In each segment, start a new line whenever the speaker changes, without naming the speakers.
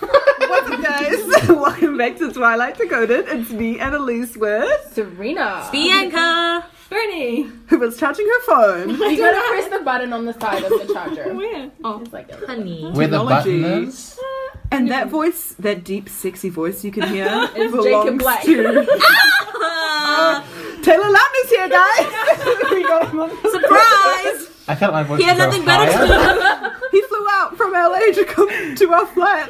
guys. Welcome back to Twilight Decoded. It's me, Annalise, with
Serena.
Bianca.
Bernie.
who was charging her phone.
You gotta press the button on the side of the charger.
Where? Oh,
It's like a-
honey.
Where the
Technology.
button is?
And that voice, that deep, sexy voice you can hear,
It's Jacob
belongs
Black.
to Taylor Loudon's here, guys. we got him on the
Surprise!
I felt like I
He had nothing better to do.
He flew out from LA to come to our flat.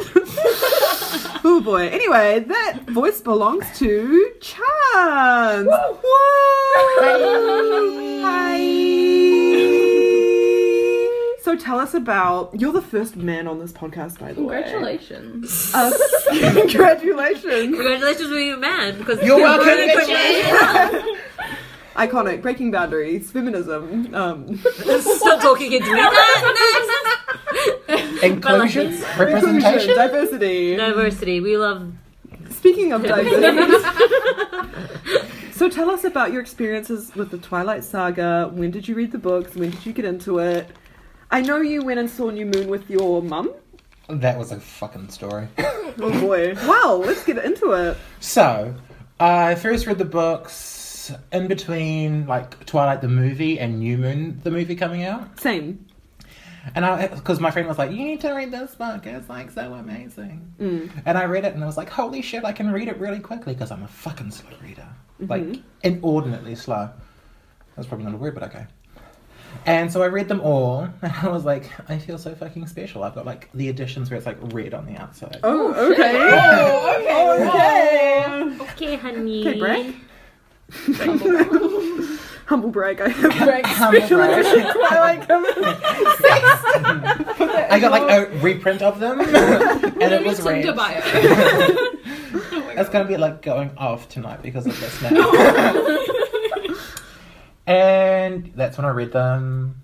oh boy. Anyway, that voice belongs to Chance. Whoa. Hi. So tell us about you're the first man on this podcast, by the way.
Congratulations.
Congratulations. Congratulations.
Congratulations with your man because
You're welcome.
Iconic. Breaking boundaries. Feminism. Um
Stop talking into me. No, no, no.
Inclusion?
inclusion,
Representation?
diversity.
Diversity. We love.
Speaking of diversity. so tell us about your experiences with the Twilight Saga. When did you read the books? When did you get into it? I know you went and saw New Moon with your mum.
That was a fucking story.
Oh boy. Wow, let's get into it.
So, I first read the books in between like Twilight the movie and New Moon the movie coming out.
Same.
And I, because my friend was like, you need to read this book, it's like so amazing.
Mm.
And I read it and I was like, holy shit, I can read it really quickly because I'm a fucking slow reader. Like, inordinately slow. That's probably not a word, but okay. And so I read them all and I was like, I feel so fucking special. I've got like the editions where it's like red on the outside.
Oh, okay.
Oh, okay.
Okay.
Okay, honey.
Okay, brag. Humble brag. I have
Right.
Humble brag.
Twilight coming.
I got like a reprint of them and it was red.
Tinder bio.
That's gonna be like going off tonight because of this now. and that's when I read them.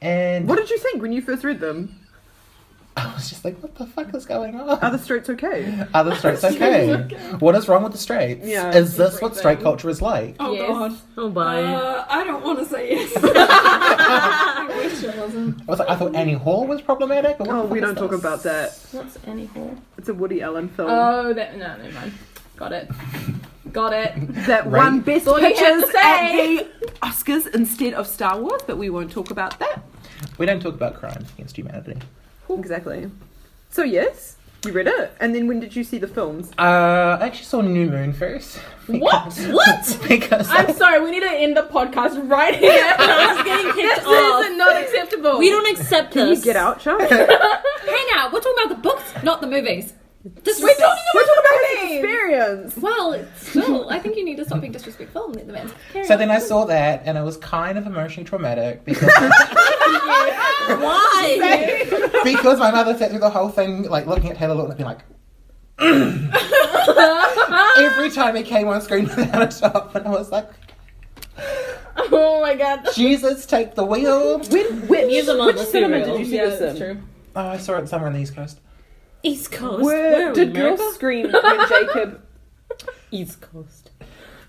And
What did you think when you first read them?
I was just like, what the fuck is going
Are
on?
the straights okay?
Are the straights okay? What is wrong with the straights?
Yeah.
is this what straight culture is like?
Oh
Yes.
god.
Oh, bye.
Uh, I don't want to say yes. I wish it wasn't.
I was like, I thought Annie Hall was problematic. But what
Oh,
the
we
fuck
don't
is
talk
this?
about that.
What's any hall?
It's a Woody Allen film.
Oh, that no, never mind. Got it. Got it.
that
Right.
won Best
all you had
Pictures
to say.
at the Oscars instead of Star Wars, but we won't talk about that.
We don't talk about crimes against humanity.
Exactly. So yes, you read it, and then when did you see the films?
Uh, I actually saw New Moon first.
What?
What? because I-
I'm sorry. We need to end the podcast right here.
I was getting
this
kicked off.
is not acceptable.
We don't accept
Can
this.
you get out, Charles? We're talking
Hang out. We're talking about the books, not the movies. Dis-
about his experience.
well, it's still, I think you need to stop being disrespectful and let the man. carry
so
on.
then I saw that and it was kind of emotionally traumatic because
Why?
because my mother sat through the whole thing, like looking at Taylor Lautner and being like, every time he came on screen without a top, and I was like,
Oh my god.
Jesus, take the wheel.
When, which,
Use them on
which
the
cinema
serial.
did you see
Yeah,
this
that's
in?
true.
Oh, I saw it somewhere on the East Coast.
East Coast.
Where, did girls scream when Jacob?
East Coast.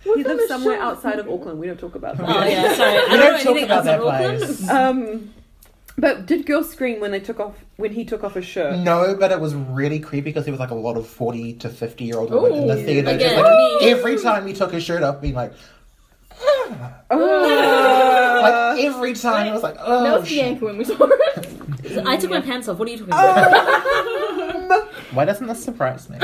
he lives somewhere outside of Auckland. We don't talk about that.
Oh yeah, sorry. I
We
don't,
don't
know
talk
anything else
about
in
that
Auckland.
place.
Um, but did girls scream when they took off when he took off his shirt?
No, but it was really creepy because there was like a lot of 40 to 50 year old women in the
Ooh.
theatre. just
Again,
like,
me.
every time he took his shirt off, being like,
Oh.
Uh,
like every time, I was like, oh,
That was
shit.
Bianca when we saw it.
I took my pants off. What are you talking
Oh.
about?
why doesn't this surprise me?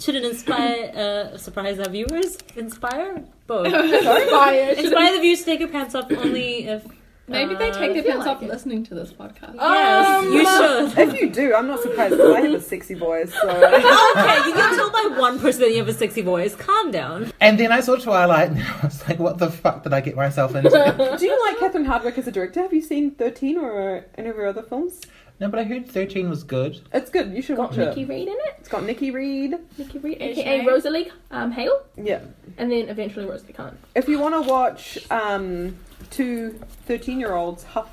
Should it inspire, uh, surprise our viewers? Inspire? Both.
Inspired.
inspire the viewers to take your pants off only if.
Maybe they
uh,
take their
feel
pants
like
off
it. Um,
listening to this podcast.
Yes, you should.
Um, If you do, I'm not surprised because I have a sexy voice. So.
okay, you can tell by one person that you have a sexy voice. Calm down.
and then I saw Twilight and I was like, what the fuck did I get myself into?
Do you like Catherine Hardwick as a director? Have you seen 13 or any of her other films?
no, but I heard 13 was good.
It's good. You should watch it.
Nikki Reed in it.
It's got Nikki Reed.
Nikki Reed,
Is
aka
she?
Rosalie um, Hale,
Yeah.
and then eventually Rosalie Khan.
If you want to watch um, two 13 year olds huff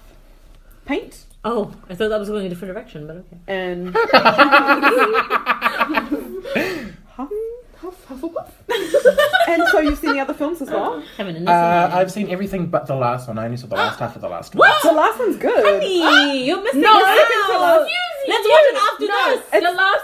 paint
Oh, I thought that was going a different direction, but okay.
and. huff, huff, Hufflepuff. and so you've seen the other films as well?
Having an
Uh, I've seen everything but the last one. I only saw the last half of the last one.
The last one's good.
Ah!
Honey, you're missing
No,
out.
second to last.
Let's watch it after
No,
this.
the last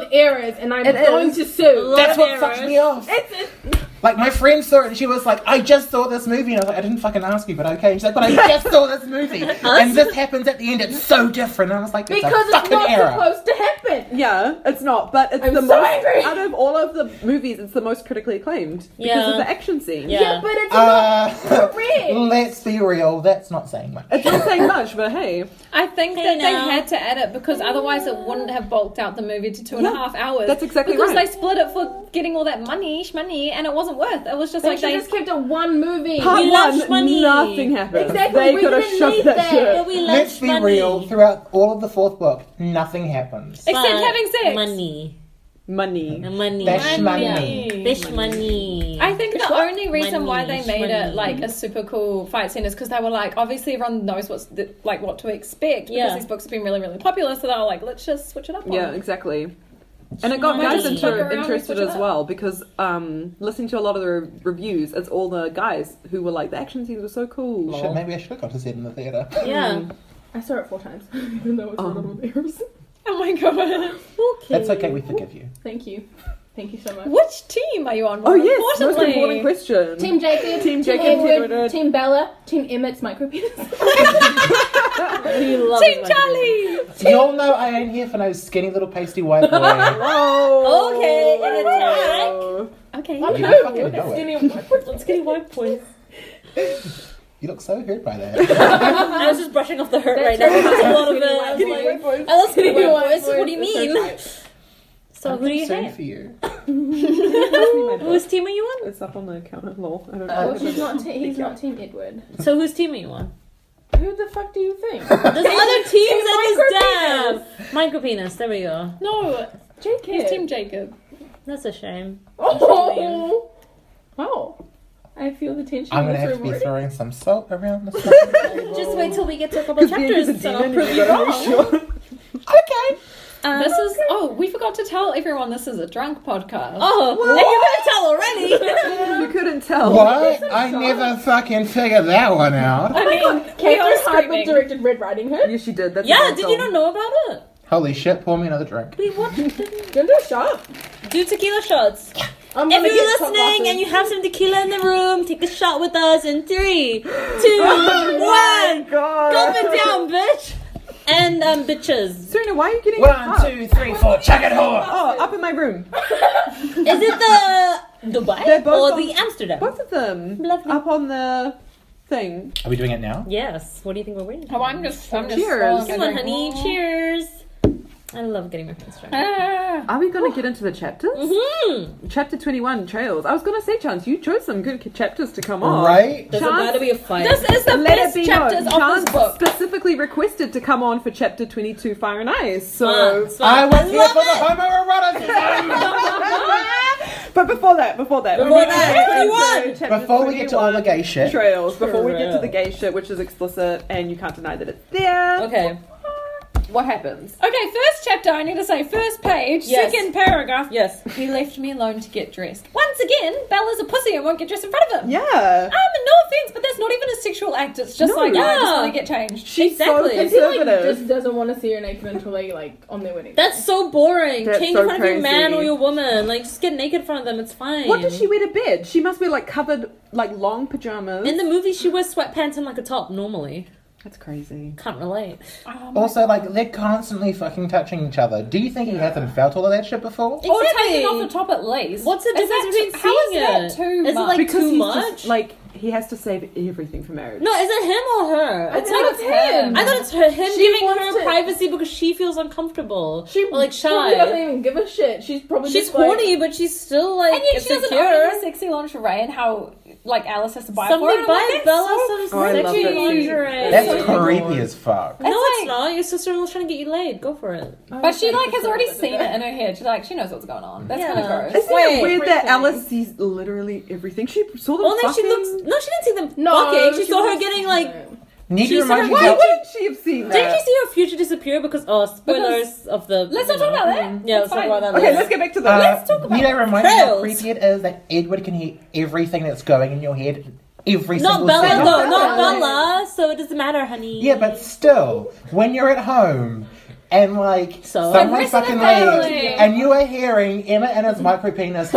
Out
errors, and I'm
It
going
is.
to sue.
Lot
That's
of
what fucked
errors.
me off.
It's, it's
Like my friend saw it and she was like, I just saw this movie and I was like, I didn't fucking ask you, but okay. She's like, But I just saw this movie. and this happens at the end, it's so different. And I was like, it's
because
a
it's
fucking
not
error.
supposed to happen.
Yeah, it's not, but it's
I'm
the
so
most
angry.
out of all of the movies. It's the most critically acclaimed because
Yeah.
of the action scene.
Yeah.
Yeah, but it's
Uh,
correct.
let's be real, that's not saying much.
It's not saying much, but hey,
I think
Hey
that
now.
they had to add it because otherwise it wouldn't have bulked out the movie to two and a
Yeah,
half hours.
that's exactly
because
right.
they split it for getting all that money, money, and it wasn't worth. It was
not.
just
They
like
should
they
just kept it one movie.
part
We love
one,
money.
nothing happened.
Exactly,
They
we
could have
didn't
shoved
need
that,
that.
shit.
But we love
Let's be
money.
real, throughout all of the fourth book, nothing happens.
except
But
having sex.
Money.
Money.
Money.
That's money.
Bish money.
I think the only reason why
Money,
they made
money.
it like
Mm-hmm.
a super cool fight scene is because they were like, obviously everyone knows what's the, like what to expect because
Yeah.
these books have been really, really popular. So they were like, let's just switch it up.
Yeah,
on.
exactly. And it got
Money.
guys
Just
inter-
fuck around and
interested
switch it
as
up.
well because um, listening to a lot of the re- reviews, it's all the guys who were like, the action scenes were so cool.
Shit, maybe I should have got to see it in the theatre.
Yeah.
I saw it four times, even though it's
Um.
one of theirs.
Oh my god.
Okay.
That's okay, we forgive you.
Thank you, thank you so much.
Which team are you on?
Oh
more
yes, most
importantly?
important question.
Team Jacob,
Team
Team
Jacob, Team
Edward,
Edward.
Team Bella, Team Emmett's micro penis.
We love
Team
money.
Charlie.
Y'all know I ain't here for no skinny little pasty white boy.
Whoa.
Okay, an attack.
Whoa.
Okay.
Oh,
You
no.
fucking know it.
Skinny white person.
Let's get one point.
You look so hurt by that.
I was just brushing off the hurt right
That's right.
now. There's a lot of it.
Skinny
I was
white
like,
boy.
I love skinny
Skinny
white
white
boys. What do you
boys.
mean? So
I'm
who do you
concerned
have?
for you.
Whose team are you on?
It's up on the counter. Lol. I don't know.
Oh, she's not. Te- he's not Team Edward.
So whose team are you on?
Who the fuck do you think?
There's other teams
Team
and there's Dev. Micro penis. There we go.
Oh,
No,
Jacob.
it's Team Jacob.
That's a shame.
Oh. Wow. I feel the tension.
I'm
in
gonna
this
have to
room
be
already.
throwing some salt around the stuff.
Just wait till we get to a couple chapters and I'll prove you wrong.
okay.
Um,
this is. Oh, we forgot to tell everyone this is a drunk podcast.
Oh, and you're gonna tell already.
You couldn't tell.
What? I never fucking figured that one out.
I mean, we are
Catherine Hardwick
screaming.
directed Red Riding Hood.
Yes, she did. That's
yeah, did you not know about it?
Holy shit, pour me another drink.
We what? do
Go to a shop.
tequila shots.
I'm
If
gonna
you're
get top
listening and
glasses.
you have some tequila in the room, take a shot with us in three, two, Oh one. Gulp
God.
it down, bitch. And um, bitches.
Serena, why are you getting
One,
up?
two, three, four, chug it whore!
Oh, up in my room.
Is it the Dubai
They're both
or
on-
the Amsterdam?
Both of them.
Lovely.
Up on the thing.
Are we doing it now?
Yes. What do you think we're waiting for?
Oh, I'm just. I'm just.
Cheers.
swallowing
Come
it.
on, honey. Cheers. I love getting my hands dry.
Ah.
Are we going to get into the chapters?
Oh. Mm-hmm.
Chapter 21, Trails. I was going to say, Chance, you chose some good chapters to come on.
Right?
There's
Chance-
about to be a fight.
This is the
Let it
best
be
chapters
known,
of
Chance
this book.
specifically requested to come on for chapter 22, Fire and Ice. So,
Fun, fun.
I was here
love
for the
it.
homoeroticism!
but before that, before that,
Before
we're
that,
gonna get
21.
into chapter
Before we get to all the
21,
gay shit,
trails, before we get to the gay shit, which is explicit and you can't deny that it's there.
Okay.
What happens?
Okay, first chapter, I need to say, first page,
Yes.
second paragraph.
Yes.
He left me alone to get dressed. Once again, Bella's a pussy and won't get dressed in front of him.
Yeah.
Um, no offense, but that's not even a sexual act. It's just
No.
like, yeah. I just
Yeah.
want to get changed.
She's
Exactly.
so
And she like
conservative.
just doesn't want to see her naked until they like on their wedding.
That's so boring.
That's
Change
so
in front of your man
crazy.
or your woman. Like, just get naked in front of them. It's fine.
What does she wear to bed? She must wear like covered, like long pajamas.
In the movie, she wears sweatpants and like a top normally.
That's crazy.
Can't relate.
Um,
also, like, they're constantly fucking touching each other. Do you think he hasn't felt all of that shit before?
or taking off the top at least.
What's the
Is that
difference between
too-
seeing
how is that
it?
too
Is it
much?
like too
he's
much?
just, like he has to save everything for marriage.
no, is it him or her?
I
it's
think
like
it's him.
I thought it's her, him
She
giving
wants
her
to-
privacy because she feels uncomfortable.
she
or like
probably doesn't
shy.
even give a shit. She's probably
She's
just, like-
horny, but she's still like
and yet she doesn't
insecure.
own any sexy lingerie and how, like, Alice has to buy for it.
Somebody
I'm
buy
like, that's
Bella
so
some
Oh, I love
sexy
that scene.
lingerie.
That's
It's like-
creepy as fuck.
no,
It's
it's
like-
not. Your sister-in-law's trying to get you laid. Go for it.
Oh,
But she like has
Sorry,
already
but-
seen it in her head. She's like, she knows what's going on. That's
Yeah.
kind of gross.
Isn't
Wait,
it weird that
freaking-
Alice sees literally everything? She saw them
Well, then she
fucking-
looks. No, she didn't see them
No,
fucking. She,
she
saw her
wasn't
getting
seeing
like.
it.
Need
She's
to remind you
like,
Why
that.
"What?"
wouldn't she have seen
Didn't you
that?
see her future disappear because oh spoilers of the? Mm-hmm.
Let's not talk about that.
Yeah, let's
It's
talk
fine.
about that.
Okay,
later.
let's get back to
Uh,
that.
need to remind you how
trails.
creepy it is that Edward can hear everything that's going in your head. Every
Not
single
Bella
second.
though, not
Bella.
Bella. So it doesn't matter, honey.
Yeah, but still, when you're at home and like
So?
someone
Embrace the
fucking leaves,
family.
and you are hearing Emma and his micro penis.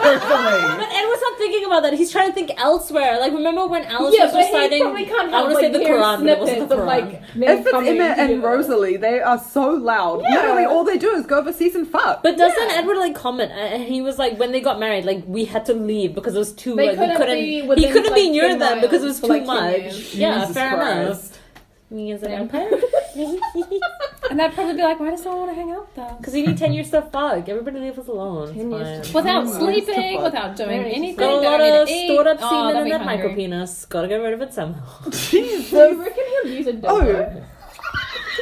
Hopefully.
But Ed was not thinking about that. He's trying to think elsewhere. Like, remember when Alice
yeah,
was
but he
reciting?
probably can't
I
help
want to
like,
say the
hear
Quran, but it wasn't
snippets
the
of
Quran.
like men
If it's
coming
Emma
into
and
your-
Rosalie, they are so loud.
Yeah.
Literally, all they do is go overseas and fuck.
But doesn't
Yeah.
Edward like comment? Uh, And he was like, when they got married, like we had to leave because it was too.
They
like, we
couldn't
couldn't.
be
he
within,
couldn't be
like,
near
10
them because it
miles
was too
for, like, 10
much.
years.
Yeah,
Jesus
fair
Christ.
enough. Me as an
Yeah.
empire.
And I'd probably be like, why does no one want to hang out though?
Because you need ten years to fuck. Everybody leave us alone. It's
10 years
fine.
to
Without
Mm.
sleeping,
Fuck.
without doing
Very
anything.
Got a
Don't
lot
don't
of
need to eat.
stored up
Oh,
semen
they'll
in
be
that
hungry.
micropenis. Gotta get rid of it somehow.
Do
Jesus.
you reckon he'll use a dildo?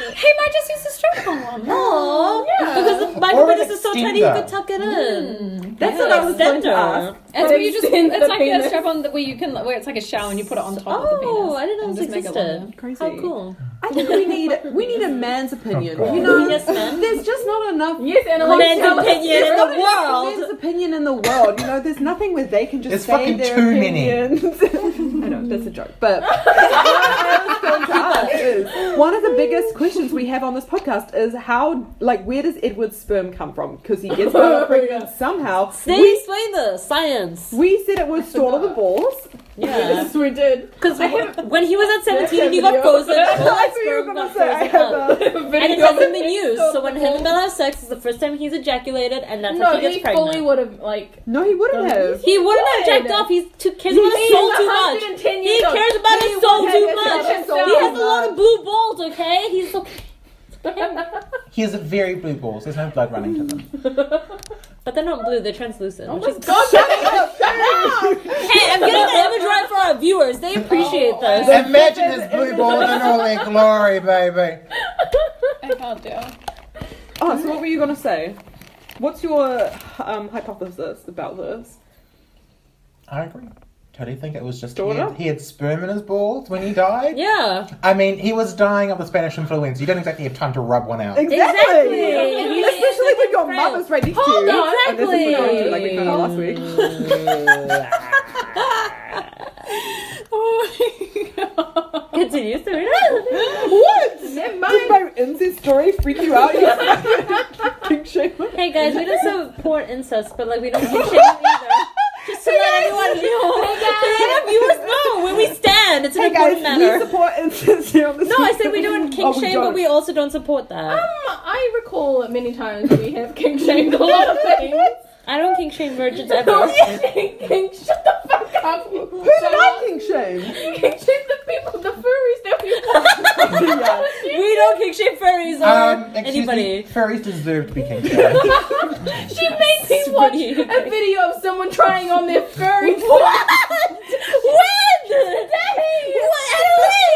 Oh,
He might just use the strap on one.
Aww.
yeah.
Because the
Or an
micropenis is so tiny, you
extender.
could tuck it in.
that's what I was going to ask.
It's
But
where you just
extend
it's
the
like
penis.
a strap on that where you can where it's like a shell and you put it on top of the penis.
Oh, I didn't know
and
this
just make it
existed.
longer.
Crazy.
How cool.
I think we need we need a man's opinion.
Oh, God.
you know,
Yes, man.
there's just not enough
Yes, and
Well,
I'll
then
tell
opinion
us-
in the
There's not enough
world.
men's opinion in the world. You know, there's nothing where they can just
It's
say
fucking
their
too many.
opinions. I know that's a joke, but what I was going to ask is, one of the biggest questions we have on this podcast is how, like, where does Edward's sperm come from? Because he gets
Oh, yeah.
pregnant somehow.
They
We,
explain the science.
we said it was stored on the balls.
Yeah.
Yes, we did.
Because when he was at 17, he
That's
got
a
frozen.
video.
all his
I thought you were
sperm
going to
got
say I
frozen
have
up.
a.
And it hasn't been used. So when him
Video.
and Bella have sex, it's the first time he's ejaculated, and that's
No,
when he
he
gets pregnant.
fully would have like.
No, he wouldn't have.
he wouldn't have
would.
jacked off. He's too cares about his soul too much. He cares about his soul
would
too
have
much.
jacked off
He has
so
a lot of blue balls. Okay, he's so.
He has very blue balls. There's no blood running to them.
But they're not blue. They're translucent.
Oh
which
my
is-
god!
hey, I'm getting the image right for our viewers. They appreciate this.
Imagine his blue balls in all their glory, baby.
I can't do.
Oh, so what were you going to say? What's your um, hypothesis about this?
I agree. Totally think it was just he
Daughter?
had, he had sperm in his balls when he died.
Yeah.
I mean, he was dying of the Spanish influenza. You don't exactly have time to rub one out.
Exactly.
Exactly.
Especially when your mum is right next to you.
on,
And this is what I was doing, like we found out last week.
Continue, Serena.
What? Did my incest story freak you out? You fucking king shamer.
Hey guys, we don't support incest, but like we don't hate shame either. Just to let everyone know. To let our viewers know where we stand. It's an
Hey guys,
important
we
matter.
support incest here on this
No, I said we
Oh,
don't kink
we
shame,
don't.
but we also don't support
Um,
that.
I recall that many times we have king shamed a lot of things.
I don't kink shame virgins
Oh,
ever.
King, shut the fuck up. Who
Who did I king shame?
King shamed the people, the furries that we want.
Yeah.
We don't kink shame furries or
Um, excuse me,
anybody.
furries deserve to be king shamed.
She made me
It's
watch
pretty-
a video of someone trying on their furry. what?
When? What?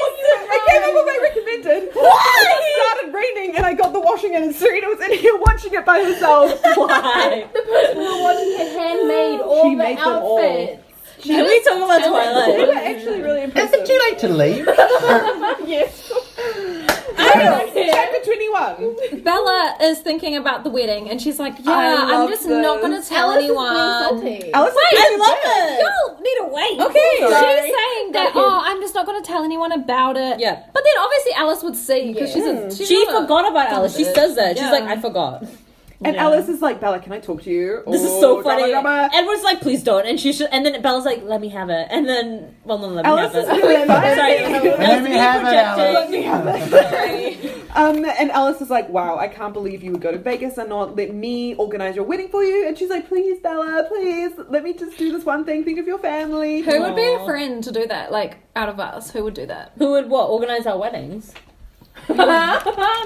It came up on my recommended. It started raining and I got the washing in and Serena was in here watching it by herself.
Why?
The person we were watching had handmade all
She
the
made them all.
outfits.
Can we talk about
They were
Twilight?
actually really
Is
impressive.
it too late to leave?
Yes.
Chapter 21.
Bella is thinking about the wedding and she's like,
I
Yeah, I'm
love
just not
this.
gonna tell
Alice is being
anyone.
salty.
Alice
Wait,
is
I
in
love
bed.
it.
Y'all need to wait. Okay, she's saying that. Oh, I'm just not going to tell anyone about it.
Yeah.
But then obviously Alice would see because she's a, she's
She
not a-
forgot about Alice. She says that. She's
Yeah.
like, I forgot.
And Alice is like, Bella, can I talk to you?
This is
Oh,
so
drama,
funny.
drama.
Edward's like, please don't. And she should. And then Bella's like, let me have it. And then, well, no, let me
Alice
have
is
it.
really
Sorry.
funny.
I was
Let me
being
have it,
projected.
Alice.
um, and Alice is like, wow, I can't believe you would go to Vegas and not let me organize your wedding for you. And she's like, please, Bella, please, let me just do this one thing. Think of your family.
Who would be
Aw.
a friend to do that? Like out of us, who would do that?
Who would what? Organize our weddings?
None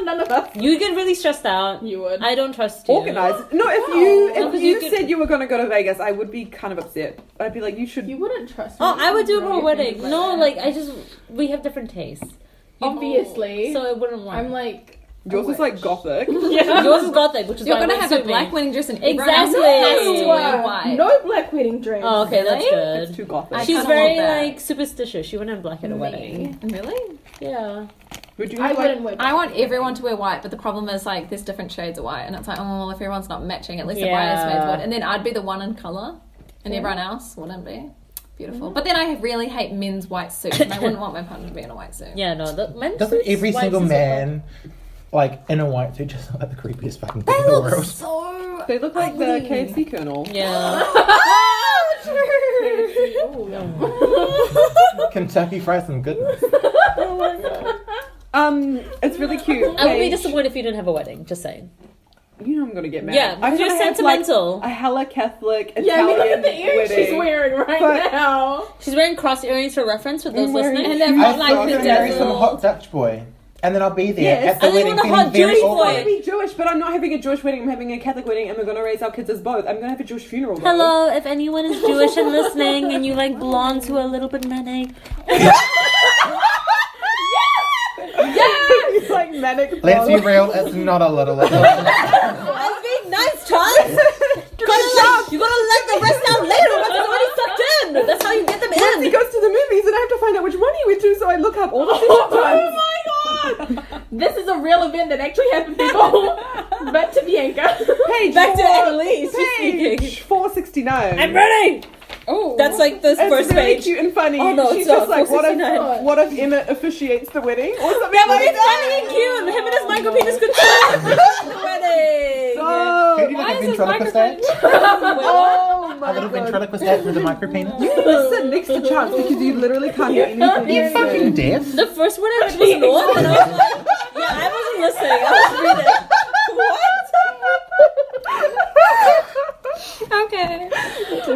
of us.
You get really stressed out.
You would.
I don't trust you.
Organize. No, if you
No,
if
'cause
you,
you could-
said you were going to go to Vegas, I would be kind of upset. I'd be like, you should.
You wouldn't trust me.
Oh, I would do it for a
Right,
wedding.
things
No,
that.
like I just we have different tastes,
obviously.
so it wouldn't work.
I'm like. oh
Yours is like gothic.
Yours is gothic, which is
You're
why
going to
I'm
have a
assuming-
black wedding dress and
Exactly.
everyone else has to wear
Wow.
white.
No black wedding dress.
Oh, okay,
Really?
that's
It's
good.
too gothic.
I
She's
kinda
very
want that.
like superstitious. She wouldn't have black at a
Me.
wedding.
Really?
Yeah.
Would you
I
like-
wouldn't wear.
I want everyone to wear white, but the problem is like there's different shades of white, and it's like, oh, well, if everyone's not matching, at least the
Yeah.
bridesmaids would. And then I'd be the one in color, and everyone else wouldn't be.
Mm-hmm.
Beautiful. But then I really hate men's white suits, and I wouldn't want my partner to be in a white suit.
Yeah. No. The, men's
Doesn't
suits,
every
whites
single
is-
man like in a white suit just look like the creepiest fucking thing
They
in the
look
world.
so.
They look like the
Ugly.
KFC Colonel.
Yeah.
Ah, true.
Kentucky fries and goodness.
Um, it's really cute.
I would be
Paige,
disappointed if you didn't have a wedding. Just saying.
you know I'm gonna get mad.
Yeah,
I
because you're
thought I had,
sentimental.
Like, a hella Catholic
Yeah, I mean,
Italian
look at the ears
wedding.
she's wearing right
But-
now.
She's wearing cross earrings for reference for those
I'm wearing-
listening.
And
they're
they're
I
not
thought I
like
was
the
gonna marry some
devil.
hot Dutch boy, and then I'll be there
Yes.
at the
And they
wedding
want a hot
feeling very
Jewish
I'm gonna
awkward.
boy.
be Jewish, but I'm not having a Jewish wedding. I'm having a Catholic wedding, and we're gonna raise our kids as both. I'm gonna have a Jewish funeral. Though.
Hello, if anyone is Jewish and listening, and you like blondes who are a little bit manic,
It's like manic.
Let's be
blonde.
real, it's not a little. It's a
That's being nice, Charles. gotta let, you gotta let the rest out later once they're already sucked in. That's how you get them
He
in.
goes to the movies, and I have to find out which one he went to, so I look up all the session times.
Oh my god! this is a real event that actually happened, people. but to Bianca.
Page
Back to
four-
Annalise. She's
Page
speaking.
four sixty nine.
I'm running.
Oh,
That's like the
It's
first
really
page.
cute and funny.
Oh, no,
She's
it's
just
not.
like, what if,
469.
what if Emma officiates the wedding? Or something
Yeah, but
like
it's
that. Oh
funny and cute. Him and his micro penis could talk. the wedding.
Who do
Oh,
you
is this
like a ventriloquist
microphone-
act?
oh
A
my
little
god.
ventriloquist act with a micro penis?
You need to sit next to Chance because you literally can't hear anything.
You fucking deaf?
The first one I was was North, and I was like, yeah, I wasn't listening. I was reading.
Okay.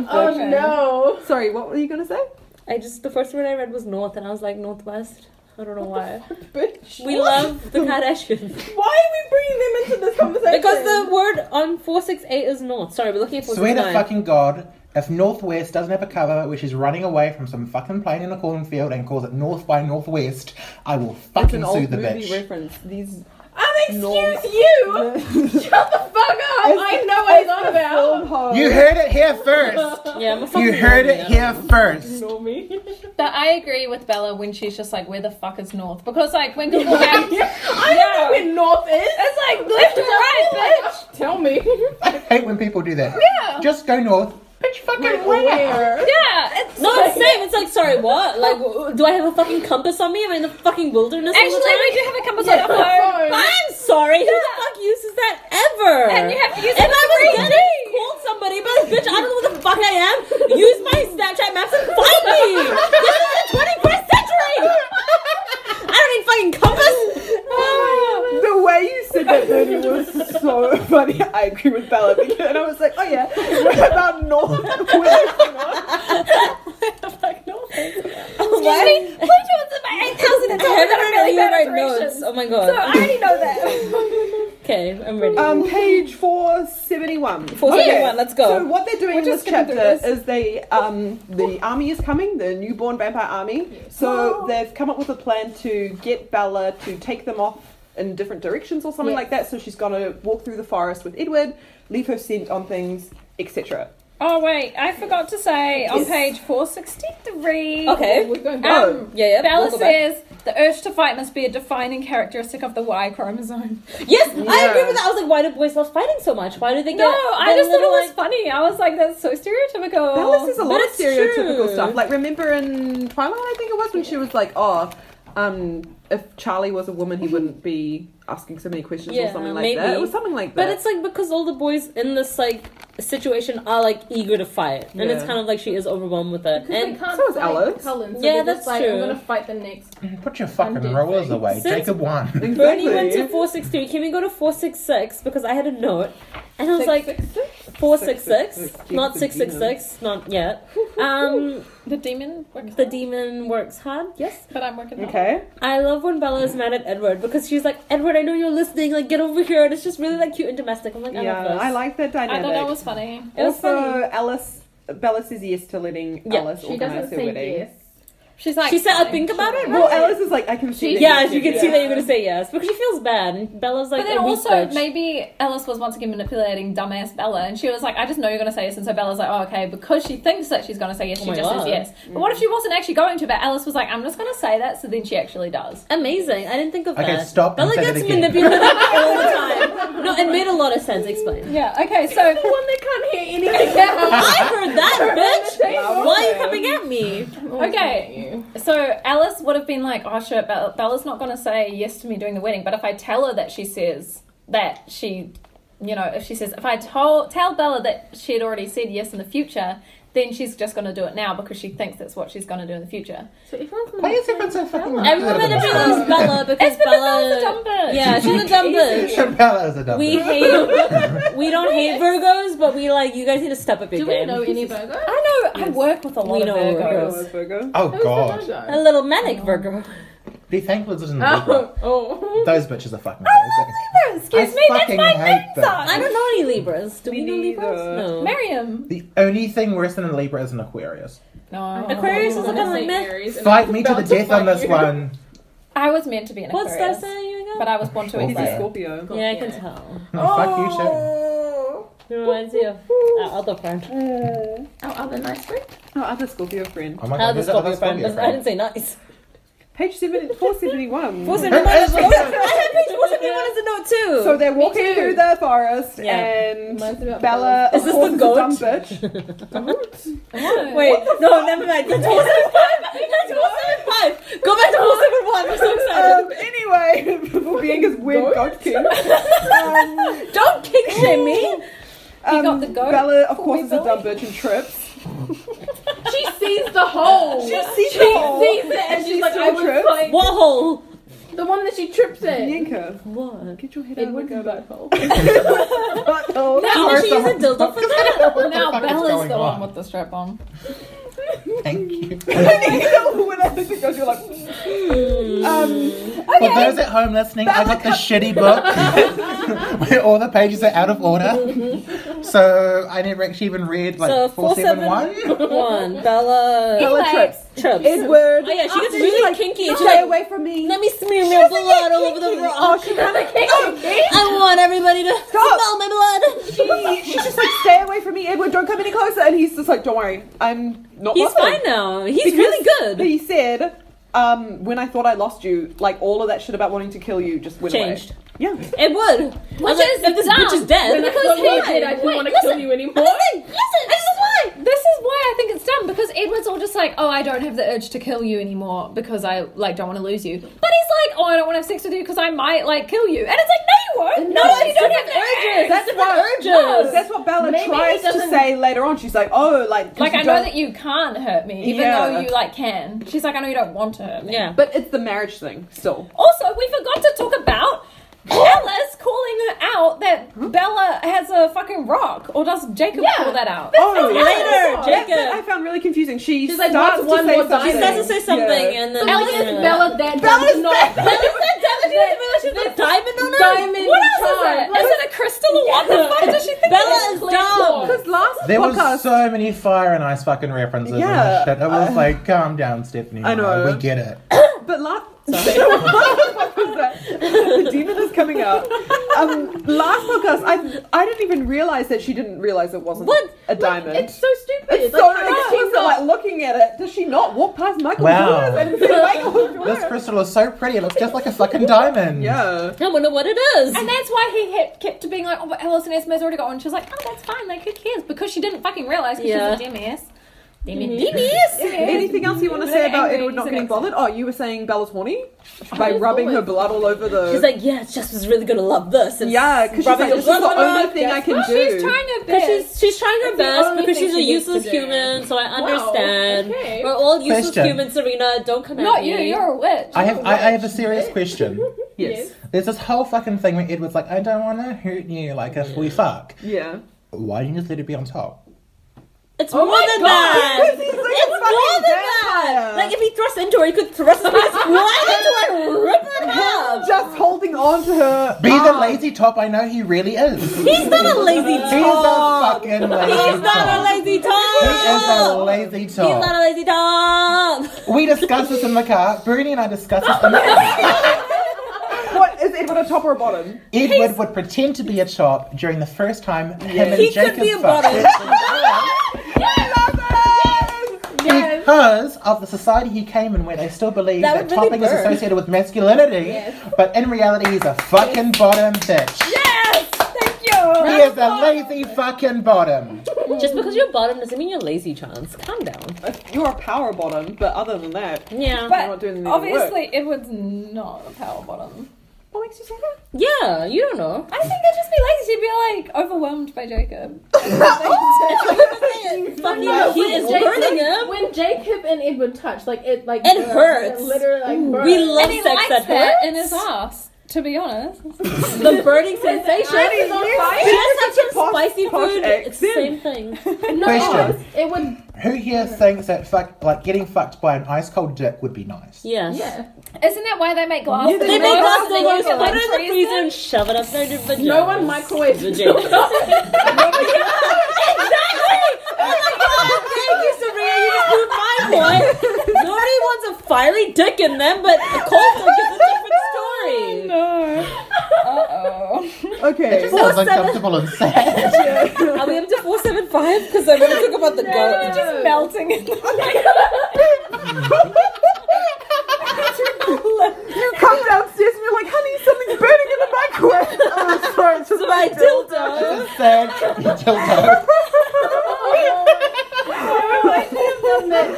oh no.
Sorry, what were you gonna say?
I just the first one I read was North, and I was like Northwest. I don't know why.
Bitch.
We love the Kardashians
Why are we bringing them into this conversation?
because the word on four six eight is North. Sorry, we're looking at four
Swear
six
to
nine.
fucking god, if Northwest doesn't have a cover which is running away from some fucking plane in a cornfield and calls it North by Northwest, I will
It's
fucking
an
sue
old
the
movie
bitch.
reference. These
Um, excuse
Norms.
you. Shut the fuck up. I know what it's on
film
about.
hoes.
You heard it here first!
Yeah, I'm a fucking
You heard
normie,
it
I don't
here first!
Ignore me.
But I agree with Bella when she's just like, where the fuck is North? Because like when Google Maps,
I don't know where North is. It's like left and right, bitch. Tell me.
I hate when people do that.
Yeah.
Just go north. Bitch, fucking where?
yeah, it's
No, it's same. It's like, sorry, what? Like, w- do I have a fucking compass on me? Am I in the fucking wilderness all the
actually
time?
we do have a compass
Yeah,
on our phone.
phone.
I'm sorry. Who the fuck uses that ever?
And you have to use
If
it
I was
for
gonna call somebody, but bitch, I don't know what the fuck I am. Use my Snapchat maps and find me. This is the 21st century. I don't need fucking compass.
The way you said that, Ernie, was so funny. I agree with Bella, because, and I was like, oh yeah, what about North? Where-
Why?
Excuse me, Pluto's about eight thousand.
I haven't really read my notes. Oh my
So
god.
I already know that.
Okay, I'm ready.
um, page 471.
471, let's go.
So what they're doing in this
just gonna
chapter
do this.
is they, um, the army is coming, the newborn vampire army. So
Wow.
they've come up with a plan to get Bella to take them off in different directions or something
Yeah.
like that. So she's gonna walk through the forest with Edward, leave her scent on things, etc.
oh wait, I forgot to say on
Yes.
page four sixty three.
Okay.
We're going
Oh.
Um,
yeah, yeah.
Bella
we'll go back.
says the urge to fight must be a defining characteristic of the Y chromosome.
Yes, I
Yeah.
agree with that. I was like, why do boys love fighting so much? Why do they get?
No, I
their
just thought it
little,
was
like-
funny. I was like, that's so stereotypical.
Bella says a lot
but
of
it's
stereotypical
Oh, true.
stuff. Like remember in Twilight, I think it was when she was like, "Oh, um, if Charlie was a woman, he wouldn't be asking so many questions or
Yeah,
something like
maybe.
that." It was something like that.
But it's like because all the boys in this like situation are like eager to fight, and it's
Yeah.
kind of like she is overwhelmed with it.
Because they
And
can't
So is
fight
Alice.
Cullen, so
Yeah,
they're just
that's
like,
true.
I'm gonna fight the next.
Put your fucking
Undead
rollers
face.
away.
Since-
Jacob won.
exactly.
Bernie went to four six three. Can we go to four six six? Because I had a note, and I was like four six six, not six six six, not yet. Um,
The demon. Works
the demon works hard. Yes,
But I'm working. Okay.
okay.
I love when Bella is mad at Edward because she's like, Edward, I know you're listening. Like, get over here. And it's just really like cute and domestic. I'm like, I love
yeah,
this.
I like that
I
dynamic.
thought that was funny.
It was
also,
funny.
Alice Bella says yes to letting
Yeah,
Alice
She
organize
doesn't
her
say
wedding.
yes. She's like.
She said, "I
fine,
think about
sure."
it,
Well, Alice is like, I can see.
She-
that
Yeah,
yes,
you can
yes,
see
yes.
that you're gonna say yes because she feels bad. And Bella's like,
But then
a weak
also
bitch.
maybe Alice was once again manipulating dumbass Bella, and she was like, "I just know you're gonna say yes," and so Bella's like, "Oh, okay," because she thinks that she's gonna say yes,
Oh
she
my
just
God.
says yes. But
Mm.
what if she wasn't actually going to? But Alice was like, "I'm just gonna say that," so then she actually does.
Amazing. I didn't think of
Okay,
that.
stop and
Bella
say that
gets
again.
manipulated all the time. No, It made a lot of sense. Explain.
Yeah, okay, so
The one that can't hear anything now.
I heard that, bitch.
Wow.
Why are you coming at me?
Okay, so Alice would have been like, "Oh shit, Bella, Bella's not going to say yes to me doing the wedding." But if I tell her that she says that she, you know, if she says if I tell tell Bella that she had already said yes in the future, then she's just going to do it now because she thinks that's what she's going to do in the future.
So everyone's
Why is everyone so fucking
Bella.
like
Everyone in the film is Bella because
It's because Bella's a
Bella.
dumb bitch.
Yeah, she's a dumb bitch.
Bella is a dumb
We
bitch.
hate. we don't hate Virgos, but we like you guys need to step up your
Do we
game.
know any Virgo?
I know. I work with a lot
We
of
know a lot of
Virgos.
Virgo.
Oh
Who's the
god.
a
Virgo?
little manic Virgo.
Be thankful it doesn't
Oh,
Libra.
oh.
Those bitches are fucking amazing.
Excuse
I
me, that's
fucking
my
hate
theme
them.
song.
I don't know any Libras. Do we,
Me
know Libras?
neither.
No.
Miriam.
The only thing worse than a Libra is an Aquarius.
No.
Aquarius is
Oh,
a
Honestly,
kind of like meh.
Aries, and
Fight
I'm
me to the
about to
death on
fight
this
you.
one.
I was meant to be an
What's
Aquarius,
that saying you
but I was born to
He's
He's a
Yeah.
Aquarius.
Scorpio.
Yeah, I can
Yeah.
tell.
Oh, Fuck you,
Oh.
too.
It reminds me of uh, our other friend. Uh,
Our other nice friend.
Our Oh, other Scorpio friend.
Oh my
Our
god,
other
who's that other
Scorpio
Scorpio
friend.
friend?
I didn't say nice.
Page 7, 471.
What's it?
Who is that?
I had page 471 as a note too.
So they're walking
too.
through the forest
Yeah.
and
Mine's about
Bella
Is
of
this
course,
the
is a dumb
goat?
bitch.
Wait, no, never mind. That's 475. That's 475. Go back to 471. I'm so
um,
excited.
anyway, for being his weird goat, king. Um,
Don't kick shame me.
um,
got the goat.
Bella, of course,
we
is a dumb
going?
bitch and trips.
She sees the hole.
She
She
sees
sees it, and, she's, like, I was
trips.
like
What hole?
the one that she trips in.
Bianca,
What?
get your head out of
Edward's
the gutter.
butthole.
Butthole.
Did she use a dildo for that?
What the
Now
fuck is
Bella's
going
the one
on?
with the strap on.
Thank you.
when I think the goat, you're like, um,
For those at home listening, I got the shitty book where all the pages are out of order. So I never actually even read like
So,
471.
One. Bella.
Bella
Anyway.
trips.
Trips.
Edward,
Oh yeah, she gets
She's
really
like,
kinky. She's
stay
like,
away from me.
let me smear my blood all over the rock.
she kind of
I want everybody to smell my blood.
She- she's just like, stay away from me, Edward. Don't come any closer. And he's just like, don't worry, I'm not.
He's
bothered."
fine now. He's
Because
really good.
He said, um, when I thought I lost you, like all of that shit about wanting to kill you just went
Changed.
away. Yeah.
It would. Which
is
if this
dumb.
bitch is dead.
Because
Because
he-
you did, I didn't
wait,
want to
listen.
kill you anymore.
Yes,
This is why I think it's dumb because Edward's all just like, oh, I don't have the urge to kill you anymore because I like don't want to lose you. But he's like, oh, I don't want to have sex with you because I might like kill you. And it's like, no, you won't. No, you don't have the urge.
That's what,
urges.
that's what Bella
Maybe he
tries to
doesn't-
say later on. She's like, oh, like, 'cause
Like
you
I know
don't-
that you can't hurt me, even
Yeah.
though you like can. She's like, I know you don't want to hurt me.
Yeah.
But it's the marriage thing still.
Also, we forgot to talk about Alice calling her out that Bella has a fucking rock, or does Jacob
Yeah.
call that out?
Oh,
Later,
That's what I
Jacob.
found really confusing. She
She's like,
starts
what's
to
one
say
more
something.
diamond?
She says to say something
Yeah.
and then.
Alice
Yeah.
is Bella that
Bella's
does not
Bella said Bella, she doesn't realize she's got a diamond on her.
Diamond
What else is
charm.
it? Is it a crystal or what the fuck does she think? Bella is dumb.
Because last
There
podcast,
was so many fire and ice fucking references
Yeah.
and shit. I was like, calm down, Stephanie.
I know.
We get it.
But last. the demon is coming out. Um, last podcast, I I didn't even realize that she didn't realize it wasn't
What?
a diamond.
It's so stupid.
It's so
Like,
like,
how
she's
is
not,
that-
like looking at it. Does she not walk past Michael
Wow.
Jordan and see Michael Jordan?
This crystal is so pretty. It looks just like a fucking diamond.
Yeah.
I wonder what it is.
And that's why he kept, kept to being like, oh, but Alice and Esme's already got one. She was like, oh, that's fine. Like, who cares? Because she didn't fucking realize because
Yeah.
she's a dumbass.
Anything else you want to say about
Angry,
Edward not
he's
getting
an
bothered? Oh, you were saying Bella's horny by
Bella's
rubbing her
always-
blood all over the.
She's like, yeah, Jess was really gonna love this. It's
yeah, because she's like,
rubbing
this is
her
the
blood on
only
her.
thing I can do.
She's trying her
Because
best.
she's she's trying her
the
best
only
because
thing
she's a
she needs
useless
to do.
human, so I understand.
okay.
We're all useless
Question.
humans, Serena. Don't come at
not
me.
you. You're a witch.
I have I, I have a serious question.
yes.
There's this whole fucking thing where Edward's like, I don't want to hurt you, like if we fuck.
Yeah.
Why didn't you just let it be on top?
It's
Oh
more
my
than
God.
that.
Because he's like a
it's more
fucking
than that.
vampire.
Like if he thrust into her, he could thrust right into her and rip her in half.
Just holding on to her.
Be the
arm.
lazy top I know he really is.
He's not a lazy
He's a
dog.
fucking lazy
He's not a
top.
lazy
He is a
dog.
lazy
He's not
top.
a lazy dog.
We discussed this in the car. Bruni and I discussed this in the car.
What is Edward a top or a bottom?
Edward would pretend to be a top during the first time him and
He
Jacob
could be a
fucked.
bottom.
Yes.
Because of the society he came in where they still believe
That
that,
would really
topping is
burn.
associated with masculinity, but in reality he's a fucking bottom bitch.
Yes, that's
a lazy fucking bottom.
Just because you're bottom doesn't mean you're lazy, Chance. Calm down.
You're a power bottom, but other than that,
Yeah.
You're not
But
doing any
obviously, Edward's not a power bottom.
What makes you say that?
yeah, you don't know.
I think they'd just be lazy. She'd be like overwhelmed by Jacob.
Fucking he is burning him.
When Jacob and Edward touch, like it, like
It hurts.
It literally, like burns.
We love
and he
sex
likes
that
that
hurts.
in his ass. To be honest,
The burning sensation.
Eyes on fire.
Just have some
Posh-
spicy
posh
food. It's the
accent.
same thing.
No,
Question.
it would.
Who here thinks that fuck, like getting fucked by an ice cold dick would be nice?
Yes.
Yeah.
isn't that why they make glasses?
They make
Glasses
us they
that
use
you
it,
can,
put
like,
it in the
freeze
freezer
them.
and shove it up their vagina.
No one microwaves.
Vagina. Oh
Thank you, Sabrina. You just proved my point.
Nobody wants a fiery dick in them, but a cold dick is a different story.
It
Okay.
just sounds uncomfortable and sad.
Are we up to 475? Because I want to talk about the goat.
Just melting in the
You come downstairs and you're like, honey, something's burning in the microwave. oh, sorry, it's just my dildo.
sad dildo.
that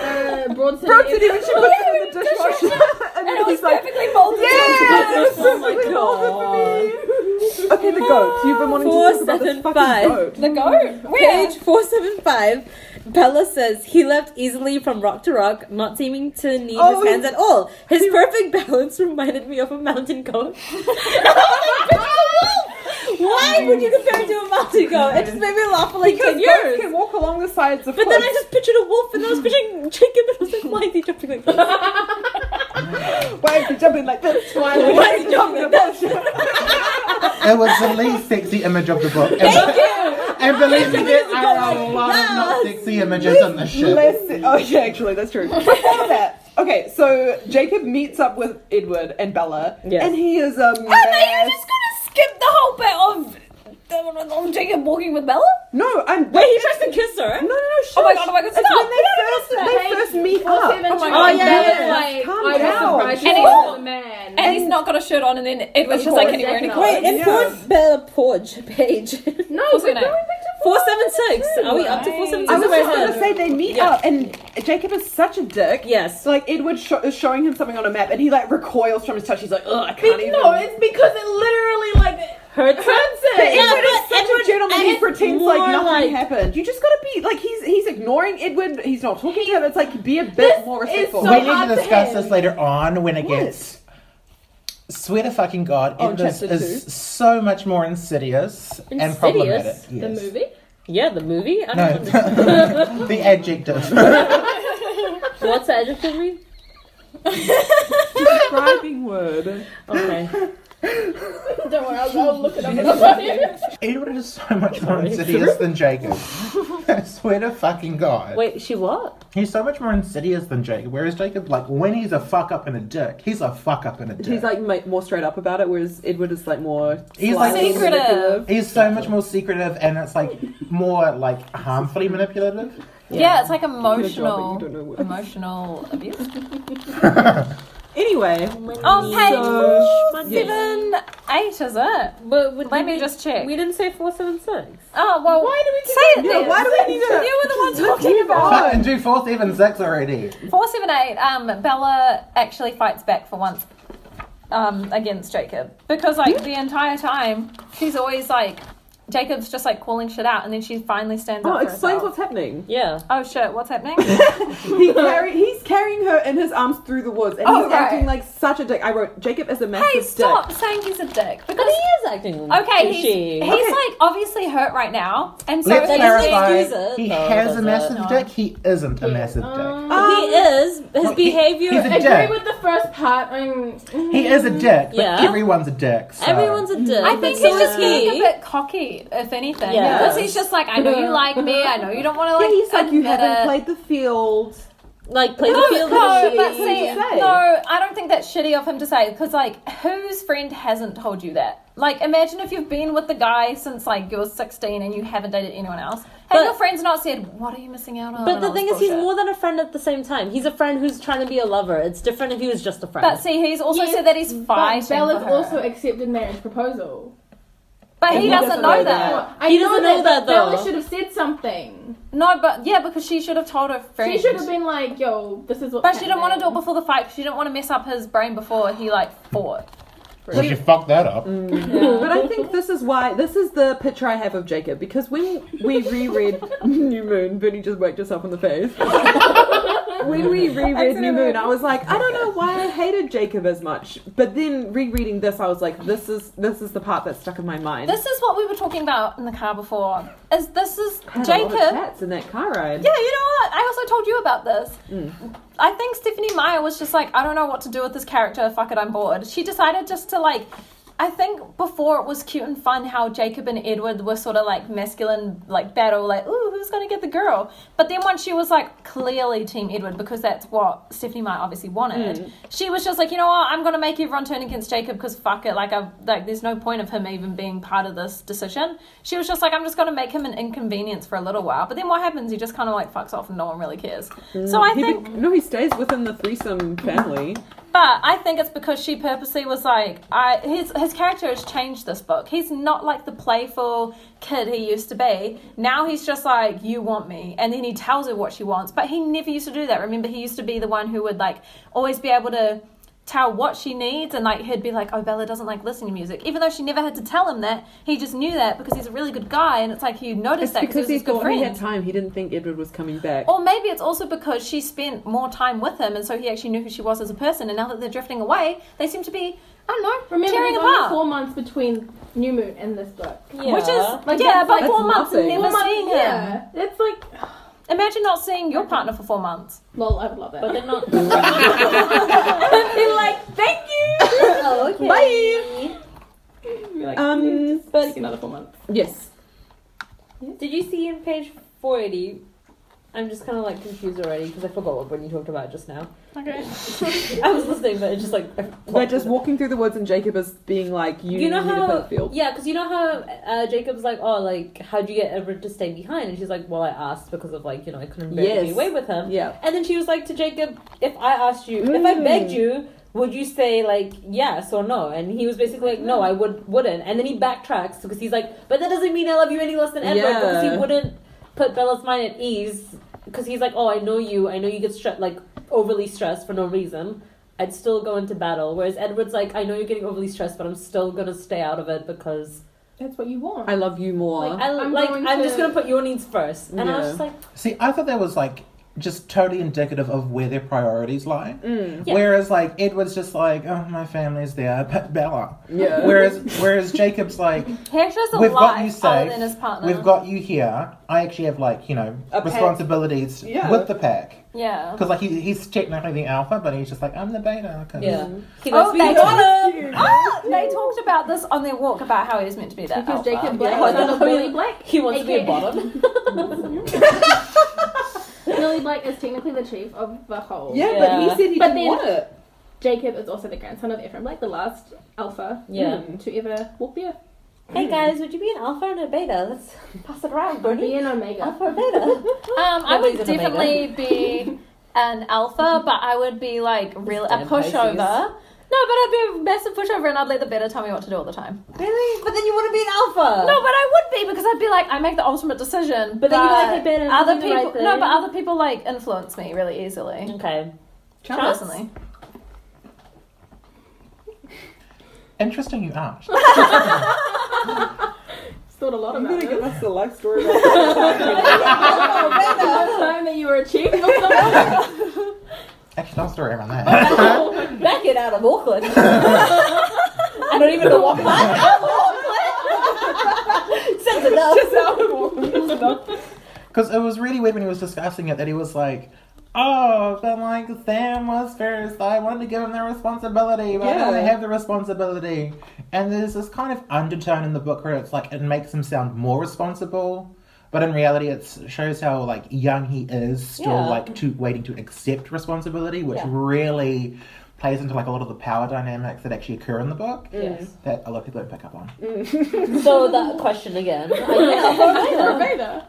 uh, Broad City.
Brooke didn't even she puts it in the dishwasher. and then he's like,
perfectly molded.
yeah, it's perfectly golden for me. Okay, the goat. You've been wanting to talk about this fucking
475.
goat.
The goat. Where?
Page 475, Bella says he left easily from rock to rock, not seeming to need
Oh.
his hands at all. His perfect balance reminded me of a mountain goat. Why would you compare it to a mountain goat? It just made me laugh for like 10
Goats
years.
can walk along the sides of
But then I
cliffs.
just pictured a wolf and I was picturing Jacob and I was like, why is he jumping like that?
Why is he jumping like this?
Why is he jumping like that?
It was the least sexy image of the book. And, Thank you. and believe me, there are a lot of not sexy images on this ship.
Less, oh yeah, actually, that's true. Before that, okay, so Jacob meets up with Edward and Bella,
Yes.
and he is um.
Are you just gonna skip the whole bit of, of Jacob walking with Bella?
No, I'm.
Wait, he tries to kiss her.
No, no, no. Shush.
Oh my god! Oh my god!
It's
Stop!
when they first, they first meet
Oh,
up.
seven,
my
two,
God.
and
Oh, yeah,
Bella's
yeah, yeah.
like,
Calm
I was
down.
surprised
And
she
he's-
was a man.
And he's not got a shirt on, and then Edward's just
course,
like, "Can you wear any
Jacob.
clothes?"
Wait, in
Yeah.
four, Bella Porge page.
no,
What's
we're
her name?
going back to
476. Are we up to
I was
476?
just gonna say they meet
Yeah.
up, and Jacob is such a dick.
Yes.
So like Edward sho- is showing him something on a map, and he like recoils from his touch. He's like, "Ugh, I can't
Be-
even."
no, it's because it literally like
Hurts
hurts
But
it.
Yeah,
Edward is
but
such
Edward-
a gentleman. He
and
pretends
more
like nothing
like-
happened. You just gotta be like he's he's ignoring Edward. He's not talking to him. It's like be a bit
This
more
is
respectful.
so
we need
hard
to
to
discuss
hit.
this later on when it gets. Swear to fucking god,
Oh,
it is,
chapter
is so much more insidious, and
Insidious?
problematic.
The
Yes.
movie.
Yeah, the movie. I
No,
don't know.
the adjective.
What's the adjective read?
Describing word.
Okay.
Don't worry, I'll, I'll look it up. in a second.
Edward is so much more insidious than Jacob. I swear to fucking god.
Wait, she what?
He's so much more insidious than Jacob. Whereas Jacob, like, when he's a fuck up and a dick, he's a fuck up and a dick.
He's like ma- more straight up about it, whereas Edward is like more
He's
sly
like-
and
Secretive.
manipulative.
He's so much more secretive, and it's like more like harmfully manipulative.
Yeah. it's like
You're a job, but
emotional,
you don't know what.
emotional abuse.
Anyway,
Oh,
So-
page seven, eight is it?
But would
Let
we,
me just check.
We didn't say four seven six.
Oh well, why do we say it?
Yeah,
then?
why do we need to-
You were the one talking
Oh.
about
God.
and do four, seven, six already.
four, seven, eight. Um, Bella actually fights back for once, um, against Jacob because like the entire time she's always like Jacob's just like calling shit out, and then she finally stands
Oh,
up for
explains
herself.
what's happening.
Yeah.
Oh shit, what's happening?
He carry, he's carrying her in his arms through the woods, and
Oh,
he's
right.
acting like such a dick. I wrote Jacob is a massive
hey,
dick.
stop saying he's a dick
But
because
he is acting.
Okay, he's,
douchey.
he's like obviously hurt right now, and so
Let's
he's
clarify.
excuse it,
he
though,
has
does
a
it?
massive
No.
dick. He isn't a massive dick.
Um,
Um,
he is. His
Well, he-
behavior.
he's a-
agree
Dick.
with the first part. I'm.
He is a dick, but
Yeah.
everyone's a dick. So.
everyone's a dick.
I
but
think
so
he's just
is he.
getting a bit cocky, if anything,
Yeah.
because he's just like, I know you like me, I know you don't want to
yeah,
like.
he's like you haven't
admit it."
played the field.
Like play
No,
the field.
no,
with
but
the
see,
to say.
no, I don't think that's shitty of him to say because, like, whose friend hasn't told you that? Like, imagine if you've been with the guy since like you're 16 and you haven't dated anyone else. Have
But-
your friends not said, "What are you missing out on?"
But
and
the
all this
thing is, he's
bullshit?"
more than a friend at the same time. He's a friend who's trying to be a lover. It's different if he was just a friend.
But see, he's also
Yes,
said that he's
But
fighting.
Bella's
for her.
also accepted marriage proposal.
But he, doesn't, know that.
I
He
know
doesn't know that, though.
Bella should have said something.
No, but yeah, because she should have told her friend.
She should have been like, "Yo, this is what."
But she didn't want to do it before the fight. 'cause She didn't want to mess up his brain before he like fought.
Well, she fucked that up.
Mm.
But I think this is why this is the picture I have of Jacob because when we reread New Moon, Bernie just whacked herself in the face. when we reread New Moon, I was like, I don't know why I hated Jacob as much. But then rereading this, I was like, this is this is the part that stuck in my mind.
This is what we were talking about in the car before. Is this is
Had a lot of
Jacob?
chats in that car ride.
Yeah, you know what? I also told you about this. I think Stephanie Meyer was just like, I don't know what to do with this character. Fuck it, I'm bored. She decided just to like. I think before it was cute and fun how Jacob and Edward were sort of like masculine, like battle, like, ooh, who's gonna get the girl? But then when she was like clearly Team Edward, because that's what Stephanie Meyer obviously wanted,
Hmm.
she was just like, you know what, I'm gonna make everyone turn against Jacob because fuck it, like, I've, like, there's no point of him even being part of this decision. She was just like, I'm just gonna make him an inconvenience for a little while. But then what happens? He just kind of like fucks off and no one really cares. So I
Hmm. He be-
think
no, he stays within the threesome family.
but I think it's because she purposely was like, I his his character has changed this book. He's not like the playful kid he used to be. Now he's just like, you want me, and then he tells her what she wants. But he never used to do that. Remember, he used to be the one who would like always be able to tell what she needs and like he'd be like oh bella doesn't like listening to music even though she never had to tell him that he just knew that because he's a really good guy and it's like he noticed
It's
that
because
he
he
was his good
thought
friend
he had time. He didn't think Edward was coming back.
or maybe it's also because she spent more time with him, and so he actually knew who she was as a person. And now that they're drifting away, they seem to be, I don't know,
Remember,
tearing
there's only
apart.
four months between New Moon and this book.
Yeah.
Which is
Like,
yeah,
that's
but
like-
four
that's
months and
nothing.
never
Four months,
seeing him.
yeah. It's like,
Imagine not seeing your partner for four months.
lol, I would love
But
that.
they're not.
Be like, thank you.
oh, okay. Bye.
Be like,
Um,
"Yeah, just
but-
take another four months.
yes.
Did you see in page 480? I'm just kind of like confused already because I forgot what Brittany talked about just now.
Okay.
I was listening, but it's just like. I
They're just walking through the woods, and Jacob is being like, "You,
You know
need a
how.
battlefield."
Yeah, because you know how uh, Jacob's like, oh, like, how'd you get Everett to stay behind? And she's like, well, I asked because of, like, you know, I couldn't bear to be
Yes.
away with him.
Yeah.
And then she was like to Jacob, if I asked you, if I
Mm.
begged you, would you say like yes or no? And he was basically like, no, I would wouldn't. And then he backtracks because he's like, but that doesn't mean I love you any less than Edward because he
Yeah.
wouldn't put Bella's mind at ease because he's like, oh, I know you, I know you get stre- like overly stressed for no reason. I'd still go into battle. Whereas Edward's like, I know you're getting overly stressed, but I'm still gonna stay out of it because
That's what you want.
I love you more.
Like,
I
I'm
like
going
I'm
to-
just gonna put your needs first. And I was
Yeah.
just like,
See, I thought that was like just totally indicative of where their priorities lie.
Mm.
Yeah.
Whereas like Edward's just like, oh, my family's there, but Bella.
Yeah.
Whereas whereas Jacob's like,
He actually has a
we've got you
life other
safe,
than his partner.
we've got you here. I actually have like you know
A pack.
responsibilities
Yeah.
with the pack
yeah.
because like he, he's technically the alpha, but he's just like I'm the beta. 'cause-
yeah. He
Oh,
likes me more.
they talked, Ah, they talked about this on their walk about how he was meant to be that
because
alpha.
Jacob
Yeah,
Black
I
was
don't
not
know.
Billy Black.
He wants to be a
AKA.
bottom.
Billy Black is technically the chief of the whole.
yeah, but
Yeah.
he said he
But
didn't
then-
want it.
Jacob is also the grandson of Ephraim Black, the last alpha
Yeah.
mm, to ever walk the earth.
Hey guys, would you be an alpha and a beta? Let's pass it around,
Be
Bernie.
an omega.
Alpha or beta?
Um, I would
Nobody's an omega.
definitely be an alpha, but I would be like real a
Damn Pisces.
pushover. No, but I'd be a massive pushover, and I'd let the beta tell me what to do all the time.
really? But then you want to be an alpha.
No, but I would be because I'd be like, I make the ultimate decision.
Oh. But then you like it better and
Other
do the
people,
right thing.
no, but other people like influence me really easily.
Okay.
Charles? Personally,
Interesting, you asked.
Thought a lot
I'm
about
gonna
it.
give us the life story. About
the last time that you were a chief or something.
Actually, don't story around that.
Back it out of Auckland. I don't even know what part of Auckland. Sounds enough.
Because it was really weird when he was discussing it that he was like, "Oh, but like Sam was first. I wanted to give him the responsibility, but I don't
Yeah.
have the responsibility." And there's this kind of undertone in the book where it's like it makes him sound more responsible, but in reality, it shows how like young he is, still
Yeah.
like to waiting to accept responsibility, which
Yeah.
really plays into like a lot of the power dynamics that actually occur in the book
Yes.
that a lot of people don't pick up on.
So that question again. Are you an alpha or
You're a
beta?
beta.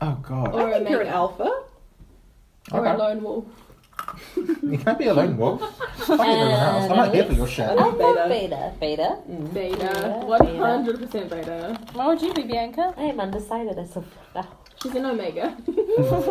Oh god.
Or
I think you're an
omega.
alpha.
Or a
Okay.
lone wolf.
You can't be a lone wolf. Fuck everyone else. I'm not here for your shit.
I love
beta. Beta.
Beta.
Yeah,
One hundred percent beta.
Why would you be Bianca?
I am undecided as of now.
She's an omega.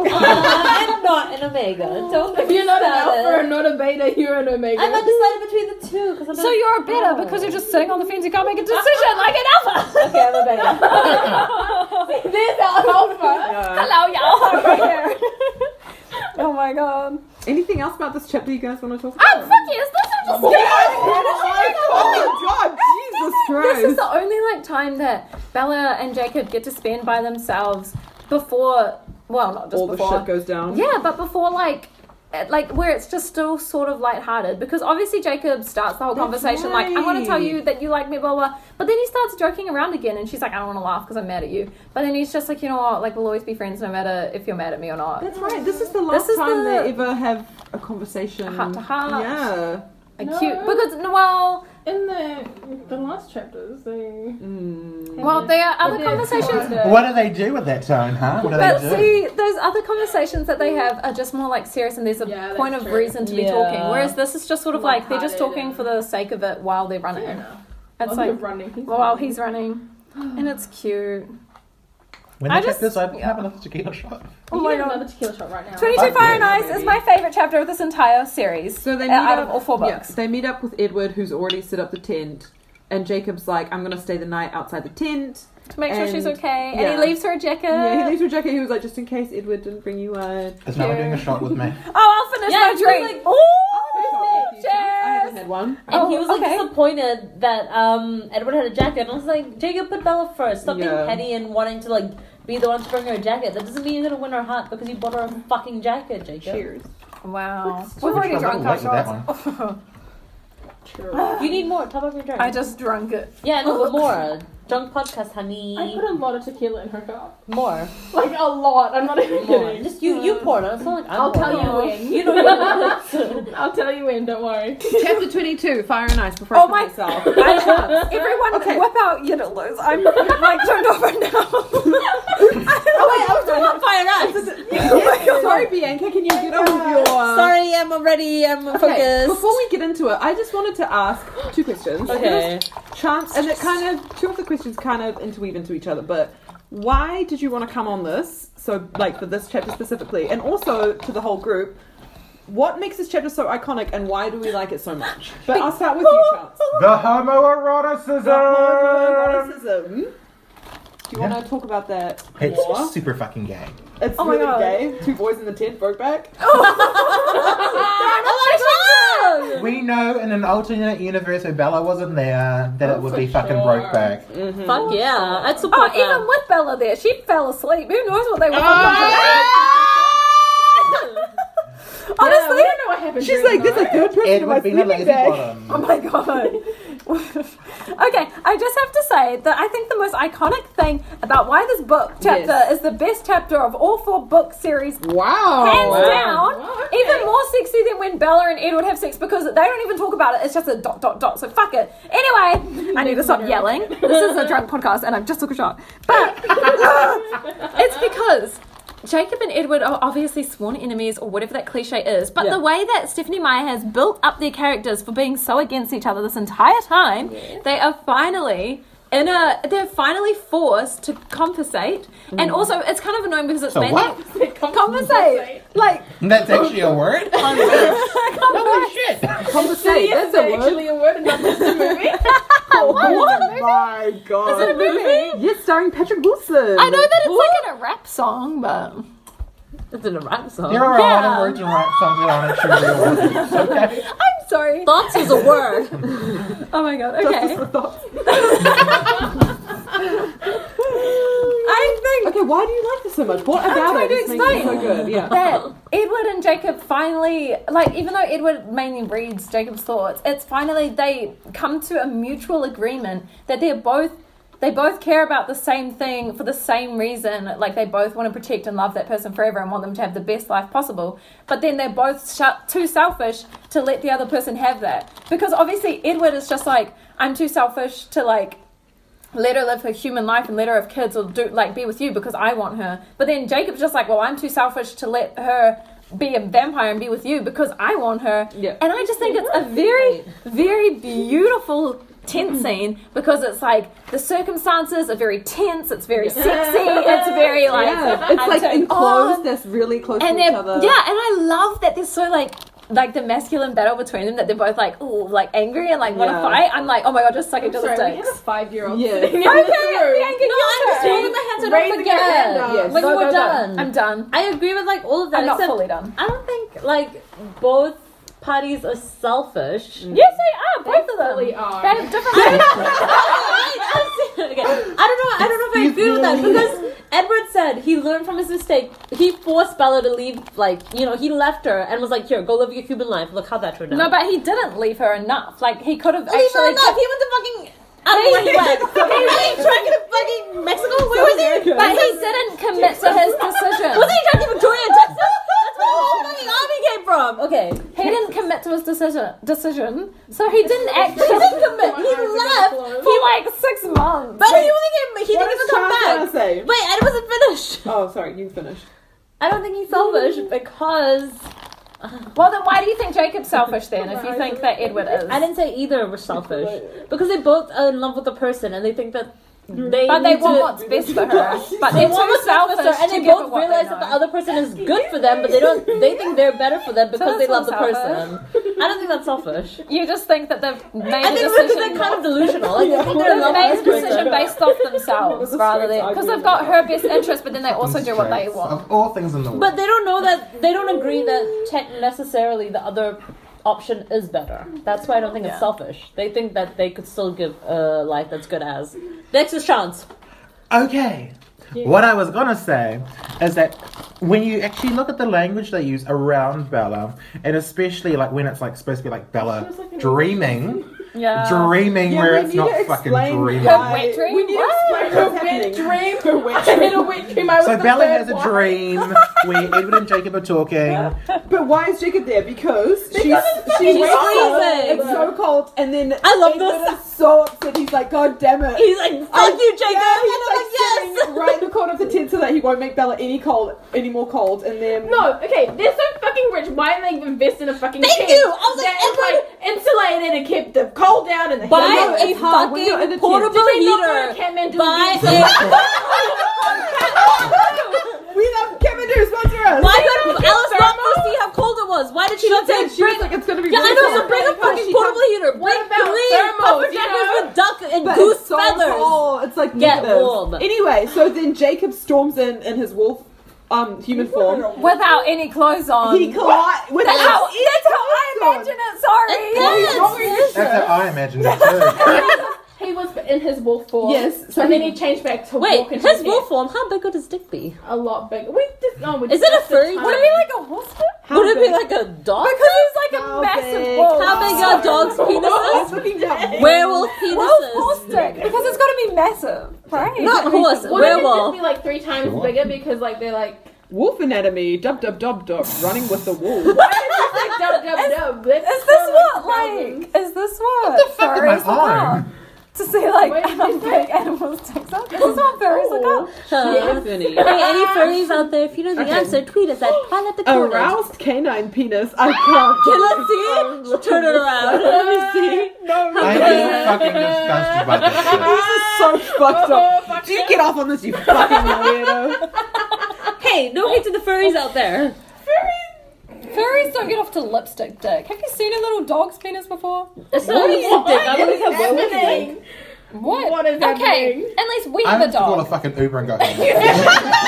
I'm not an omega. Don't get
if you're
me
not an
started.
alpha and not a beta, you're an omega.
I'm undecided between the two because I'm
So you're a beta
Oh.
because you're just sitting on the fence. You can't make a decision like an alpha.
okay. I'm a beta.
There's our alpha.
Hello, y'all. Right here. oh my god.
Anything else about this chapter you guys want to talk
Oh
about?
fuck yes, those are just
oh my oh god, Jesus Christ!
This is the only like time that Bella and Jacob get to spend by themselves before. Well, not just
All the
before.
shit goes down.
Yeah, but before like at- like where it's just still sort of lighthearted because obviously Jacob starts the whole conversation like I want to tell you that you like me blah blah but then he starts joking around again and she's like I don't want to laugh because I'm mad at you but then he's just like you know what like we'll always be friends no matter if you're mad at me or not
That's right. This is the last
is
time
the-
they ever have a conversation.
Heart to heart.
Yeah.
like
No.
cute because no, well
In the the last chapters, they
Mm.
well there are other
They-
conversations
What do they do with that tone, huh? What do
But
they do?
see, those other conversations that they have are just more like serious, and there's a
Yeah, that's
point of
true.
reason to be
Yeah.
talking. Whereas this is just sort of like they're just
Lighthearted
talking
and-
for the sake of it while they're running.
Fair enough.
It's
While
like
you're running.
well, while he's running, and it's cute.
When
I
they take
just-
this, I have another tequila shot.
Oh
my
my god,
God.
another tequila shot right now.
Twenty
I
Two Fire
did.
and Ice is my favorite chapter of this entire series.
So they
uh,
meet
out
up
of all four
yeah,
books.
they meet up with Edward, who's already set up the tent, and Jacob's like, "I'm gonna stay the night outside the tent."
to make sure she's
and-
okay,
yeah.
and he leaves her a jacket.
yeah, he leaves with Jackie. He was like, "Just in case Edward didn't bring you one."
Is no one doing a shot with me?
oh, I'll finish
Yeah,
my
it's
drink.
like-
oh,
I haven't
cheers!
had one.
And
Oh,
he was like
okay.
disappointed that um Edward had a jacket. And I was like, Jacob put Bella first. Stop
Yeah.
being petty and wanting to like be the one to bring her a jacket. That doesn't mean you're gonna win her heart because you bought her a fucking jacket, Jacob.
Cheers.
Wow,
Which
we've already
was a
drunk
little
our
late with that
shots.
True.
You need more. Top up your drink.
I just drunk it.
yeah, no, but more. Drunk podcast, honey.
I put a lot of tequila in her cup.
More.
Like a lot. I'm not even
More.
kidding.
Just you. You poured it. It's not like I'm
I'll tell
pouring
you
it.
when.
You know. you-
I'll tell you when. Don't worry.
Chapter 22, Fire and Ice. Before I
Oh
my
my-
myself.
Everyone,
Okay.
whip out your dildos. I'm like turned over now. oh wait, I was doing on fire Oh
Sorry, Bianca. Can you get on with your?
Sorry, I'm already I'm
Okay,
focused.
before we get into it, I just wanted to ask two questions.
okay.
chance and it kind of two of the questions kind of interweave into each other but why did you want to come on this so like for this chapter specifically and also to the whole group what makes this chapter so iconic and why do we like it so much but i'll start with you chance
Oh.
The homoeroticism!
The homoeroticism. do you want
Yeah.
to talk about that
It's
more?
super fucking gay.
it's
Oh my
really
God.
gay two boys in the tent broke back
Oh
Oh
We know in an alternate universe where Bella wasn't there that it would
for
be fucking
sure.
broke back.
Fuck yeah. I'd
Oh,
support
even with Bella there, she fell asleep. Who knows what they were
Oh.
thinking?
Yeah, we don't
Honestly,
know what happened.
she's
during
like there's
the
a
night.
third person in my
Edward being a
sleeping
lazy
bag
oh
bottom.
my god. okay, I just have to say that I think the most iconic thing about why this book chapter
Yes.
is the best chapter of all four book series hands
wow
down.
Oh, Wow, okay.
Even more sexy than when Bella and Edward have sex because they don't even talk about it. It's just a dot dot dot. So fuck it. Anyway, I need to stop yelling. This is a drunk podcast, and I've just took a shot. But it's because. Jacob and Edward are obviously sworn enemies, or whatever that cliche is. But
Yeah.
the way that Stephanie Meyer has built up their characters for being so against each other this entire time, they are finally in a. They're finally forced to compensate, and
Mm.
also it's kind of annoying because it's
So
mainly
what?
compensate. Like
That's actually a word?
Oh, compensate.
shit!
conversate that's a word
Actually, a word and not just a movie.
Oh my god.
Is it a movie?
Yes, starring Patrick Wilson.
I know that it's like in a rap song, but
It's in a rap song.
There are a lot
Yeah.
of words and rap songs that aren't actually real words. Okay.
I'm sorry.
Thoughts is a word.
Oh my god. Okay.
Just the thought.
I think
Okay, why do you like this so much? What about
trying
it?
to
is making it
explain.
so good. Yeah.
that Edward and Jacob finally, like, even though Edward mainly reads Jacob's thoughts, it's finally they come to a mutual agreement that they're both. They both care about the same thing for the same reason. Like they both want to protect and love that person forever and want them to have the best life possible. But then they're both sh- too selfish to let the other person have that. Because obviously Edward is just like, I'm too selfish to like let her live her human life and let her have kids or do like be with you because I want her. But then Jacob's just like, well, I'm too selfish to let her be a vampire and be with you because I want her.
Yeah.
And I just think it's a very, very beautiful tense scene because it's like the circumstances are very tense, it's very sexy, it's very like
yeah, it's like
turned
enclosed.
on.
That's really close
and
to each
they're
other.
yeah, and I love that there's so like like the masculine battle between them that they're both like oh like angry and like want to
Yeah.
fight. I'm like oh my god, just suck each
I'm
other's
sorry, we
dicks.
had a five-year-old
Yeah.
sitting in
Okay,
this room.
No,
Bianca, you're
I'm just
sorry.
holding my hands up
Raising your hand
again.
up.
Yes.
Like
No,
we're
no,
done.
I'm done.
I agree with like all of that.
I'm not
except
fully done.
I don't think like both parties are selfish.
Yes, they are. Both of them.
Really
They
are.
have different.
okay. I don't know. I don't know if I agree with that because Edward said he learned from his mistake. He forced Bella to leave. Like you know, he left her and was like, "Here, go live your Cuban life." Look how that turned out.
No, but he didn't leave her enough. Like he could have
Leave her
actually.
alone. He went to fucking. I don't know where he went. Was he trying to fucking Mexico? Where was he?
But he didn't commit to his decision.
Was he trying to Victoria, Texas? That's where the whole fucking army came from. Okay.
He didn't commit to his decision. Decision. So he didn't actually.
He didn't commit. He
One
left.
hour
for like six months.
But he only came. He
What
didn't
does
even come
Charles
back.
wanna say?
Wait, and it wasn't finished.
Oh, sorry, you finished.
I don't think he's selfish because
Well, then why do you think Jacob's selfish then? If you think that Edward is,
I didn't say either were selfish because they both are in love with the person and they think that they
but they
need
want
to-
what's best for her. But
They
they're
want
too
what's best for
selfish,
her, and they both realize that the other person is good for them, but they don't. They think they're better for them because they love
that's
the
not
person. I don't think that's selfish.
You just think that they've made
I
a
think
decision.
because they're kind of delusional. Like, they think they're in
They've
love
made
with
a
this
decision
person.
based off themselves
That's a
rather
straight
than because
argument.
they've got her best interest, but then they also do what they
Stress.
want.
Of all things in the world.
But they don't know that they don't agree that tech necessarily the other option is better. That's why I don't think it's selfish. They think that they could still give a life that's good as next is chance.
Okay. What I was gonna say is that when you actually look at the language they use around Bella, and especially like when it's like supposed to be like Bella dreaming,
Yeah.
dreaming where
we
it's
need
not
to
fucking
explain
dreaming.
why-
Her wet dream?
We need to
What?
explain
Her
what's
wet
happening.
dream, her wet dream, her wet dream. I was
So
the
Bella
third
has a
one.
dream where Edward and Jacob are talking.
But why is Jacob there? Because, she's
fucking
she's
freezing.
cold. It's so cold, and then
I love
Edward
this.
is so upset. He's like, "God damn it!"
He's like, fuck you, Jacob.
he's
and I'm like, yes.
sitting right in the corner of the tent so that he won't make Bella any cold, any more cold, and then
No, okay, they're so fucking rich. Why didn't they invest in a fucking
Thank
tent
you. I was like,
that
Edward-
like insulated and kept the cold down and the
Buy
heat out?
no,
a
it's hard. When you're in the
fucking
tent.
portable
Did they not go to
heater.
Kathmandu and
Buy
do-
a.
we love Kevin to sponsor us.
Why couldn't Alice not go see how cold it was? Why did she not
Then
take
she was
bring?
like, "It's gonna be."
Yeah, I
really
know.
cold.
So bring a fucking portable heater. Bring
about
green
thermals,
puffer
you
jackets
know?
with duck and
But
goose
it's so
feathers.
cold. It's like
Get
negative.
warm.
Anyway, so then Jacob storms in in his wolf, um, human form.
without any clothes on.
He collides with
that's how, that's how I imagine it.
It
Sorry.
does.
That's how I imagined it too.
He was in his wolf form.
Yes, so
and then
he-
he changed back to
Wait,
walk into
his
the
wolf
tent.
form. How big would his dick be?
A lot bigger. We just, oh, we
Is it a
discussed the
furry?
time.
Would
Would it be like a horse?
Would it be like a dog?
Because it's like a
How
massive
big?
wolf.
How big are dogs' penises? Werewolf
Wolf
penises.
horse dick. Because it's got to be massive, right?
Not horse,
Would it just
werewolf.
be like three times
Sure.
bigger because like they're like
Wolf anatomy. Dub dub dub dub. Running with the wolf.
like dub dub dub. This
Is this what like? Is this what?
What the fuck am I
furries look
on?
up? To see like
Wait,
how
is
big animals' dicks are. This is what furries look up.
Uh, Hey, any furries out there? If you know the
Okay.
answer, tweet us at Twilight the
Aroused canine penis. I can't.
Okay, let's see it. Turn it around.
Let me see. No.
I am fucking disgusted by this shit.
This is so fucked
Oh,
up. Do you get off on this, you fucking weirdo?
Hey, no hate to the furries out there.
Furries don't get off to lipstick dick. Have you seen a little dog's penis before?
It's not a lipstick dick. I want to have werewolf dick.
happening?
What?
What is
okay,
happening?
at least we
I'm
have a
gonna call a
dog.
fucking Uber and go home.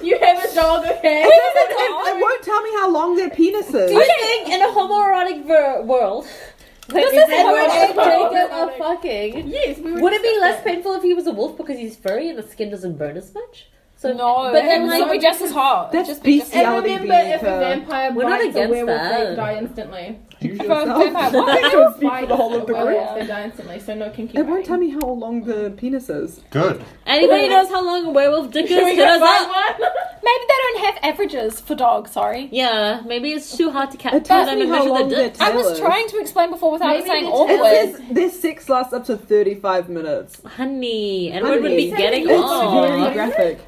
You have a dog, okay?
It won't tell me how long their penis is.
Do you think in a homoerotic ver- world, this
is
Edward and
homoerotic.
Jacob are fucking,
yes, we were
would it be
discussing
less
that.
painful if he was a wolf because he's furry and the skin doesn't burn as much? So
No,
but then
it
like
would be just as hot.
That's
just be just
beast-
And
Reality
remember,
being
if a
fair.
vampire
We're not
bites a
against
werewolf,
that.
they die instantly.
vampire. What?
I don't speak for
Bites
the whole
a
of the group.
werewolf, They die instantly, so no kinky.
It won't
biting.
tell me how long the penis is.
Good.
anybody knows how long a werewolf dick is,
Should we
hit
go
us
find
up.
one?
Maybe they don't have averages for dogs. Sorry.
Yeah, maybe it's too hard to
It
catch
tells
them
me
and
how
measure
long
the
their
dick.
tail
I was
is.
trying to explain before without
Maybe
saying
they
all
It
did.
words.
says their sex lasts up to 35 minutes.
Honey, Edward would
Honey.
be getting
It's
Oh.
off.
very graphic.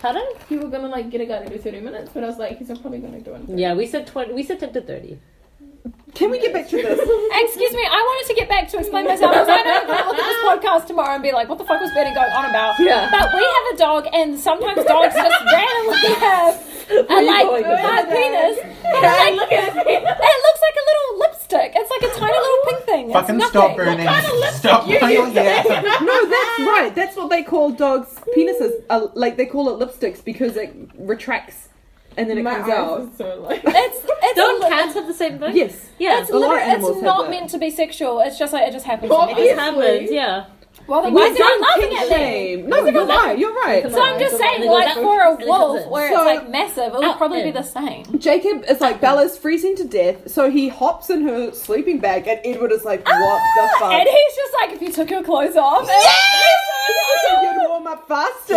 Pardon?
You were gonna like get a guy to do 30 minutes, but I was like, he's not probably gonna do it.
Yeah, we said twenty. We said ten to thirty.
Can we get back to this?
Excuse me, I wanted to get back to explain myself because I don't want to look at this podcast tomorrow and be like, what the fuck was Benny going on about?
Yeah.
But we have a dog, and sometimes dogs just randomly have a, like my penis. And like, look at it. It looks like a little lipstick. It's like a tiny little pink thing. It's
Fucking
nothing.
stop, Bernie. Stop putting yeah.
No, that's right. That's what they call dogs' penises. Uh, like they call it lipsticks because it retracts and then it
My
comes
eyes
out.
are so like.
It's it's
Don't
a,
cats have the same thing?
Yes.
Yeah.
It's,
A lot of
literally,
animals
it's
have
not
that.
meant to be sexual. It's just like it just happens. to me.
Obviously.
It happens. Yeah.
Well, then why is everyone laughing at me?
Shame. No, you're right. You're right.
So I'm just saying,
They go
like
back
for a
and it comes
wolf,
in.
where it's
So-
like massive, it would
Out
probably be
then.
the same.
Jacob is like Bella's freezing to death, so he hops in her sleeping bag, and Edward is like, "What
Ah,
the fuck?"
And he's just like, if you took your clothes off,
So you'd warm up faster.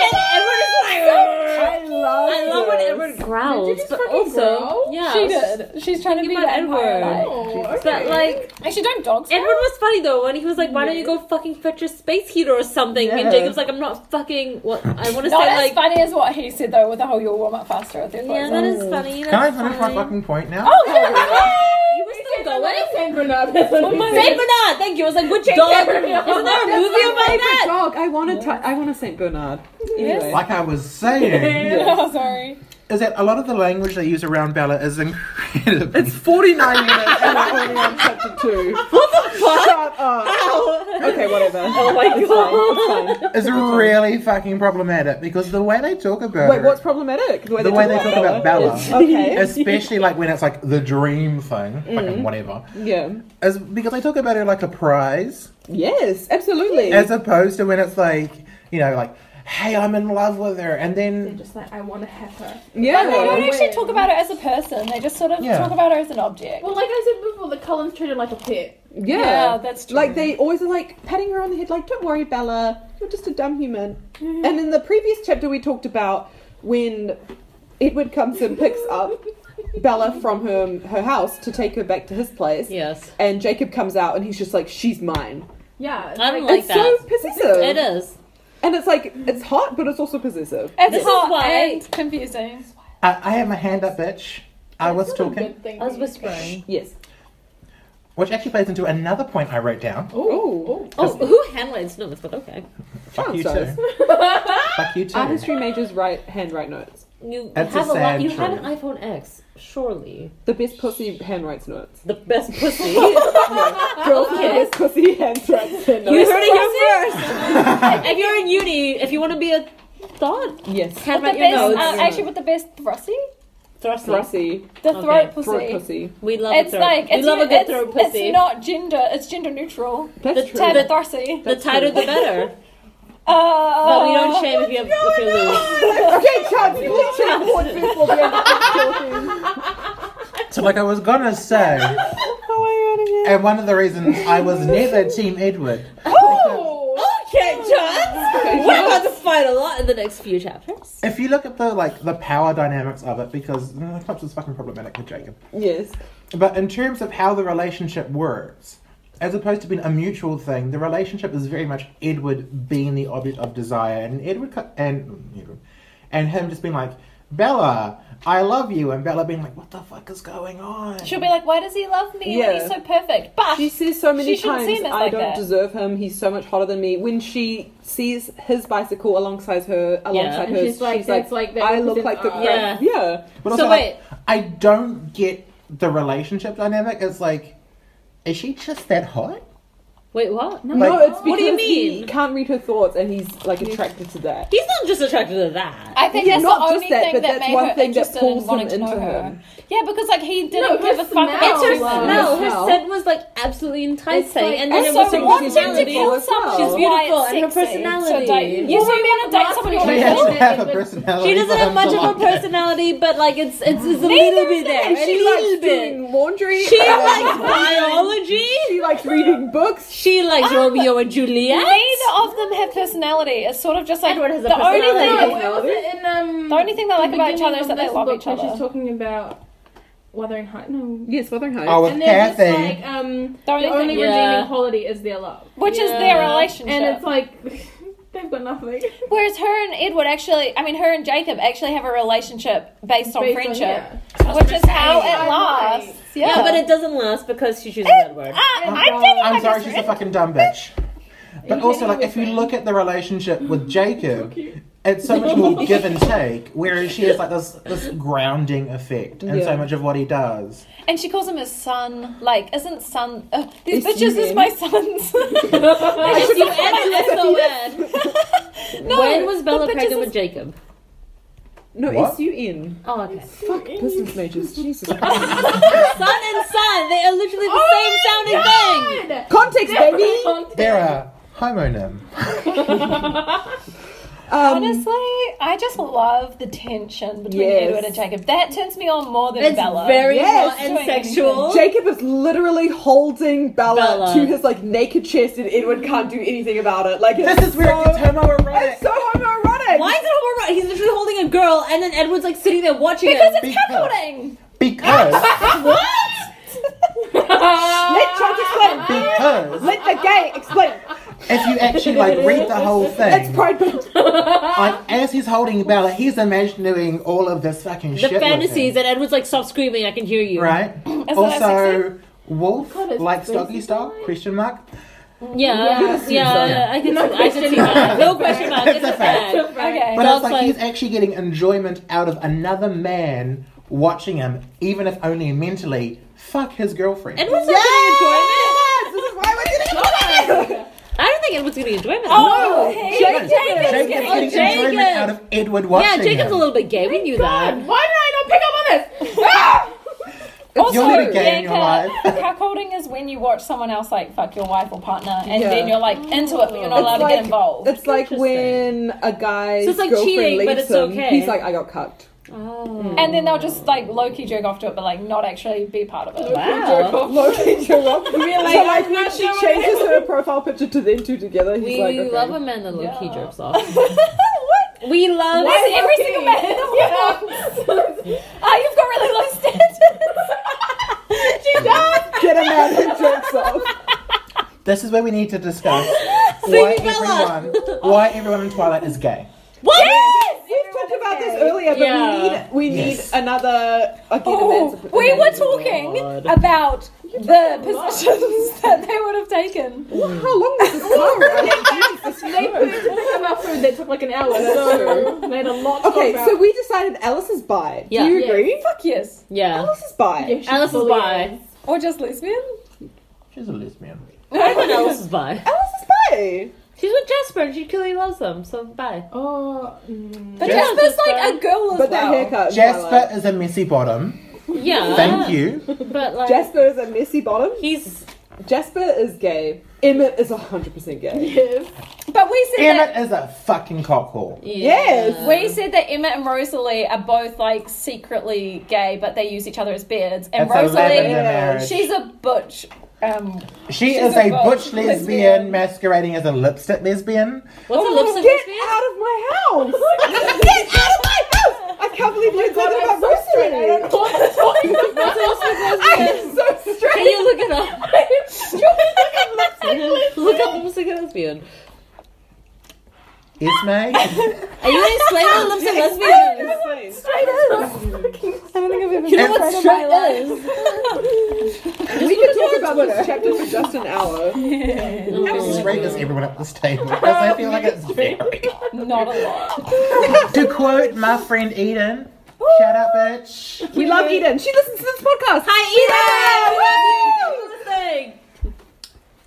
I love.
I love when
this.
Edward growls,
Did you just
but
fucking
also
growl?
yeah,
she did. She's trying to
Give
be
me
the
an
empire.
Edward.
Like.
Oh,
But
okay.
like
Actually, don't dogs.
Edward was funny though when he was like, "Why don't you go fucking fetch your space heater or something?"
Yeah.
And Jacob's like, "I'm not fucking what I want to say."
Not as
Like,
funny as what he said though, with the whole "you'll warm up faster" with your clothes
yeah, that
on.
is funny.
Can I
that's
finish my
fine.
fucking point now?
Oh, yeah.
You were still
I
going.
like Saint Bernard. That's what we
Saint
said.
Bernard, thank you. I was like, which dog? Isn't there a
That's
movie
my
about
favorite
that?
dog. I wanted. Ti- I want a Saint Bernard. Anyway.
Like I was saying,
Oh, sorry.
is that a lot of the language they use around Bella is incredible.
It's 49 minutes and we're only on chapter 2. What the fuck? Shut up. Okay, whatever. Oh my god.
It's really fucking problematic because the way they talk about
Wait,
her-
what's problematic? The way
the way they talk about Bella,
Okay.
especially like when it's like the dream thing,
Mm.
fucking whatever,
Yeah.
is because they talk about her like a prize,
Yes, absolutely.
as opposed to when it's like you know like, hey, I'm in love with her, and
They're
then
just like, I want to have her.
But they don't
yeah.
actually talk about her as a person. They just sort of
Yeah.
talk about her as an object.
Well, like I said before, the Cullens treated like a pet.
Yeah.
yeah, that's true.
Like they always are like patting her on the head, like, don't worry, Bella, you're just a dumb human.
Mm-hmm.
And in the previous chapter, we talked about when Edward comes and picks up Bella from her, her house to take her back to his place.
Yes,
And Jacob comes out and he's just like, she's mine.
Yeah.
I don't like
it's
that.
so possessive.
It is.
And it's like, it's hot, but it's also possessive.
it's
this is
hot
why-
and confusing.
I, I had my hand up, bitch. I was talking,
I was whispering.
Yes.
which actually plays into another point I wrote down.
Oh,
Oh, who handwrites notes? But okay,
Fuck you
Chances.
too. Fuck you
Art
too.
history majors write handwrite notes.
you
That's a
have a, lot.
sad
You have an
choice.
iPhone X, surely.
The best pussy handwrites notes.
The best pussy.
Girls with the best pussy handwrites their
You
notes.
heard it here first. if you're in uni, if you want to be a thought,
yes.
With the
handwrite your
best,
notes.
uh, actually, with the best thrusty,
Thrusty.
Thrussy.
the
Okay,
throat pussy.
Throat pussy.
We love
It's
a throat.
like
we
it's,
love a good
it's,
throat
it's
pussy.
not gender. It's gender neutral.
That's
The
true.
tab-
Type of Darcy.
the tighter the better.
Uh,
but we don't shame if you have if you lose.
okay, Chance, please check what this will be talking.
So like I was gonna say.
Oh my god, again.
And one of the reasons I was never Team Edward.
Okay, John. We're about to fight a lot in the next few chapters.
If you look at the like the power dynamics of it, because mm, the clubs was fucking problematic with Jacob.
Yes.
But in terms of how the relationship works, as opposed to being a mutual thing, the relationship is very much Edward being the object of desire, and Edward co- and mm, Edward, and him just being like, Bella, I love you, and Bella being like, What the fuck is going on?
She'll be like, why does he love me when
Yeah.
he's so perfect?
Ah,
But
She says so many
She shouldn't
times,
see him as
I
like
don't
that."
deserve him, he's so much hotter than me. When she sees his bicycle alongside her, alongside
And
hers,
she's like, that's like that
I look like
represents
the
us.
crap. Yeah.
But
So
also,
wait.
like, I don't get the relationship dynamic. It's like, is she just that hot?
Wait, what? No.
No,
Like-
it's because
What do you
he
mean?
can't read her thoughts and he's like attracted to that.
He's not just attracted to that.
I think
Yeah,
that's
not
the
just
only
that,
thing
but
that
that's
made
one
her
thing that
interested
pulls
in wanting
him
to know
into
her.
him.
Yeah, because like he
No, her
didn't give a fuck.
smell
It's her
Oh, wow.
smell. Her
Smell.
scent was like absolutely enticing,
like-
and then
And
it
so
was her
something
wanting to
personality
kill
as well. She's
someone is
beautiful,
why it's
and her
sexy
personality.
To date.
Well,
Yes, we
we
want to
met
date someone
last
who
week.
She
Oh, Yeah.
has to
doesn't.
have a personality.
She doesn't
for
have
him
much
to
of a
like her.
personality, but like it's it's, it's a
Neither
little bit there,
And
a
she
little
likes
bit.
doing laundry.
She likes biology.
she likes reading books.
She likes Romeo and Juliet.
Ah. Neither of them have personality. It's sort of just like
Edward has a
the only
personality.
No,
thing.
it was in, um,
The only thing they like about each other is
beginning
that they
of
love
this
each
book when
other.
She's talking about Wuthering Heights. No.
Yes, Wuthering Heights.
Oh, with
And they're just
Kathy.
like, um,
The
the
only
only
thing-
redeeming
Yeah.
quality is their love.
Which is
Yeah.
their relationship.
And it's like, They've got nothing.
Whereas her and Edward actually, I mean, her and Jacob actually have a relationship based on
Based on-
friendship,
yeah.
which is how
I'm
it
right.
lasts.
Yeah.
Yeah, uh,
but it doesn't last because she chooses that word.
I,
Oh,
I'm
God.
taking my
I'm sorry, she's a
best
fucking dumb bitch. But
You
also,
can't
like, if you
even-
look at the relationship with Jacob,
cute.
it's so much more give and take, whereas she has like this this grounding effect in
Yeah.
so much of what he does.
friend. and she calls him his son. Like, isn't son? Uh,
Is
these
he
bitches is
in?
my sons.
If you add to S-O-N,
No,
when was Bella
the bitches
pregnant
is-
with Jacob?
No,
What?
S-U-N.
Oh, okay.
Fuck, business majors. Jesus Christ.
Sun and sun, they are literally the same sounding thing.
Context, baby!
They're a homonym.
Um,
Honestly, I just love the tension between
Yes.
Edward and Jacob. That turns me on more than
It's
Bella.
very
Yes.
hot and sexual.
Jacob is literally holding Bella,
Bella.
to his like naked chest, and Edward can't do anything about it. Like it's
This is where
so,
it gets homoerotic.
it's so homoerotic.
Why is it homoerotic? He's literally holding a girl, and then Edward's like sitting there watching
because
it.
it's
Because-
cuckolding.
Because
Let Chuck explain.
because
Let the gay explain.
if you actually like read the whole
It's
thing,
pride. Month.
like as he's holding Bella, he's imagining all of this fucking
The
shit. with
fantasies,
her,
and Edward's like, stop screaming, I can hear you.
right?
that
also, Wolf
God, it's
like stocky
crazy.
stock? Question mark.
Yeah, yeah,
Yeah.
I can, I can see that. No question mark. It's a fact.
Okay.
But it's
Dog's
like,
like-
he's actually getting enjoyment out of another man watching him, even if only mentally. Fuck his girlfriend.
Edward's not getting enjoyment.
This is why we're getting excited.
I don't think Edward's getting enjoyment.
Oh, hey.
Jacob's
Jacob's
getting
getting
enjoyment
Jacob.
out of Edward
yeah,
watching
Jacob's a
him.
little bit gay. We knew that.
Why did I not pick up on this? Ah!
Also,
You're not a gay in your
Bianca,
life.
cuckolding is when you watch someone else like fuck your wife or partner, and
Yeah.
then you're like into it, but you're not
It's
allowed to
like-
get involved.
It's like when a guy's
So it's like
girlfriend
cheating,
leaves
but it's
him.
okay.
He's like, I got cucked.
Oh.
and then they'll just like low key jerk off to it, but like not actually be part of it.
Wow.
Loki Joe Rock. so like when she changes her profile picture to them two together, he's
We
like, okay.
love a man that low key
Yeah.
jerks off. We love
Why is every single man in the world? Ah, you've got really low standards. she does.
Get a man who jerks off.
This is where we need to discuss why everyone, why everyone in Twilight is gay.
What?
We've talked about this earlier, but
Yeah.
we need we
Yes.
need another again.
Oh,
emancip-
we were
emancip-
talking about the positions that they would have taken.
How long was this?
They put pick up our food that took like an hour, so made a lot to
okay,
talk
so
about.
we decided Alice is bi.
Yeah.
Do you
Yeah.
agree?
Fuck yes,
Yeah.
Alice is bi.
Yeah, she's
Alice is
fully
bi.
or just lesbian.
She's a lesbian.
Everyone else is bi.
Alice is bi.
She's with Jasper and she clearly loves him, so bye.
Oh, mm.
But
Yeah.
Jasper's like a girl as
But that
well.
haircut.
Jasper is a messy bottom.
Yeah.
Thank you.
But like
Jasper is a messy bottom.
he's
Jasper is gay. Emmett is 100% gay.
yes.
But we said that
Emmett is a fucking cockhole.
Yes.
We said that Emma and Rosalie are both like secretly gay, but they use each other as beards. And
It's a lavender
Rosalie,
marriage.
she's a butch. Um,
she
she's
is
a
a butch
butch
lesbian,
lesbian.
masquerading as a lipstick lesbian.
what's a lipstick
Get
lesbian?
out of my house! Get out of my house! I can't believe you're talking about
I'm so straight. I
Rosalie.
don't know what to talk about.
What's a lipstick lesbian?
I'm so
Can
straight.
you look it up? look up lipstick lesbian.
Ismay?
Are you gonna explain what a lipstick lesbian is?
I don't think I've ever
You know what straight is?
We could talk about this chapter for just an hour.
As straight as everyone at this table. Because I feel like it's very.
not a lot.
to quote my friend Eden, shut up, bitch.
We love Eden. She listens to this podcast.
Hi Eden!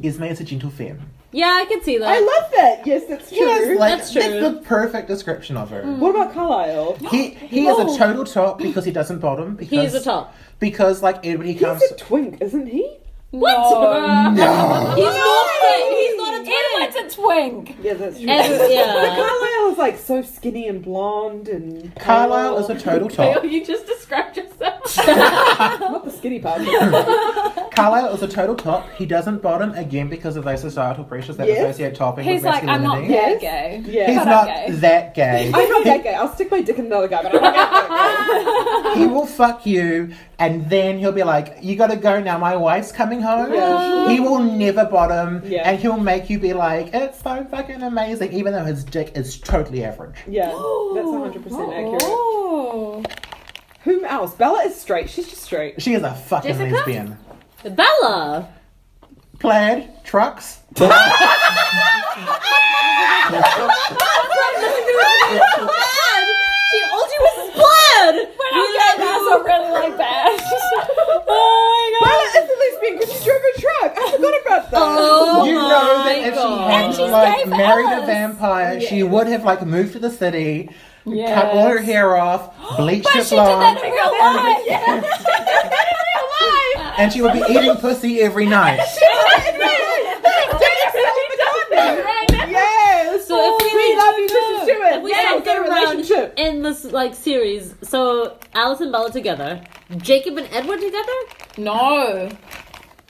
Ismay is a gentle femme.
Yeah, I can see that.
I love that. Yes, that's true. Mm.
Yes, like,
That's true.
That's the perfect description of her.
What about Carlisle?
He he is a total top because he doesn't bottom. Because,
he is a top.
Because like Edward, he comes.
He's a twink, isn't he?
What?
No.
He's not fit. He's not a twin.
Edward's a twink.
Yeah, that's true.
And- yeah.
Carlisle is like so skinny and blonde and
Carlisle is a total top.
You just described yourself.
not the skinny part. but-
Carlisle is a total top. He doesn't bottom again because of those societal pressures that
Yes.
associate topping
He's
with
like, I'm
masculinity.
not
Yes.
that gay.
Yeah.
He's
but
not
I'm gay.
that gay.
I'm not that gay. I'll stick my dick in another guy, but I'm not that gay.
he will fuck you, and then he'll be like, "You gotta go now. My wife's coming home."
Yeah.
He will never bottom,
Yeah.
and he'll make you be like, "It's so fucking amazing," even though his dick is totally average.
Yeah, that's 100 percent accurate.
Oh.
Whom else? Bella is straight. She's just straight.
She is a fucking
Jessica?
lesbian.
Bella!
Plaid trucks.
She all she was is blood.
We like also really like that.
Oh my god. Bella is a lesbian because she drove a truck. I forgot about that.
Oh
you
my
know that if
God.
And
she
she's
had like
gay for
married
us.
a vampire, she would have like moved to the city, cut all her hair off, bleached
but
it
she did
blonde,
that in real life. She did that in real life.
and she would be eating pussy every night.
Yes.
So if we,
We love you. This is Stuart.
if we
Yeah,
circle
get a
around
relationship.
in this like series, so Alice and Bella together, Jacob and Edward together.
No.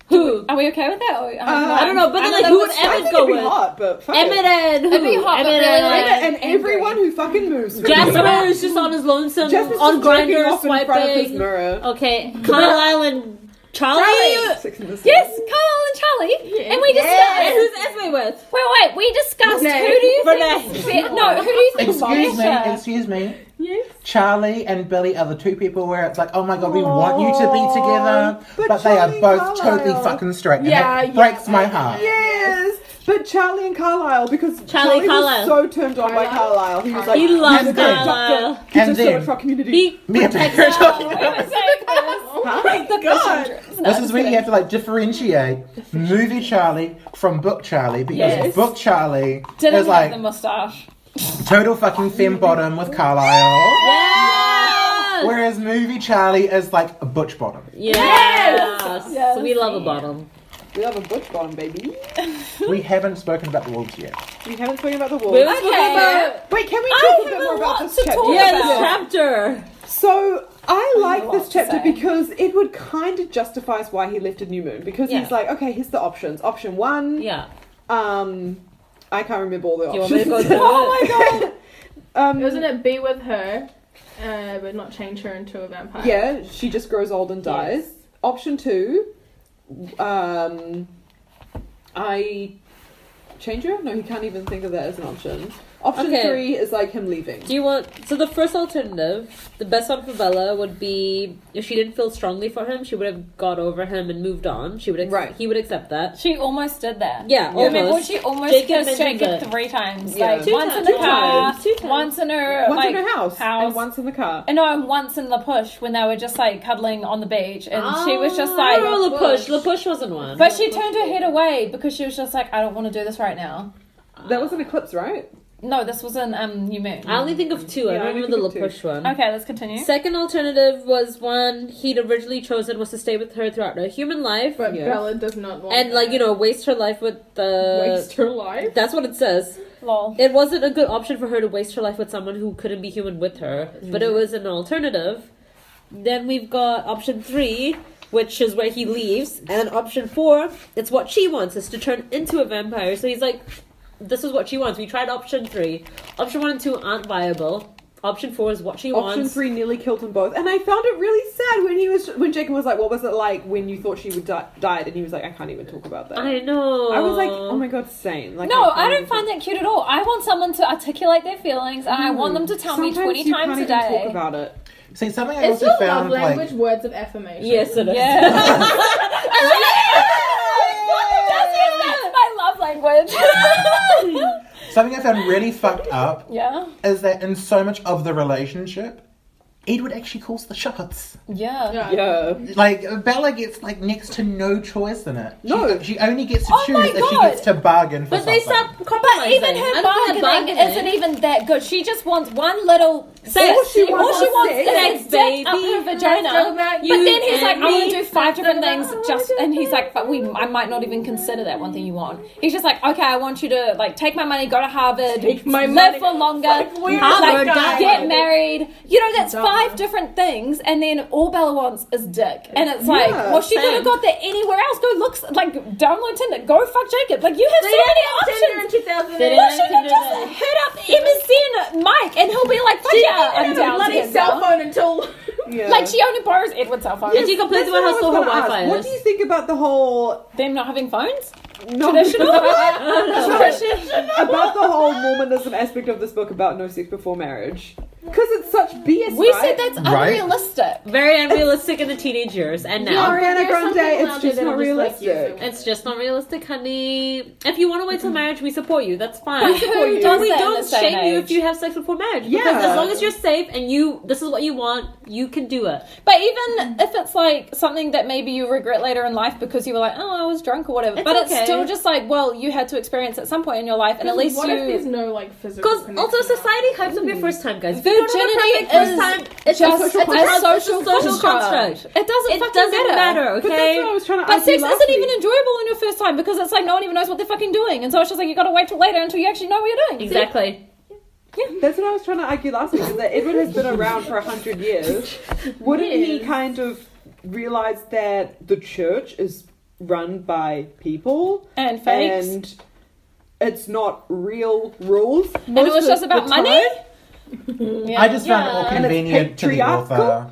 Who?
Are we okay with that? Or, um,
Uh,
I don't know,
Um,
but then like who would Emmett
think
go
it'd be
with?
hot, but fuck
Emmett
it.
and who?
It'd be hot, but
Emmett
really, like,
and
And everyone who fucking moves.
Jasper is just on his lonesome
Jasper's
on
just jerking
grinder
off in front of his
swiping.
mirror.
Okay, Carlisle and Charlie.
Six in the city.
Yes, Carl and Charlie. And we
And
discussed.
who's Esme with?
Wait, wait. We discussed
Renee.
who do you
Renee.
think? No, who do you think?
Excuse me,
Monica?
excuse me.
Yes.
Charlie and Billy are the two people where it's like, oh my god, we want you to be together,
but
but, they are
Charlie
both totally
Carlisle.
fucking straight. And
Yeah, yeah.
it breaks my heart.
Yes, but Charlie and Carlisle because Charlie,
Charlie Carlisle.
was so turned on by Carlisle. He was like,
He loves
"He's a great
Carlisle.
doctor. He
And
does so
then-
much for our community.
He
Me and Patrick are talking about
Wait, wait, wait.
Oh
Huh?
This is where you have to like differentiate movie Charlie from book Charlie because
Yes.
book Charlie is
Didn't have
like
the mustache.
total fucking fem bottom with Carlisle,
Yes.
whereas movie Charlie is like a butch bottom.
Yes.
Yes.
So we love a bottom.
We have a butch bomb, baby.
We haven't spoken about the wolves yet.
We haven't spoken about the
We
wolves.
were talking about
Wait, can we
I
talk a
have
bit
a
more about
lot
this
to
chapter?
talk
yeah
about.
this chapter.
So I like
lot
this
to
chapter
say.
because Edward kind of justifies why he left at New Moon because
Yeah.
he's like, okay, here's the options. Option one,
Yeah.
um, I can't remember all the
Do you
options. Oh
want me to go through it?
um,
Wasn't it be with her, uh, but not change her into a vampire?
yeah, she just grows old and dies. Option two, um, I change her. No, he can't even think of that as an option. Option
Okay.
three is like him leaving.
Do you want so the first alternative, the best one for Bella would be if she didn't feel strongly for him, she would have got over him and moved on. She would ac-
Right.
he would accept that.
She almost did that.
Yeah,
Remember,
almost.
she almost
Jacob
kissed
mentioned
Jacob
it.
three times.
Yeah.
Like
Two
once
times,
in the
two
car,
times, two times.
once in her
once in
like,
her house,
house.
and once in the car.
And no, once in the push when they were just like cuddling on the beach, and she was
Ah,
just like,
oh, La Push. La Push wasn't one.
but she turned her head away because she was just like, I don't want to do this right now.
That was an eclipse, right?
No, this was in um New Moon.
I only think of two.
Yeah,
I
I
don't
only
remember the La
think of two.
Push one.
Okay, let's continue.
Second alternative was one he'd originally chosen was to stay with her throughout her human life
But
Yeah.
Bella does not want
and like you know waste her life with
that.
the
waste her life.
That's what it says.
Lol.
It wasn't a good option for her to waste her life with someone who couldn't be human with her, but
Mm-hmm.
it was an alternative. Then we've got option three, which is where he leaves, and option four, it's what she wants, is to turn into a vampire. So he's like, this is what she wants. We tried option three. Option one and two aren't viable. Option four is what she
Option
wants.
three nearly killed them both, and I found it really sad when he was when Jacob was like, "What was it like when you thought she would di- died?" And he was like, "I can't even talk about that."
I know.
I was like, "Oh my god, sane!" Like,
No,
can't
I don't
even-
find that cute at all. I want someone to articulate their feelings, and I want them to tell
Sometimes
me twenty
you
times
can't
a
even talk
day.
about it.
See, something I
It's
also
your love
found like
language, words of affirmation.
Yes, it is.
Yeah.
Yay!
That's my love language.
Something I found really fucked up
yeah.
is that in so much of the relationship, Edward actually calls the shots.
Yeah.
Yeah.
Yeah,
Like Bella gets like next to no choice in it. She-
No.
she, only gets to
Oh
choose
my
if she
God.
gets to bargain for
But they
something.
stop compromising.
But even her
I don't think
bargaining isn't even that good. She just wants one little Sex.
All she wants
all she
is
wants
sex.
is sex, dick up
Baby.
her vagina.
You
But then he's like, I'm
and
gonna
me.
do five different things just, and he's like, but we, I might not even consider that one thing you want. He's just like, okay, I want you to like take my money, go to Harvard,
my
live
money.
for longer,
where is
like,
that guy?
get married. You know, that's
Dumb.
five different things, and then all Bella wants is dick, and it's like,
Yeah,
well, she could
same.
have got that anywhere else. Go look, like, download Tinder, go fuck Jacob. Like, you have
They
so
didn't
many
have Tinder
options.
in 2000.
They
Why
didn't-
should
Tinder
you just
that.
hit up MSN Mike and he'll be like, fuck yeah, I'm down to
bloody
get
cell
down.
phone until
Yeah.
Like, she only borrows Edward's cell phone.
And she complains about how
That's
slow
what I
her
was gonna
Wi-Fi
ask. What
is.
do you think about the whole
Them not having phones?
no, about the whole Mormonism aspect of this book about no sex before marriage? Because it's such BS.
We
right?
said that's
Right.
unrealistic.
Very unrealistic in the teenage years, and now
Ariana
There's
Grande,
something
it's just
out there that
not
I'm just like,
realistic.
yes, I want
it's just not realistic, honey. If you want to wait till marriage, we support you. That's fine.
But who does
we
that in
don't
this day and
shame you if
age?
you have sex before marriage. Because
Yeah.
as long as you're safe and you, this is what you want, you can do it.
But even if it's like something that maybe you regret later in life because you were like, oh, I was drunk or whatever.
It's
but it's
okay.
still just like, well, you had to experience at some point in your life, and at least
what if there's
you.
no like physical?
Because also
connection?
society hypes
Mm.
up your first time, guys. If you don't have a
Virginity
perfect first
is
time,
it's just
social
it's a
construct.
social,
It's a social construct.
It doesn't
it
fucking
doesn't matter,
But that's what I
okay?
was trying to.
But
argue
sex
last
isn't
week.
even enjoyable on your first time because it's like no one even knows what they're fucking doing, and so it's just like you gotta wait till later until you actually know what you're doing. See?
Exactly.
That's what I was trying to argue last week. Is that Edward has been around for a hundred years. Wouldn't he kind of realize that the church is run by people
And fakes.
and it's not real rules?
And, it was just about money. yeah.
I just found it all
And it's
convenient to the
patriarchal.
author.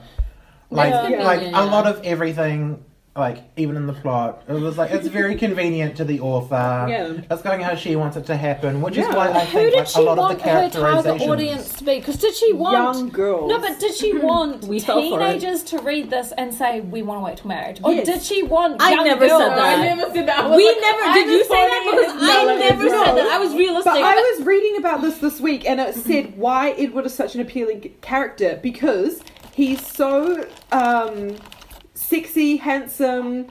Like,
Yeah.
like
Yeah.
a lot of everything, like even in the plot, it was like it's very convenient to the author.
Yeah.
It's going how she wants it to happen, which is
Yeah.
why I
Who
think
did
like,
she
a lot of
want
the
her target
characterizations.
audience to be? Because did she want
Young girls.
No, but did she want
We fell for it.
teenagers to read this and say we want to wait till marriage, or
Yes.
did she want?
I
young
never
girls?
said that.
I never said that. I was
We
like,
never.
I'm
Did you
a
say that?
funny-
Because I never said that. I was realistic.
But I was reading about this this week, and it
Mm-hmm.
said why Edward is such an appealing c- character because he's so um, sexy, handsome,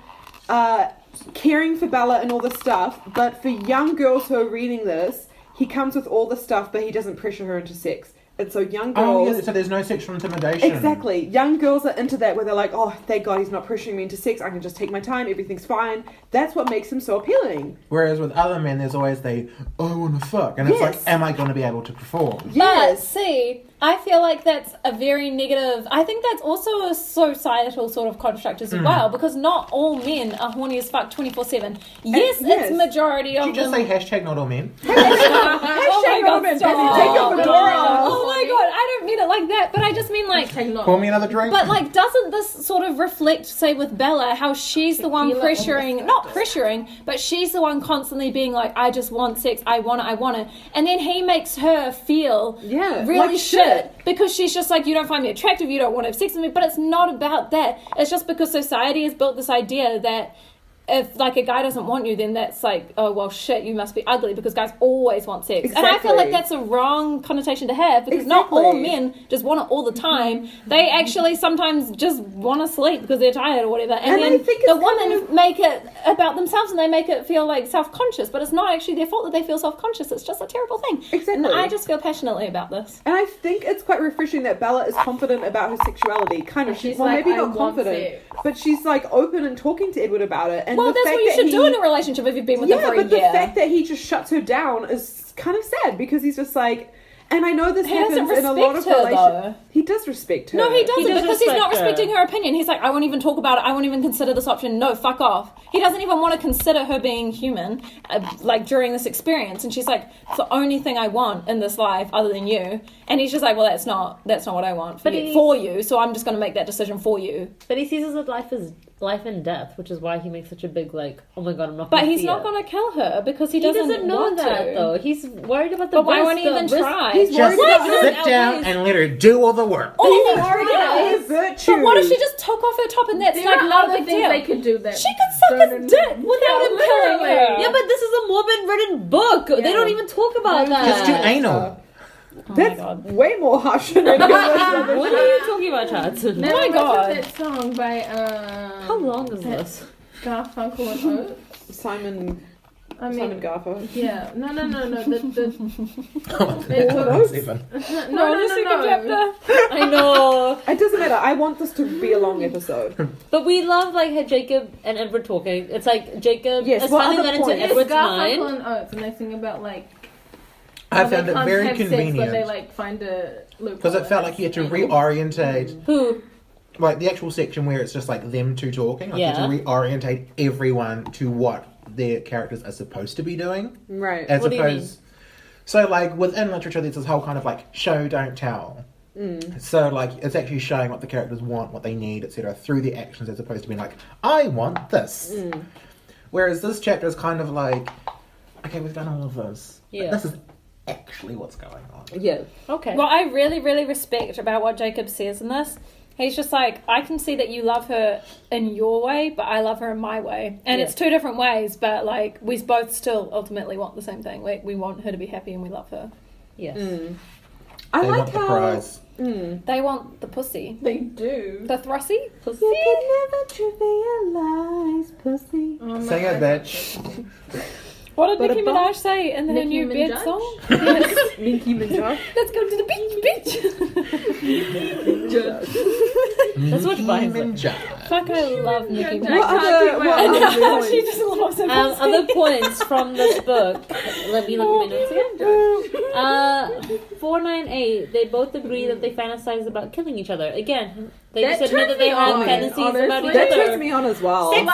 uh, caring for Bella, and all this stuff. But for young girls who are reading this, he comes with all the stuff, but he doesn't pressure her into sex. And so young
Oh,
girls.
yeah, so there's no sexual intimidation.
Exactly. Young girls are into that where they're like, oh, thank God he's not pressuring me into sex. I can just take my time. Everything's fine. That's what makes him so appealing.
Whereas with other men, there's always the I want to fuck, and it's
Yes.
like, am I going to be able to perform?
But
Yes.
see, I feel like that's a very negative. I think that's also a societal sort of construct
Mm.
as well, because not all men are horny as fuck twenty four seven. Yes,
Eh, yes.
it's majority
Did
of
you just say
them.
hashtag not all men?
oh my
Shame on
god!
men,
stop.
baby, take your fedora off.
Oh my god! I don't mean it like that, but I just mean like
Pour me another drink.
But like, doesn't this sort of reflect, say, with Bella, how she's the one
Tequila
pressuring, not pressuring, but she's the one constantly being like, "I just want sex, I want it, I want it," and then he makes her feel
Yeah,
really
like
shit,
shit.
because she's just like, "You don't find me attractive, you don't want to have sex with me," but it's not about that. It's just because society has built this idea that. If like a guy doesn't want you, then that's like, oh well, shit, you must be ugly because guys always want sex, and I feel like
Exactly.
that's a wrong connotation to have because not all
Exactly.
men men just want it all the time. They actually sometimes just want to sleep because they're tired or whatever. And,
And I
then
think
the
it's
women make it about themselves and they make it feel like self conscious, but it's not actually their fault that they feel self conscious. It's just a terrible thing. And
Exactly.
I just feel passionately about this.
And I think it's quite refreshing that Bella is confident about her sexuality. Kind of, she's
She's
well,
like,
maybe
"I
not
want
confident,
sex."
but she's like open and talking to Edward about it. And the
Well, that's
fact
what you
that
should
he,
do in a relationship if you've been with
yeah,
them for a
but the
year.
fact that he just shuts her down is kind of sad because he's just like, and I know this
He doesn't
happens in a lot of
respect her, though.
relationships. He does respect her.
no, he doesn't
He does
because he's not
respect her.
respecting her opinion. He's like, I won't even talk about it. I won't even consider this option. No, fuck off. He doesn't even want to consider her being human, uh, like during this experience. And she's like, it's the only thing I want in this life other than you. And he's just like, well, that's not that's not what I want for,
But
you,
he-
for you. So I'm just going to make that decision for you.
But he sees us as life is life and death, which is why he makes such a big like. Oh my god, I'm not.
But
gonna
he's
see
not
it.
going to kill her because he,
He doesn't, know
want
that
to.
though. He's worried about the.
But why won't he
risk
even
of- risk-
try?
He's
just
worried about her.
sit down and let her do all the work.
All the
Worried about her
worries.
virtues.
But what if she just took off her top and that's
There
like
are
not a
other
big
things
deal?
they could do that.
She could suck
don't-
his dick without him killing
literally.
her.
Yeah, but this is a Mormon-written book. They don't even talk about that.
Just do anal.
That's
Oh God.
way more harsh than any of us.
What are you talking about, Chad?
Now,
my
what's
God.
That song by um,
How long is this?
Garfunkel and Oates.
Simon
I
Simon
mean,
Garfunkel.
yeah. No, no, no, no. The, the,
Even.
no, no, no, no,
I know.
It doesn't matter. I want this to be a long episode.
But we love like how Jacob and Edward talking. It's like Jacob
Yes,
has
what other
finally got into
point?
It's
Edward's
Garfunkel
mind.
and Oates, and they sing about like.
I
how they
found it
can't
very
have Sex, but they
convenient
like find a
because it felt like you had to reorientate,
Who?
like the actual section where it's just like them two talking. Like
Yeah.
you had to reorientate everyone to what their characters are supposed to be doing,
Right.
as
What do you mean?
opposed. So like within literature, there's this whole kind of like show don't tell.
Mm.
So like it's actually showing what the characters want, what they need, etc. through the actions as opposed to being like, I want this.
Mm.
Whereas this chapter is kind of like, okay, we've done all of this. but
Yeah.
This is actually what's going on.
Yeah.
Okay.
What I really, really respect about what Jacob says in this, he's just like, I can see that you love her in your way, but I love her in my way. And it's two different ways, but like, we both still ultimately want the same thing. We, we want her to be happy and we love her.
Yes.
I
they
like
want the
how
prize.
They want the pussy.
They do.
The thrussy? Pussy?
you could never trivialize pussy.
Oh my
Sing it,
God.
bitch.
What did
But
Nicki
above-
Minaj say in her
Nicki
new bed
Minaj?
song? Yes.
Minky Minaj.
Let's go to the beach, bitch.
That's what Vines like.
Ninja.
Fuck, I love Nicki
Minaj.
Minaj.
What
I can't
other,
keep
what
my eyes
other
No,
points?
she just loves her
Um,
pussy.
other points from this book. Let me look at my notes again. Uh, 498, they both agree that they fantasize about killing each other. Again, they
That
just admit
turns
that they
me
have
on,
fantasies about
honestly.
each
That
That
turns
other.
me on as well.
Oh my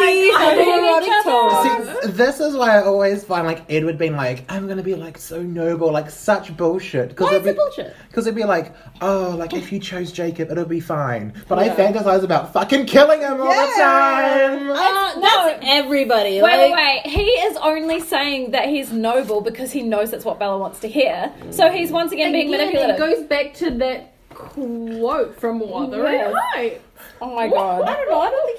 God.
See, this is why I always find like Edward being like, I'm gonna be like so noble, like such bullshit. Because
Why
it'd
is
be,
it bullshit?
Because it'd be like, oh, like if you chose Jacob, it'll be fine. But I
Yeah.
fantasize about fucking killing him all the time.
Uh, that's everybody.
Wait,
like,
wait, wait. He is only saying that he's noble because he knows that's what Bella wants to hear. So he's once again being
Again,
manipulative.
It goes back to that quote from Wuthering
Yeah.
Heights.
oh my god.
I don't know. I don't think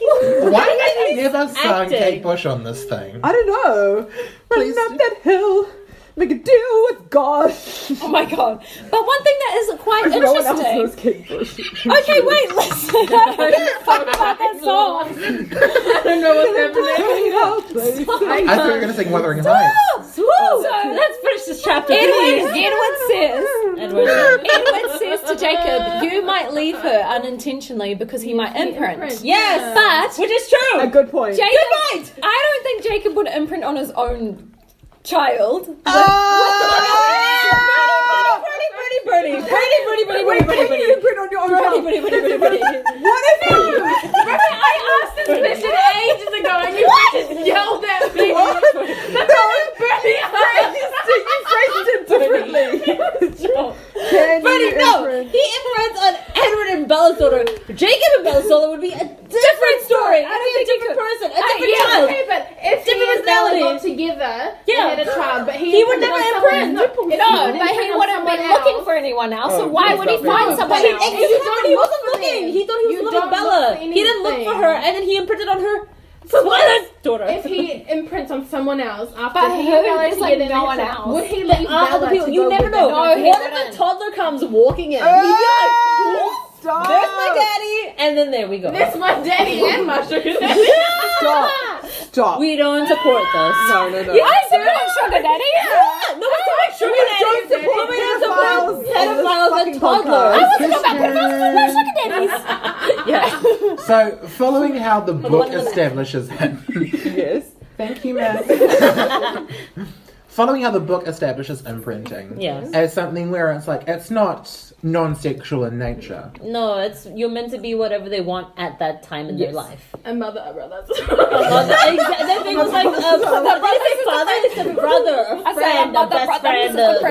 Why have they never sung
acting.
Kate Bush on this thing?
I don't know. Running
Please
up that hill, make a deal with God.
Oh my god. But one thing that is quite
no one else
interesting.
knows Kate Bush.
Okay, wait, listen. Fuck about that
I
song.
don't know what's happening.
I thought you were gonna sing Wuthering Heights.
So
Let's finish this chapter.
Edward,
please.
Edward says.
Edward.
Edward says to Jacob, "You might leave her unintentionally because he might imprint."
imprints,
Yes,
yeah.
but
Which is true.
A good point.
Jacob, I don't think Jacob would imprint on his own child.
Oh,
Pretty, pretty, pretty, pretty, pretty, pretty, pretty.
Print on your own
Pretty,
tongue.
pretty, pretty, pretty, pretty.
What if you?
Remember, I asked this question ages ago, and you just yelled at me.
you phrased it differently. Can
Freddie,
you
no!
imprint-
He imprints on Edward and Bella's daughter. Jacob and Bella's daughter would be a different story. It'd be a different person, a different
yeah,
child.
okay, but if he
Different
and Bella got
personalities.
together
Yeah.
and had a child, but he,
He
imprinted
would never
on someone-
imprint.
No,
imprint
but he
on
wouldn't
someone
be looking
else.
for anyone else.
Oh,
so why
that's
would he
not
find
fair.
someone
But
He-
he-
else?
you don't
Exactly, he wasn't
look for
looking.
them.
He thought he was
You
loving
don't look
Bella.
for
He didn't look for
anything.
her, and then he imprinted on her Spoiler's daughter.
If he imprints on someone else after
But
he
who?
and Bella
There's, like,
together,
no
and
one
it's like,
else.
would he leave
Ah,
Bella
other
to
people,
go
you never
with
know.
them?
No, he
what if
wouldn't.
a toddler comes walking in? He'd be like,
Oh, Stop.
"There's my daddy," and then there we go.
That's my daddy and my sugar daddy.
Stop. Stop.
We don't support this.
no, no, no.
I support sugar daddy.
No, it's not sugar daddy.
don't support
We don't support
pedophiles on this fucking podcast.
pedophiles and toddlers.
Sister.
Yeah.
So, following how the book
one in the back.
establishes him,
Yes.
Thank you, Matt. Following how the book establishes imprinting
Yes.
as something where it's like it's not non-sexual in nature.
No, it's you're meant to be whatever they want at that time in their
Yes.
life.
A mother, uh, a brother.
Mother, exactly. That thing was like uh, a father, it's a brother, a friend, a best friend, a lover.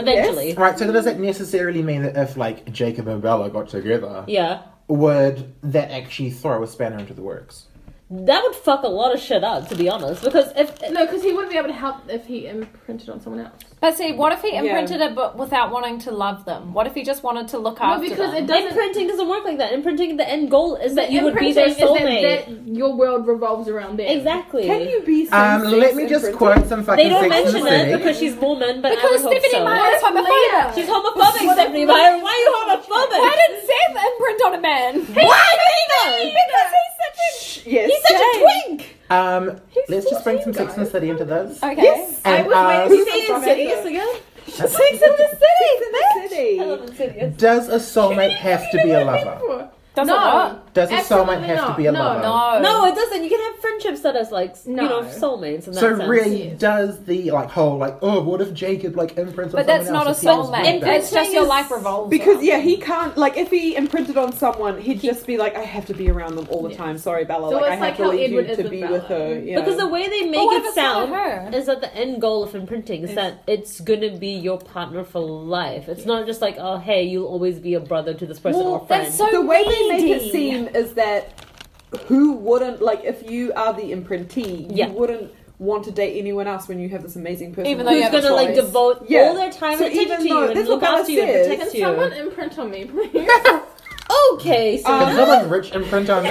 Eventually,
Right. So, does it necessarily mean that if like Jacob and Bella got together,
yeah.
would that actually throw a spanner into the works?
That would fuck a lot of shit up, to be honest. Because if
No, because he wouldn't be able to help if he imprinted on someone else.
But see, what if he imprinted it but without wanting to love them? What if he just wanted to look
No,
after
because
them?
it doesn't.
imprinting doesn't work like that. Imprinting the end goal is that
the
you would be their
imprinting is
soulmate.
That, that your world revolves around them.
Exactly.
Can you be
Um,
same-sex
let me just
imprinted?
quote some fucking
they don't
Sex and
mention
the City.
it because she's woman, but I would
Because
hope
Stephenie
so.
Meyer is homophobic.
She's homophobic, Stephanie Meyer. Why are you homophobic?
Why did Seth imprint on a man?
Why?
Because he's such a
Yes.
he's such a twink.
Um, let's just let's bring some Sex and the City into this.
Okay.
I
And,
was
uh,
waiting to see City is
Sex
the City.
Does a soulmate have to be a lover?
Does
No.
it not?
Does a
Absolutely
soulmate have to
not.
be a
No,
lover?
No.
No, it doesn't. You can have friendships that are like you
No.
know soulmates and that
So
sense.
really,
Yes.
does the like whole like oh what if Jacob like imprints? on
But that's
someone
not a
else if he was
soulmate.
with
And-
them?
It's just your
is-
life revolves.
Because
around.
yeah, he can't like if he imprinted on someone, he'd just be like, I have to be around them all the
Yeah.
time. Sorry, Bella,
So
like I
it's
have
like
to
how
leave
Edward
you
is
to
with
be
Bella.
with her. Yeah.
Because the way they
But
make
what if
it
it's not
sound
her?
is that the end goal of imprinting is
Yes.
that it's gonna be your partner for life. It's not just like oh hey, you'll always be a brother to this person
Well,
or friend.
That's so
the way they make
needy.
it seem is that who wouldn't like if you are the imprintee,
Yeah.
you wouldn't want to date anyone else when you have this amazing person.
Even though
who-
you
Who's
have a
gonna like
choice.
devote
Yeah.
all their time
So
and attention
even
to
though-
you and
that's what
look after
Bella
you and
says.
Can
protect
someone
you? Uh,
imprint on me, please?
Okay, so
Ah,
Did someone rich imprint on me?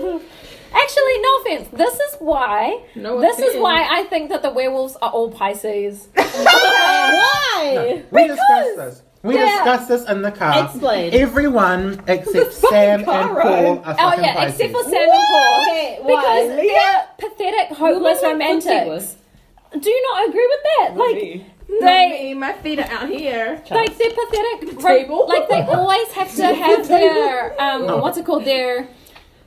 Actually, no offense. This is why.
No
this is
offense.
why I think that the werewolves are all Pisces.
why?
We discussed this. We
they're-
discussed this in the car.
Explain.
Everyone except Sam
car
and
ride.
Paul are
Oh
fucking
yeah,
Pisces.
except for Sam and Paul.
Okay,
Because
why?
they're pathetic, hopeless
Women like
romantics. Do you not agree with that? Like
Me.
they,
They, my feet are out here.
like they're pathetic. ro-
table.
Like they always have to have their um, what's it called their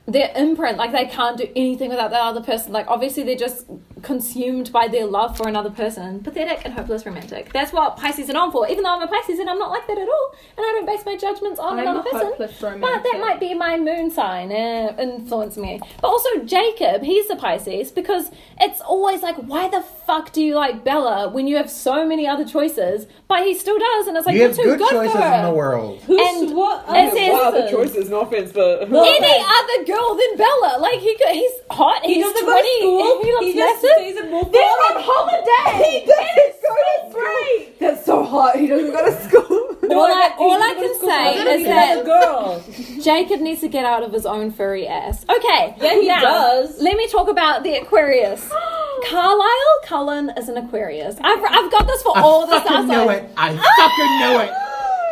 their imprint. Like they can't do anything without that other person. Like obviously they're just consumed by their love for another person. Pathetic and hopeless romantic. That's what Pisces are on for. Even though I'm a Pisces and I'm not like that at all, and I don't base Oh my judgments on
I'm a
another person.
hopeless
But
romantic.
that might be my moon sign uh, influencing me. But also Jacob, he's a Pisces because it's always like, why the fuck do you like Bella when you have so many other choices? But he still does, and it's like
you
you are
have
too
good
good,
choices
for her.
in the world.
Who's
And
what?
it says-
Wow, the choices, no offense, but
Any other girl than Bella? Like he could, he's hot. He's
doesn't go to
twenty.
school,
He looks
he just
massive.
stays in Wolf
They're
Hall.
on holiday.
That's so great. That's so hot. He doesn't go to school.
all I, all I can
Gonna
say
be
is
another
that
girl.
Jacob needs to get out of his own furry ass. Okay.
Yeah, he
now,
does.
Let me talk about the Aquarius. Carlisle Cullen is an Aquarius. I've, I've got this for
I
all the
fucking
stars.
knew it. I fucking knew it.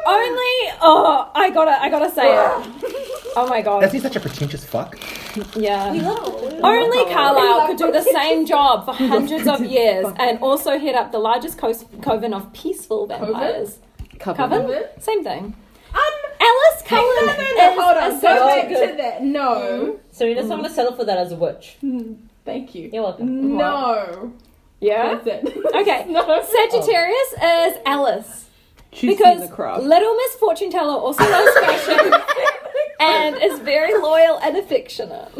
Only oh, I gotta I gotta say it. Oh my
Is
god.
he such a pretentious fuck?
Yeah.
Oh
Only Carlisle could do the same job for hundreds of years and also head up the largest coast, coven of peaceful vampires. Coven?
Coven?
Same thing.
Um,
Alice
no,
Cullen
no, no,
is
hold on. Go
a
back
social-
to that. No.
Serena's not gonna settle for that as a witch.
Thank you.
You're welcome.
No.
Yeah?
That's it.
Okay.
no.
Sagittarius is Alice.
She's
because
seen the crowd.
Little Miss Fortune Teller also loves fashion and is very loyal and affectionate.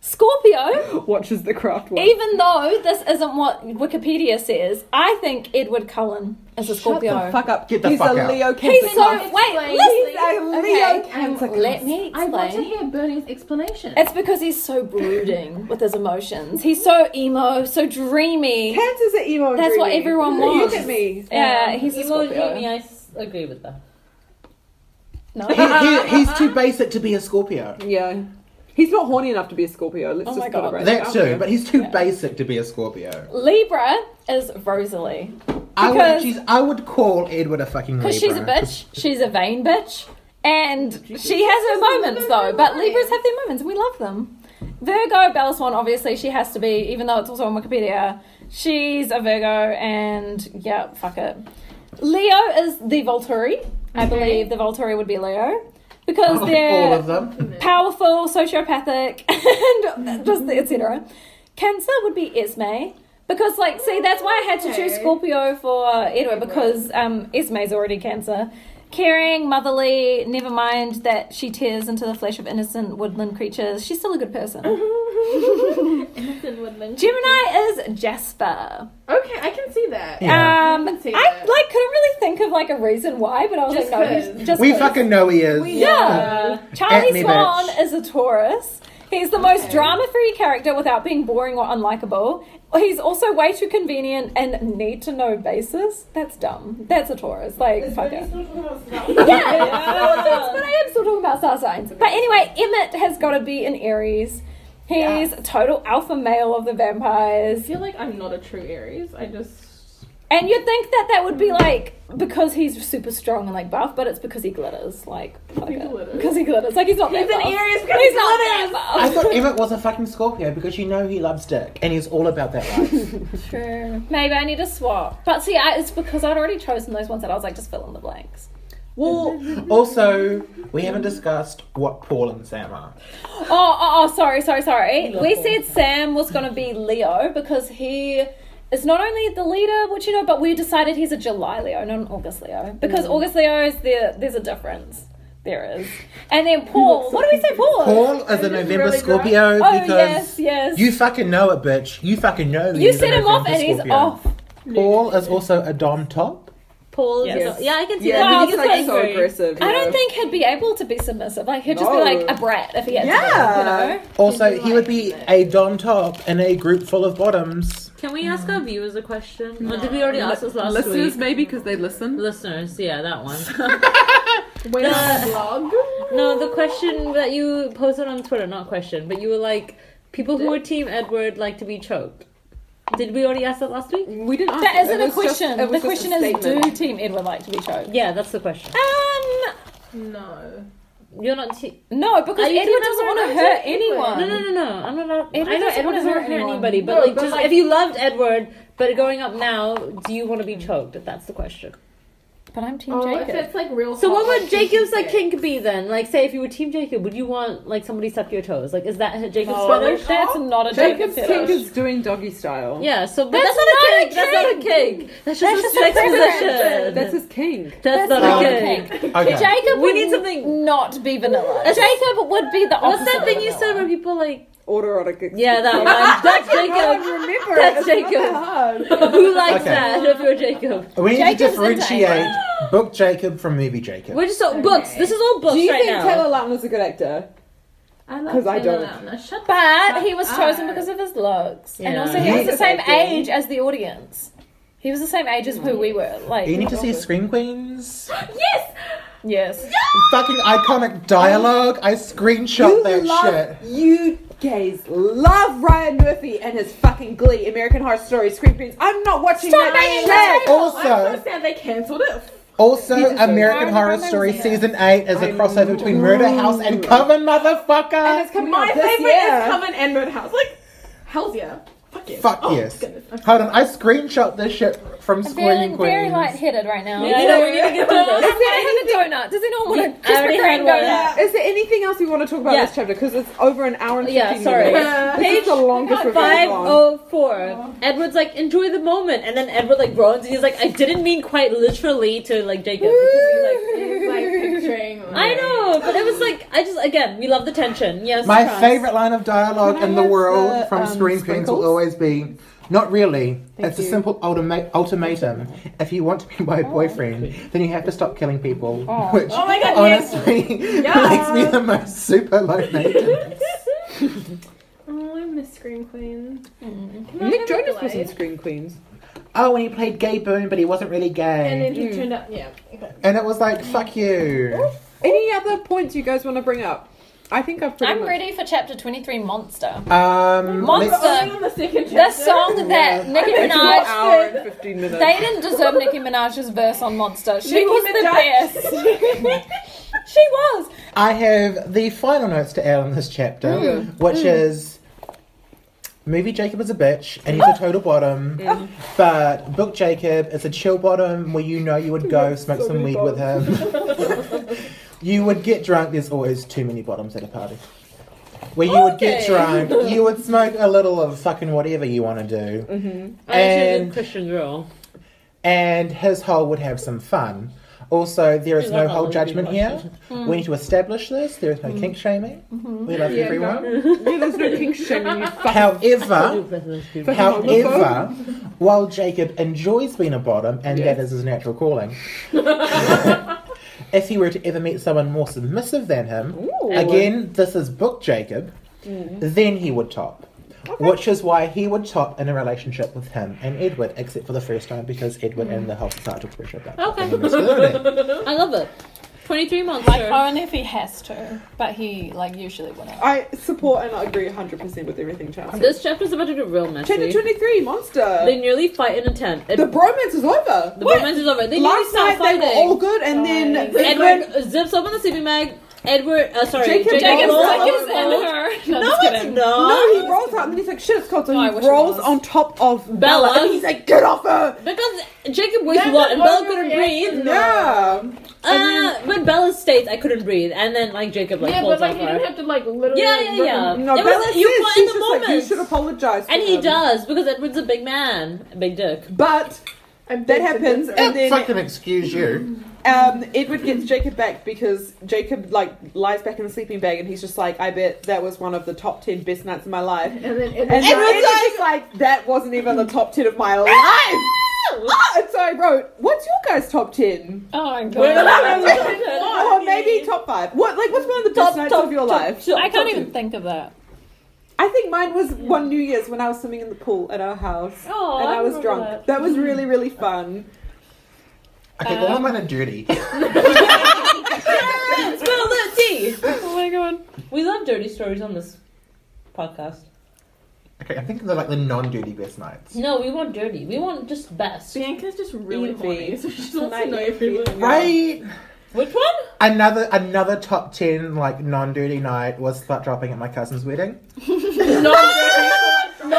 Scorpio,
Watches the craft one.
even though this isn't what Wikipedia says, I think Edward Cullen is a Scorpio.
Shut the fuck up.
Get the
He's
fuck
a
out.
Leo Cancer.
He's so wait,
Explain.
listen.
He's a Leo Cancer.
Um, let me
I want to
explain.
hear Bernie's explanation.
It's because he's so brooding with his emotions. He's so emo, so dreamy.
Cancer's an emo.
That's what
dreamy.
everyone
Look
wants.
at me.
Yeah, he's a
You won't hate me.
Scorpio.
I s- agree with that.
No.
He, he, he's too basic to be a Scorpio.
Yeah. He's not horny enough to be a Scorpio. Let's just
Oh my
put it
God.
right
That
there.
too, but he's too basic to be a Scorpio.
Libra is Rosalie.
I would,
Because-
she's, I would call Edward a fucking Libra.
Because she's a bitch. She's a vain bitch. And she has her moments though. But Libras have their moments and we love them. Virgo, Bella Swan, obviously she has to be, even though it's also on Wikipedia. She's a Virgo and yeah, fuck it. Leo is the Volturi. I believe the Volturi would be Leo. Because
All of
they're
them.
powerful, sociopathic, and just
Mm-hmm.
etc. Cancer would be Esme. Because, like, see, that's why I had to choose
Okay.
Scorpio for Edward, because um, Esme's already Cancer. Caring, motherly, never mind that she tears into the flesh of innocent woodland creatures. She's still a good person.
Mm-hmm. Ethan Woodland.
Gemini is Jasper.
Okay, I can see that.
Yeah.
Um,
I can see
I
that.
like couldn't really think of like a reason why, but I was
Just
like, no,
'cause.
he's just
we
'cause.
fucking know he is.
Yeah.
At me,
Charlie Swan
bitch.
is a Taurus. He's the most drama free character without being boring or unlikable. He's also way too convenient and need to know basis. That's dumb. That's a Taurus. Like, fuck it. Yeah. Oh, thanks, but I am still talking about star signs. But anyway, Emmett has got to be an Aries. He's total alpha male of the
I
vampires.
feel like I'm not a true Aries. I just
And you'd think that that would be like because he's super strong and like buff, but it's because he glitters. Like fuck
He
it.
glitters.
because he glitters. Like he's not
He's
that
an
buff.
Aries because
He's
he's
not that buff.
I thought Emmett was a fucking Scorpio because you know he loves dick and he's all about that life.
True. Maybe I need to swap. But see, I, it's because I'd already chosen those ones that I was like, just fill in the blanks.
Well,
also, we haven't discussed what Paul and Sam are.
Oh, oh, oh sorry, sorry, sorry.
Love
We
Paul.
said Sam was going to be Leo because he is not only the leader, which you know, but we decided he's a July Leo, not an August Leo, because August Leo is there. There's a difference. There is. And then Paul. What do we say, Paul?
Paul is a November
really
Scorpio
Oh
because
yes, yes.
you fucking know it, bitch. You fucking know. that
You
he's a
set him off,
November
and he's
Scorpio.
off.
Paul is also a dom top.
Paul.
Yes.
Yeah, I can see
yeah,
that.
Wow,
he's
that's
like
like
so
angry.
aggressive.
I
yeah.
don't think he'd be able to be submissive. Like he'd just
No.
be like a brat if he had
Yeah.
to. Be, you know.
Also,
He'd
he would be
like-
a dom top in a group full of bottoms.
Can we ask our viewers a question? Or did we already ask this last
Listeners,
week?
maybe because they listen.
Listeners, yeah, that one.
When
No.
I vlog,
no, the question that you posted on Twitter, not question, but you were like, people who are Team Edward like to be choked. Did we already ask that last week?
we didn't. Ask
That
it. It
isn't a
was just-
question.
it
the
was just
question
a
is,
statement.
do Team Edward like to be choked?
Yeah, that's the question.
Um,
no.
You're not. Te-
no, because
Are you
Edward
Team
doesn't
Edward
want to
or
hurt
Team Edward?
anyone.
no, no, no, no. I'm not. allowed-
Edward
I know
doesn't
Edward doesn't
wanna hurt
want to hurt
anyone.
anybody, but
No,
like,
but
just
like-
if you loved Edward, but growing up now, do you want to be choked? That's the question.
But I'm Team
Oh, if
Jacob.
it's like real.
So
hot,
what would
like,
Jacob's like
shit.
kink be then? Like say if you were Team Jacob, would you want like somebody suck your toes? Like is that Jacob's
No,
fetish?
that's not a
Jacob's
Jacob
kink
fetish.
is doing doggy style.
Yeah, so but
That's
that's, not,
not
a
a
kink. That's not a kink. That's just
That's
a
just
sex
a preference.
position.
That's his king.
That's
That's
not
not
a
a
kink.
Okay.
Jacob
We
would
need something-
not be vanilla. Jacob would be the opposite.
What's that
of
thing you
vanilla.
said where people like
Autoerotic. ex-
Yeah, that one. That's
I
Jacob.
don't remember.
That's
it. It's not
Jacob.
that hard.
Who likes
Okay.
that if you're Jacob?
We need
Jacob's
to differentiate book Jacob from movie Jacob.
We're just all books. This is all books
Do you
right
think
now.
Taylor Lautner's a good actor?
I
'Cause
love
I
Taylor
don't.
Lautner. Shut the
But he
fuck
was chosen
up.
because of his looks, and
Yeah.
also he was
Yeah.
the same
Exactly.
age as the audience. He was the same age as who we were.
you
Like
need to see Scream Queens.
Yes.
yes,
fucking iconic dialogue. I screenshot
you
that
love,
shit.
You gays love Ryan Murphy and his fucking Glee, American Horror Story, Scream Queens. I'm not watching
Stop
that
making
shit.
I'm
Also,
so sad they cancelled it.
also, American
Ryan
Horror
Reynolds
Story
is in it.
season eight is a crossover between Murder House and Coven,
And it's
motherfucker.
coming
My
out this
favorite
year.
is Coven and Murder House. Like, hell's yeah. Fuck yeah.
Fuck
oh,
yes.
Goodness.
Hold on, I screenshot this shit from
I'm
Scream
feeling very
Queens.
light-headed right now.
You know we need to get through
I'm
this.
gonna have a donut. Does anyone want a
I already
Krispy Kreme
had one.
donut?
Is there anything else we want to talk about
Yeah.
this chapter? Because it's over an hour and fifteen
Yeah, sorry.
minutes. This is the longest we've ever
Five
gone.
oh four. Edward's like, enjoy the moment, and then Edward like groans and he's like, I didn't mean quite literally to like Jacob. Because he's like,
It's like picturing. Like,
I know, but it was like, I just again, we love the tension. Yes,
My
trust.
favorite line of dialogue
Can I
in the
have
world
the,
from
um,
Scream Queens
sprinkles?
will always be, not really.
Thank
it's a
you. Oh.
simple ultima- ultimatum. If you want to be my boyfriend, then you have to stop killing people. Which
Oh my god, yes.
honestly makes me the most super low maintenance.
Oh, I miss Scream Queen.
Nick Jonas was in Scream Queens.
Oh, and he played Gay Boone, but he wasn't really gay.
And then he
Mm.
turned up. Yeah.
And it was like, fuck you.
Any other points you guys want to bring up? I think I've pretty
I'm
much.
ready for chapter 23, Monster.
Um,
Monster.
let's-
Only on the second
The
chapter.
song that Nicki
It's an
Minaj.
hour and fifteen minutes.
They didn't deserve Nicki Minaj's verse on Monster. She
Nicki
was
Minaj.
the best. she was.
I have the final notes to add on this chapter, which is movie Jacob is a bitch and he's a total bottom, but book Jacob is a chill bottom where you know you would go smoke some weed with him. you would get drunk. There's always too many bottoms at a party. Where you would get drunk, you would smoke a little of fucking whatever you want to do,
Mm-hmm.
I actually did
And-
Christian girl.
and his whole would have some fun. Also, there is
Yeah,
no
that
whole
would be
judgment
my
here. We need to establish this. There is no kink shaming. We love
Yeah,
everyone.
Yeah, there's no kink shaming. You fucking
However,
Fucking
however, while Jacob enjoys being a bottom, and that
Yes.
is his natural calling, if he were to ever meet someone more submissive than him,
Ooh.
again, this is book Jacob, then he would top. Which is why he would top in a relationship with him and Edward, except for the first time because Edward and the whole societal pressure about
Okay.
topping and masculinity.
I love it. 23 months.
Like
sure.
only if he has to, but he like usually wouldn't.
I support and I agree 100% with everything Charles said.
This chapter's about to get real messy.
Chapter 23, Monster.
They nearly fight in a tent. It,
the bromance is over.
the
What?
romance is over. They nearly
Last
start
night they
fighting.
were all good and then Edward...
Edward zips open the sleeping bag. Edward, uh, sorry,
Jacob
Jacob
Jacob
rolls
Jacob
up-
is in
No,
No, it's
kidding.
No.
No, he rolls out and then he's like, shit, it's cold. So
No, I wish
he
it
rolls
was.
on top of Bella.
Bella.
and he's like, get off her.
Because Jacob weighs a
That's
lot
an
and Bella couldn't
overreaction.
breathe.
Yeah.
Uh, but Bella states, I couldn't breathe. And then, like, Jacob, like,
yeah,
holds
but
up
like you
her.
don't have to like literally.
Yeah, yeah, yeah.
No,
Uh, It was-
Bella
you
says
caught
she's
in the
just like, you
moment.
should apologize. to
And he
him."
does, because Edward's a big man. A big dick.
But
I'm
that happens, and
It's
then
fucking excuse you.
um, Edward gets Jacob back because Jacob like lies back in the sleeping bag, and he's just like, "I bet that was one of the top ten best nights of my life."
And then and
And
then
Edward's just like, "That wasn't even the top ten of my life." ah! And so I wrote, "What's your guys' top ten?
Oh my
We're
god.
not-
or maybe top five? What like what's one of the best nights of your life?"
I can't even think of that.
I think mine was one New Year's when I was swimming in the pool at our house,
Oh,
and I, was
remember
drunk. That. was
Mm-hmm.
really really fun.
Okay, well, I'm on a dirty.
Let's go, let's see.
Oh my god.
We love dirty stories on this podcast.
Okay, I'm thinking they're like the non-dirty best nights.
No, we want dirty. We want just best.
Bianca's just really
Envy.
horny, so she just wants to
Tonight
know
you feel
everyone.
Right.
Which one?
Another another top ten like non-dirty night was slut dropping at my cousin's wedding.
Actually,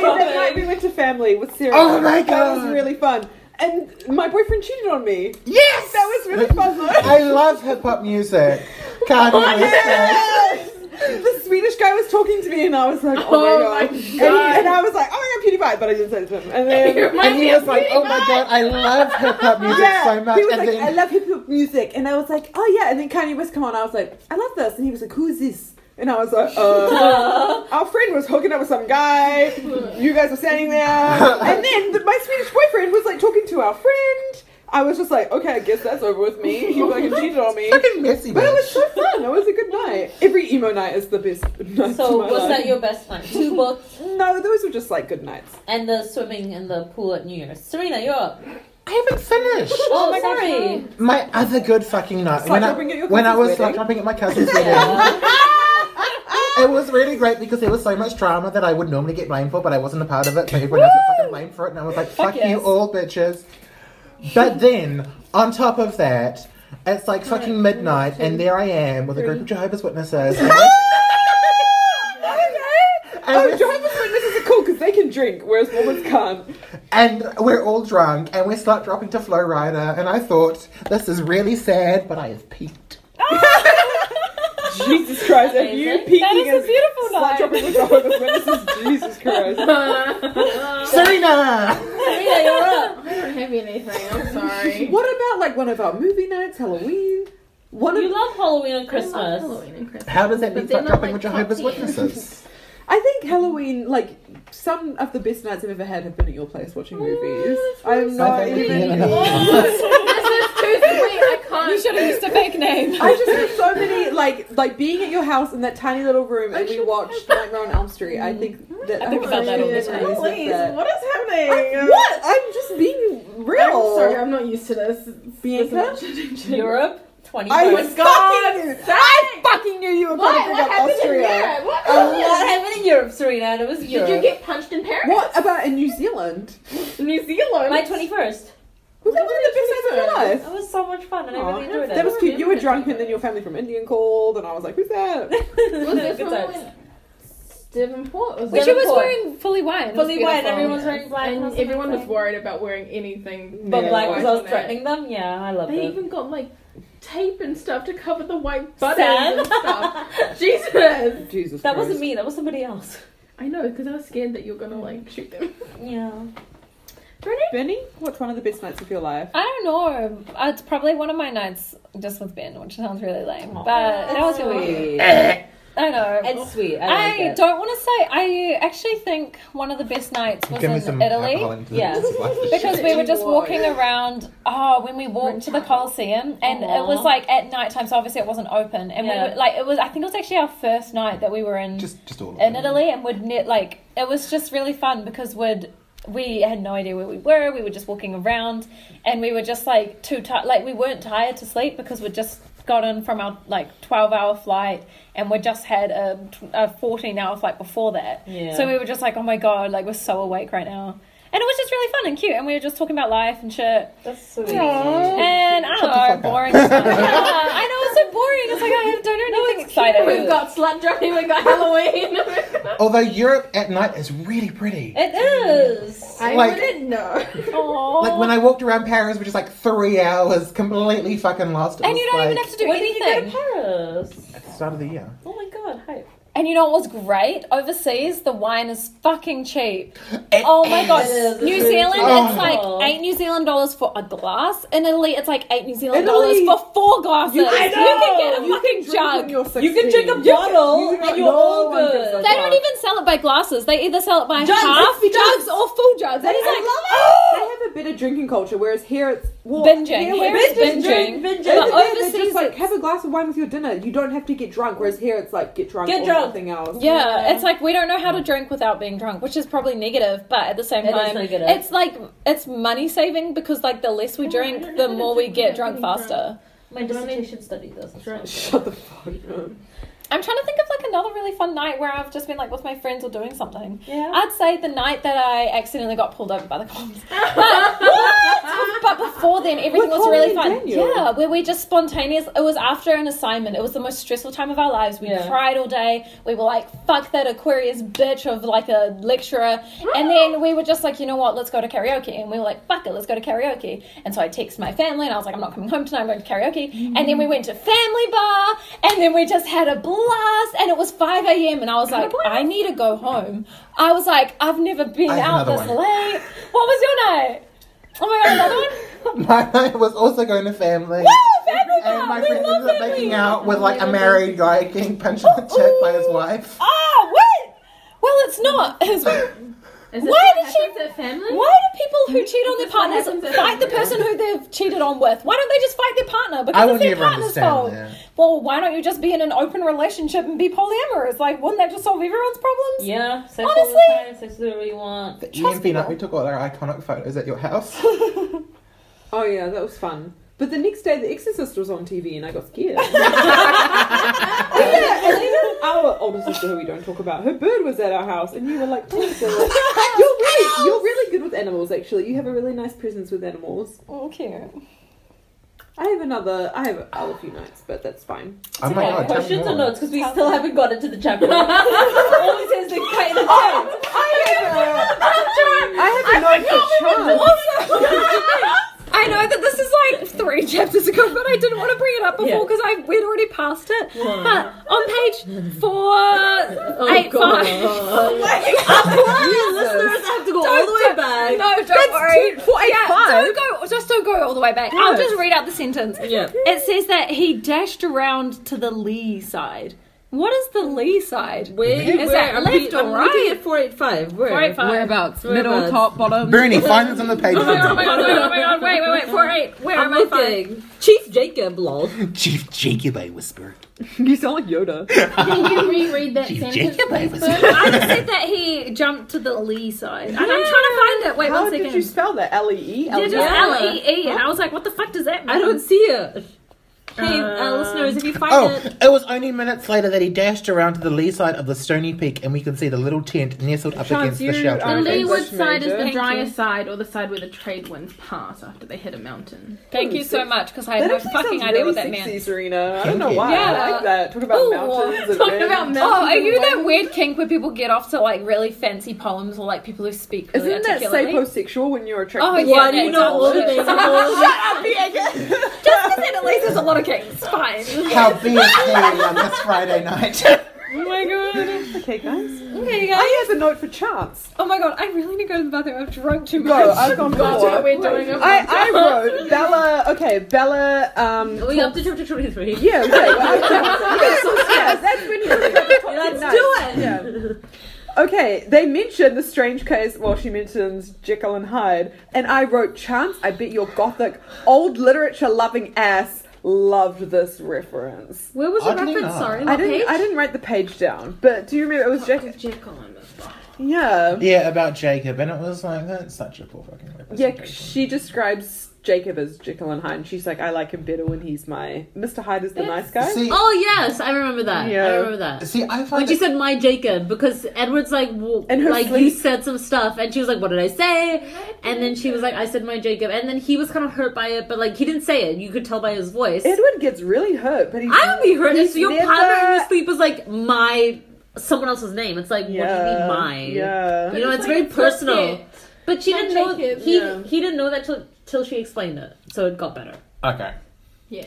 that night we went to family with Sarah.
Oh my
That was
God.
really fun. And my boyfriend cheated on me.
Yes,
That was really fun though.
I love hip hop music. Can't
Oh,
even say.
Yes! The Swedish guy was talking to me, and I was like, "Oh, my god!" And, he- and I was like, "Oh my god, PewDiePie!" But I didn't say it to him. And then
And he was like, "Oh my god, I love hip hop music
yeah,
so much."
he was
and
like,
then
"I love hip hop music," and I was like, "Oh yeah." And then Kanye West come on, I was like, "I love this," and he was like, "Who's this?" And I was like, uh, our friend was hooking up with some guy. You guys were standing there. And then the, my Swedish boyfriend was like talking to our friend. I was just like, okay, I guess that's over with me. He fucking cheated on me.
fucking messy.
But it was
bitch.
so fun. It was a good night. Every emo night is the best night.
So,
of my
was
life.
that your best night? Two books
No, those were just like good nights.
and the swimming in the pool at New Year's. Serena, you're up.
I haven't finished.
Oh, sorry.
My other good fucking night
Slut
when I,
dropping at your
when I
cousin's
was
wedding?
slut dropping at my cousin's wedding. It was really great because there was so much drama that I would normally get blamed for, but I wasn't a part of it, so everyone else got fucking blamed for it, and I was like, "Fuck you
yes.
all, bitches." But then, on top of that, it's like fucking midnight, and there I am with a group of Jehovah's Witnesses. and we're- and
Oh,
we're-
Jehovah's Witnesses are cool because they can drink, whereas Mormons can't.
And we're all drunk, and we start dropping to Flow Rider, and I thought, this is really sad, but I have peaked.
Jesus Christ, are you
Amazing.
peeking
That is a
as
beautiful
slut
night.
dropping with Jehovah's Witnesses? Jesus Christ.
Serena!
Serena, you're up.
I don't have anything. I'm sorry.
What about like one of our movie nights, Halloween? One
You
of
love Halloween
I
and
love
Christmas.
Halloween and Christmas.
How does that be
But they're
fucked
not,
up in
like,
Jehovah's
top ten.
Witnesses?
I think Halloween, like some of the best nights I've ever had have been at your place watching movies.
Mm,
I'm not
I've
even.
only-
Too sweet. I can't.
You should have used a fake name.
I just had so many like like being at your house in that tiny little room and we watched Nightmare on Elm Street. I think that
I think about that all the time.
Please,
what is happening?
what? I'm just being real.
I'm sorry, I'm not used to this.
Bianca?
Europe, 20.
I
points.
was fucking, I fucking knew you were going to
What?
bring
What
up
happened in
Austria.
Europe? What
Oh,
happened?
What happened in Europe, Serena? And it was
Did
Europe.
you get punched in Paris?
What about in New Zealand?
New Zealand?
My 21st.
Was that one of the best nights of your life?
That was so much fun and I really
Aw,
enjoyed it.
That was cute. You were drunk and then your family from India called and I was like, who's that?
Was this
Good
one
times.
when Devonport? Was
Which
it?
She was
Devonport.
wearing fully white.
Fully white,
Beautiful.
everyone was wearing black.
and
was
everyone was
amazing.
worried about wearing anything.
But
Yeah.
black
White
was I was
on it.
threatening them. Yeah, I love
They
it.
even got like tape and stuff to cover the white buttons
Sad.
and stuff. Jesus!
Jesus
That
Christ.
wasn't me. That was somebody else.
I know because I was scared that you were gonna like shoot them.
Yeah.
Benny, what's one of the best nights of your life?
I don't know. Uh, It's probably one of my nights just with Ben, which sounds really lame. But that was really. I know.
It's Oh, sweet. I, like
I
it.
don't want to say. I actually think one of the best nights was
Give me
in
some
Italy.
alcohol into
Yeah.
the
because we were just
Why?
walking around oh when we walked to the Colosseum and it was
Aw.
like at night time so obviously it wasn't open and
Yeah.
we were like it was I think it was actually our first night that we were in
Just, just all of
in
it.
Italy and we'd knit like it was just really fun because we'd we had no idea where we were. We were just walking around, and we were just like too tired. Like we weren't tired to sleep because we'd just gotten from our like twelve hour flight, and we just had a, tw- a fourteen hour flight before that.
Yeah.
So we were just like, oh my god, like we're so awake right now. And it was just really fun and cute, and we were just talking about life and shit.
That's sweet.
And I don't know, boring. stuff. Yeah, I know it's so boring. It's like I don't know anything exciting.
We've got slut driving, we've got Halloween.
Although Europe at night is really pretty.
It is.
I
Like-
wouldn't know.
Aww.
Like when I walked around Paris, which is like three hours, completely fucking lost. It
and
was
you don't even
like-
have to do
When did you go to
anything.
Paris?
at the start of the year.
Oh my god, hype.
And you know what was great? Overseas, the wine is fucking cheap. oh my god.
It is. It's
New
really
Zealand,
cheap.
it's like
Oh.
eight New Zealand dollars for a glass. In Italy, it's like eight New Zealand
Italy.
dollars for four glasses. You,
I
can get a
You
fucking jug.
You can drink a bottle
you don't
and you're all
know one drinks
good.
like-
They don't even sell it by glasses. They either sell it by
Jugs,
half
jugs.
jugs or full jugs. And it's like, oh!
They have a better drinking culture, whereas here it's well,
binging.
Here
Here
we're-
it's
Here
binging.
they're-
But
they're just
overseas,
like have a glass of wine with your dinner. You don't have to get drunk. Whereas here it's like get drunk
Get
or
drunk.
nothing else.
yeah, it's like we don't know how to drink without being drunk, which is probably negative. But at the same
It is
time,
negative.
it's like it's money saving because like the less we drink,
Oh, don't know
the
how to
more we
drink
get
without
drunk
being drunk.
faster.
My dissertation study does this.
Drunk.
Shut the fuck up.
I'm trying to think of like another really fun night where I've just been like with my friends or doing something.
Yeah.
I'd say the night that I accidentally got pulled over by the cops. But, but before then, everything
With
was
Holly
really fun.
and Daniel.
Yeah, where we just spontaneous. It was after an assignment. It was the most stressful time of our lives. We
Yeah.
cried all day. We were like, "Fuck that Aquarius bitch of like a lecturer." And then we were just like, "You know what? Let's go to karaoke." And we were like, "Fuck it, let's go to karaoke." And so I texted my family and I was like, "I'm not coming home tonight. I'm going to karaoke." And then we went to family bar. And then we just had a blast. And it was 5 a.m. And I was like, "I need to go home." I was like, "I've never been
I have
out
another
this
one.
late." What was your night? Oh my god, another one.
My night was also going to family. And my friend ended up making out with
Oh
like a married guy getting punched in the cheek by his wife.
Ah, what? Well, it's not. His, why
Is
Why did she-
happens at family?
do people who cheat on
This
their
is what
partners
happens at
fight the
home.
person who they've cheated on with? Why don't they just fight their partner? Because
I
it's
would
their
never
partner's
understand
fault.
that.
Well, why don't you just be in an open relationship and be polyamorous? Like, wouldn't that just solve everyone's problems?
Yeah, sex all
Honestly.
the time, sex do whatever you want.
The EMP night we took all our iconic photos at your house.
Oh yeah, that was fun. But the next day, The Exorcist was on TV, and I got scared. yeah, and then our older sister, who we don't talk about, her bird was at our house, and you were like, "Oh, Sarah, "You're really, you're really good with animals. Actually, you have a really nice presence with animals."
Oh, cute.
I have another. I have other few nights, but that's fine.
oh my god, tell me
Questions or
more.
notes? Because we still haven't got into the chapter. All it says is the cat in the
Oh,
tent.
I have a night for chance.
I know that this is like three chapters ago, but I didn't want to bring it up before
Yeah.
because I we'd already passed it. But on page
Oh,
four, eight, five.
Listeners have to go all the way back.
No, Oh don't worry. yeah, Don't go, just don't go all the way back. I'll just read out the sentence.
Yeah.
It says that he dashed around to the lee side. What is the lee side?
Where
Is that
I'm
left
re-
or
I'm
right?
looking at 485. Where?
485.
Whereabouts?
Whereabouts?
Middle, top, bottom.
Bernie, find us on the page.
Oh my god, oh my god, oh my god, wait, wait, wait, four, eight. Where
I'm
am I finding?
looking. Chief Jacob, lol.
Chief Jacob, I whispered.
You sound like Yoda.
Can you reread that
Chief
sentence?
Jacob, I
please,
whispered.
Bert?
I just said that he jumped to the lee side. And I'm trying to find it. Wait,
How
one
did
second.
you spell that? L E E.
They're just
Yeah.
L-E-E, and I was like, what the fuck does that mean?
I don't see it. Hey,
Uh,
uh, listeners, if you find
Oh,
it,
it was only minutes later that he dashed around to the lee side of the stony peak and we could see the little tent nestled up
Chance,
against the
you
shelter.
are
The
of
Okay.
leeward
Bush
side
major.
is the
Thank
drier
you.
side, or the side where the trade winds pass after they hit a mountain.
Thank you so much, because I had no
actually
fucking
sounds
idea what
really
that
sexy,
meant.
Serena. I
Thank
don't know
you.
why. I
Yeah.
like that. Talk about
Ooh,
mountains. and
Talking
men.
about mountains.
Oh, are you
and
that
wine.
weird kink where people get off to like really fancy poems or like people who speak really
Isn't that
articulately?
saposexual when you're attracted?
Oh,
to
yeah,
why do
that
you know all the
does.
things? Shut up,
Just because then at least there's a lot of kinks. Fine.
How big on this Friday night?
Oh my god.
Okay, guys.
Okay, you guys.
I have a note for chance.
Oh my god, I really need to go to the bathroom. I've drunk too much.
Go. I've gone
What
four.
we're doing a
I, I wrote Bella. Okay, Bella. Um.
Are we up to chapter 23?
Yeah. Wait, yes, yes, that's when you're.
Let's
Nice.
do it!
Yeah. Okay, they mentioned the strange case. Well, she mentions Jekyll and Hyde, and I wrote Chance. I bet your gothic, old literature loving ass loved this reference.
Where was
Oddly enough.
I didn't. I didn't write the page down, but do you remember it was Jekyll?
Jekyll and Hyde.
Yeah.
Yeah, about Jacob, and it was like that's such a poor fucking
Yeah, c-
representation.
she describes Jacob as Jekyll and Hyde. And she's like, I like him better when he's my Mr. Hyde is the nice guy.
See,
Oh yes, I remember that.
Yeah.
I remember that.
see, I find
When she
it,
said my Jacob, because Edward's like, well,
In her
like
sleep.
you said some stuff, and she was like, what did I say? And then she was like, I said my Jacob, and then he was kind of hurt by it, but like he didn't say it. You could tell by his voice.
Edward gets really hurt, but he's
I would be hurt if
he's
your
never-
partner in your sleep was like my someone else's name. It's like, what do you mean mine?
Yeah.
You know, it's
It's
very
like, that's
personal.
it.
But she
My
didn't know
Jacob,
he
yeah.
he didn't know that till till she explained it, so it got better.
okay.
Yeah.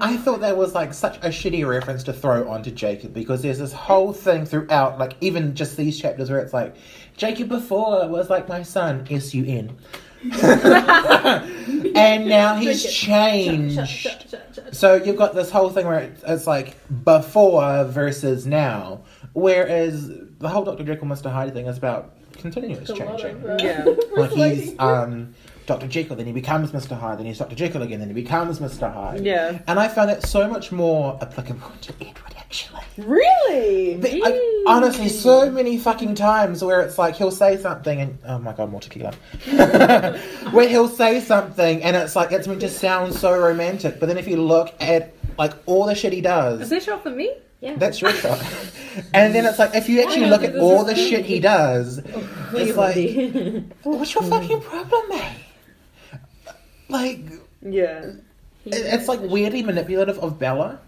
I thought that was like such a shitty reference to throw onto Jacob because there's this whole thing throughout, like even just these chapters where it's like, Jacob before was like my son, S U N. And now he's changed. So you've got this whole thing where it- it's like before versus now, whereas the whole Dr. Jekyll, Mr. Hyde thing is about continuous changing.
Yeah.
Like he's um, Dr. Jekyll, then he becomes Mr. Hyde, then he's Dr. Jekyll again, then he becomes Mr. Hyde.
Yeah.
And I found that so much more applicable to Edward, actually.
Really?
But, like, honestly, so many fucking times where it's like he'll say something and oh my god, more tequila. where he'll say something and it's like it's meant to sound so romantic, but then if you look at like all the shit he does,
that shot for me?
that's your shot. and then it's like if you actually look at all the shit he does,
Oh,
it's like, what's
Hmm.
your fucking problem, mate? Like,
Yeah.
it- it's like weirdly manipulative of Bella.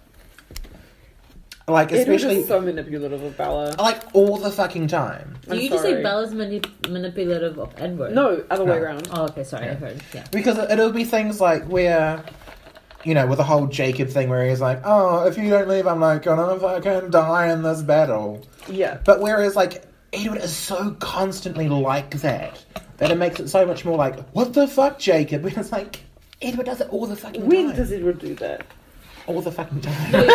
Like,
Edward
especially Oh.
is so manipulative of Bella.
like all the fucking time.
Do
I'm
you just say
sorry.
Bella's mani- manipulative of Edward?
No, other way
No.
around.
Oh, okay. Sorry, I heard. Yeah.
Because it- it'll be things like where, you know, with the whole Jacob thing where he's like, oh, if you don't leave, I'm like, gonna fucking die in this battle.
Yeah.
But whereas, like, Edward is so constantly like that, that it makes it so much more like, what the fuck, Jacob? When it's like, Edward does it all the fucking
When
time.
does Edward do that?
all the fucking time.
Point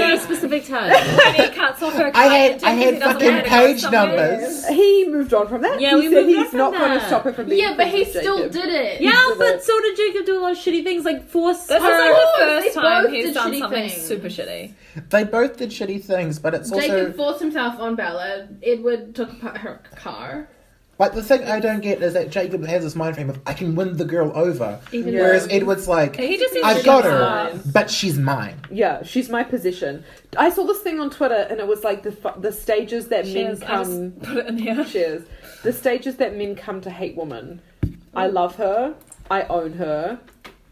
at a specific time.
And he cuts off her
I
cut
had
just
I had
because he doesn't
fucking
want her to go
page
somewhere.
numbers.
He moved on from that.
Yeah,
he
we
said
moved
he's
on from
not going to
that.
stop her from being
Yeah, but he
friends with
still
Jacob.
did it.
Yeah,
did
but
it.
so did Jacob do a lot of shitty things, like force
This is
her.
like the
course, they
first time
both
he's
did
done
shitty
something
things.
super shitty.
They both did shitty things, but it's also.
Jacob forced himself on Bella. Edward took apart her car.
Like the thing I don't get is that Jacob has this mind frame of I can win the girl over,
Even
Yeah.
whereas Edward's like
He just
I've
seems
got
really
her,
smart.
but she's mine.
Yeah, she's my position. I saw this thing on Twitter, and it was like the f- the stages that
Cheers,
men
I
come.
just put it in here.
Cheers. The stages that men come to hate women. I love her. I own her.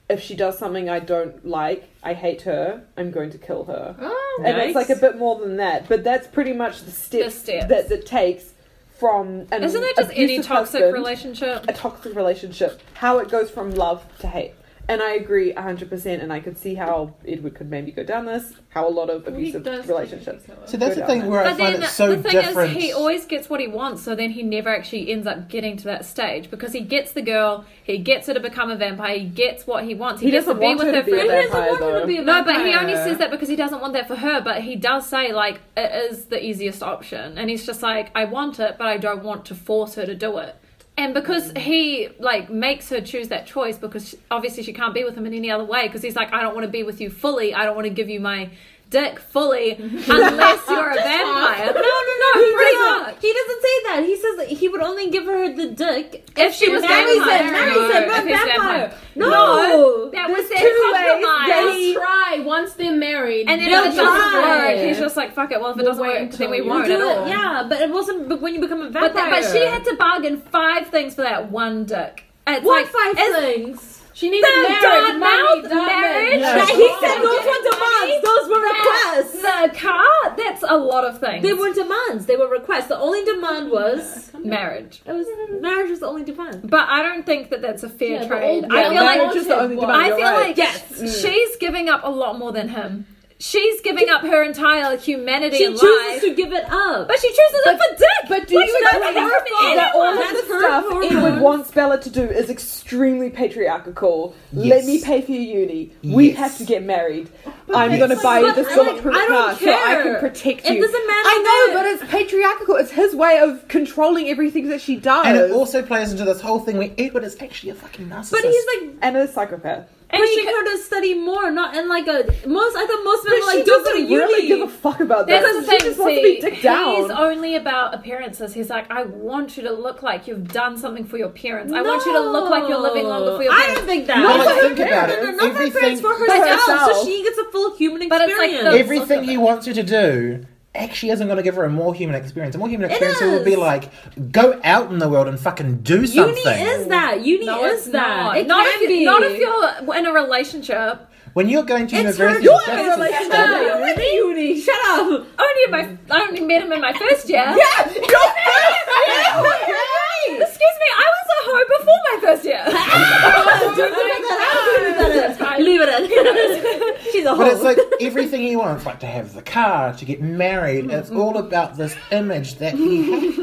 If she does something I don't like, I hate her. I'm going to kill her.
Oh,
And it's like a bit more than that, but that's pretty much the
The
steps,
steps.
that it takes from an
Isn't that just any
abusive
toxic
husband,
relationship?
a toxic relationship, how it goes from love to hate. And I agree 100%, and I could see how Edward could maybe go down this, how a lot of abusive relationships.
So that's the
Good
thing where I
But
find
then
it so
the thing
different.
is, he always gets what he wants, so then he never actually ends up getting to that stage because he gets the girl, he gets her to become a vampire, he gets what he wants, he,
He
gets to
doesn't
be
want
with
her
her
to be a
friends.
vampire, though.
No, but he only says that because he doesn't want that for her. But he does say like it is the easiest option, and he's just like, I want it, but I don't want to force her to do it. And because he like makes her choose that choice because she, obviously she can't be with him in any other way because he's like, I don't want to be with you fully. I don't want to give you my dick fully unless you're a vampire. No, no, no, pretty hard.
He doesn't say that. He says that he would only give her the dick
If she was
marries him.
vampire,
Marries
no,
him, not
if he's
vampire.
vampire.
No,
No,
that
there's
was their
two ways.
compromise.
They'll try once they're married.
And then
They'll
if it doesn't
try.
work, he's just like, fuck it. Well, if it
We'll
doesn't
wait
work, then we
until you
won't
do
at
it.
all.
Yeah, but it wasn't. But when you become a vampire,
But, that, but she had to bargain five things for that one dick. It's
what
like,
five
it's-
things?
she needs marriage, money,
dark mouth
diamonds.
marriage
Yeah.
That he said those were demands. Those were requests.
The car? That's a lot of things.
They were demands. They were requests. The only demand was
marriage.
it was marriage was the only demand.
But I don't think that that's a fair
Yeah, but all
trade.
the
I
other
feel like
marriage is the only demand,
I
you're
feel
right.
like she's giving up a lot more than him. She's giving up her entire humanity
She
and
chooses
life.
to give it up.
but she chooses it for dick.
But do
Which
you
that's
agree
her fault.
that all of
That's
the
her
stuff
hormones.
Edward wants Bella to do is extremely patriarchal? Let
Yes.
me pay for your uni. We
Yes.
have to get married. I'm going to
like-
buy you
but
this
I-
bulletproof
I don't
car so I
care.
can protect
It
you.
doesn't matter
I know,
that-
but it's patriarchal. It's his way of controlling everything that she does.
and it also plays into this whole thing where Edward is actually a fucking narcissist.
But he's like
and a psychopath.
pushing her to study more, not and like a most. I thought most men were
she
like, don't go to
doesn't
uni.
really give a fuck about that.
That's
She
the thing.
just wants to
See,
be dicked
he's
down.
only about appearances. He's like, I want you to look like you've done something for your parents. I want you to look like you're living longer for your
I
parents.
don't think that.
No,
Not
but
for
think
her
about
parents,
it.
Not for her parents,
Everything-
for
For
herself.
herself.
So she gets a full human
But it's like
experience.
the-
Everything he wants you to do actually isn't going to give her a more human experience. A more human experience will be
is.
like, go out in the world and fucking do
Uni
something.
is that. Uni
No,
is
it's
that.
not.
It
not
can
if,
be.
not if you're in a relationship.
When you're going to
It's her
university,
doing
that's-
relationship. You're in uni. Shut up.
Only in my, I only met him in my first year. Yeah, Excuse me, I was a hoe before my first year. That's fine.
Leave it in. She's a
But it's
hoe.
like everything he wants, like to have the car, to get married. It's all about this image that he.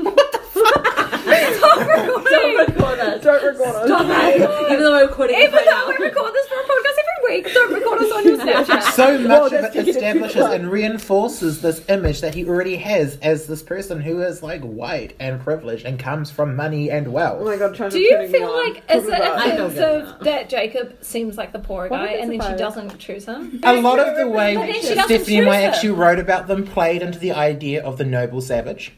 Don't record us.
Don't record us.
Stop it. Even though we're recording it
Even
right
though
now.
we record this for a podcast every week, don't record us on your Snapchat.
So much
that's
of it
just-
establishes and reinforces this image that he already has as this person who is like white and privileged and comes from money and
Oh
wealth.
my god, China's
Do you
putting me
feel
on.
like is it
Talking about-
I don't get
offensive that Jacob seems like the poor
would
guy
they
and then she
survive?
doesn't choose him?
A lot of the way
But then she doesn't
Stephanie and I
choose it.
actually wrote about them played into the idea of the noble savage.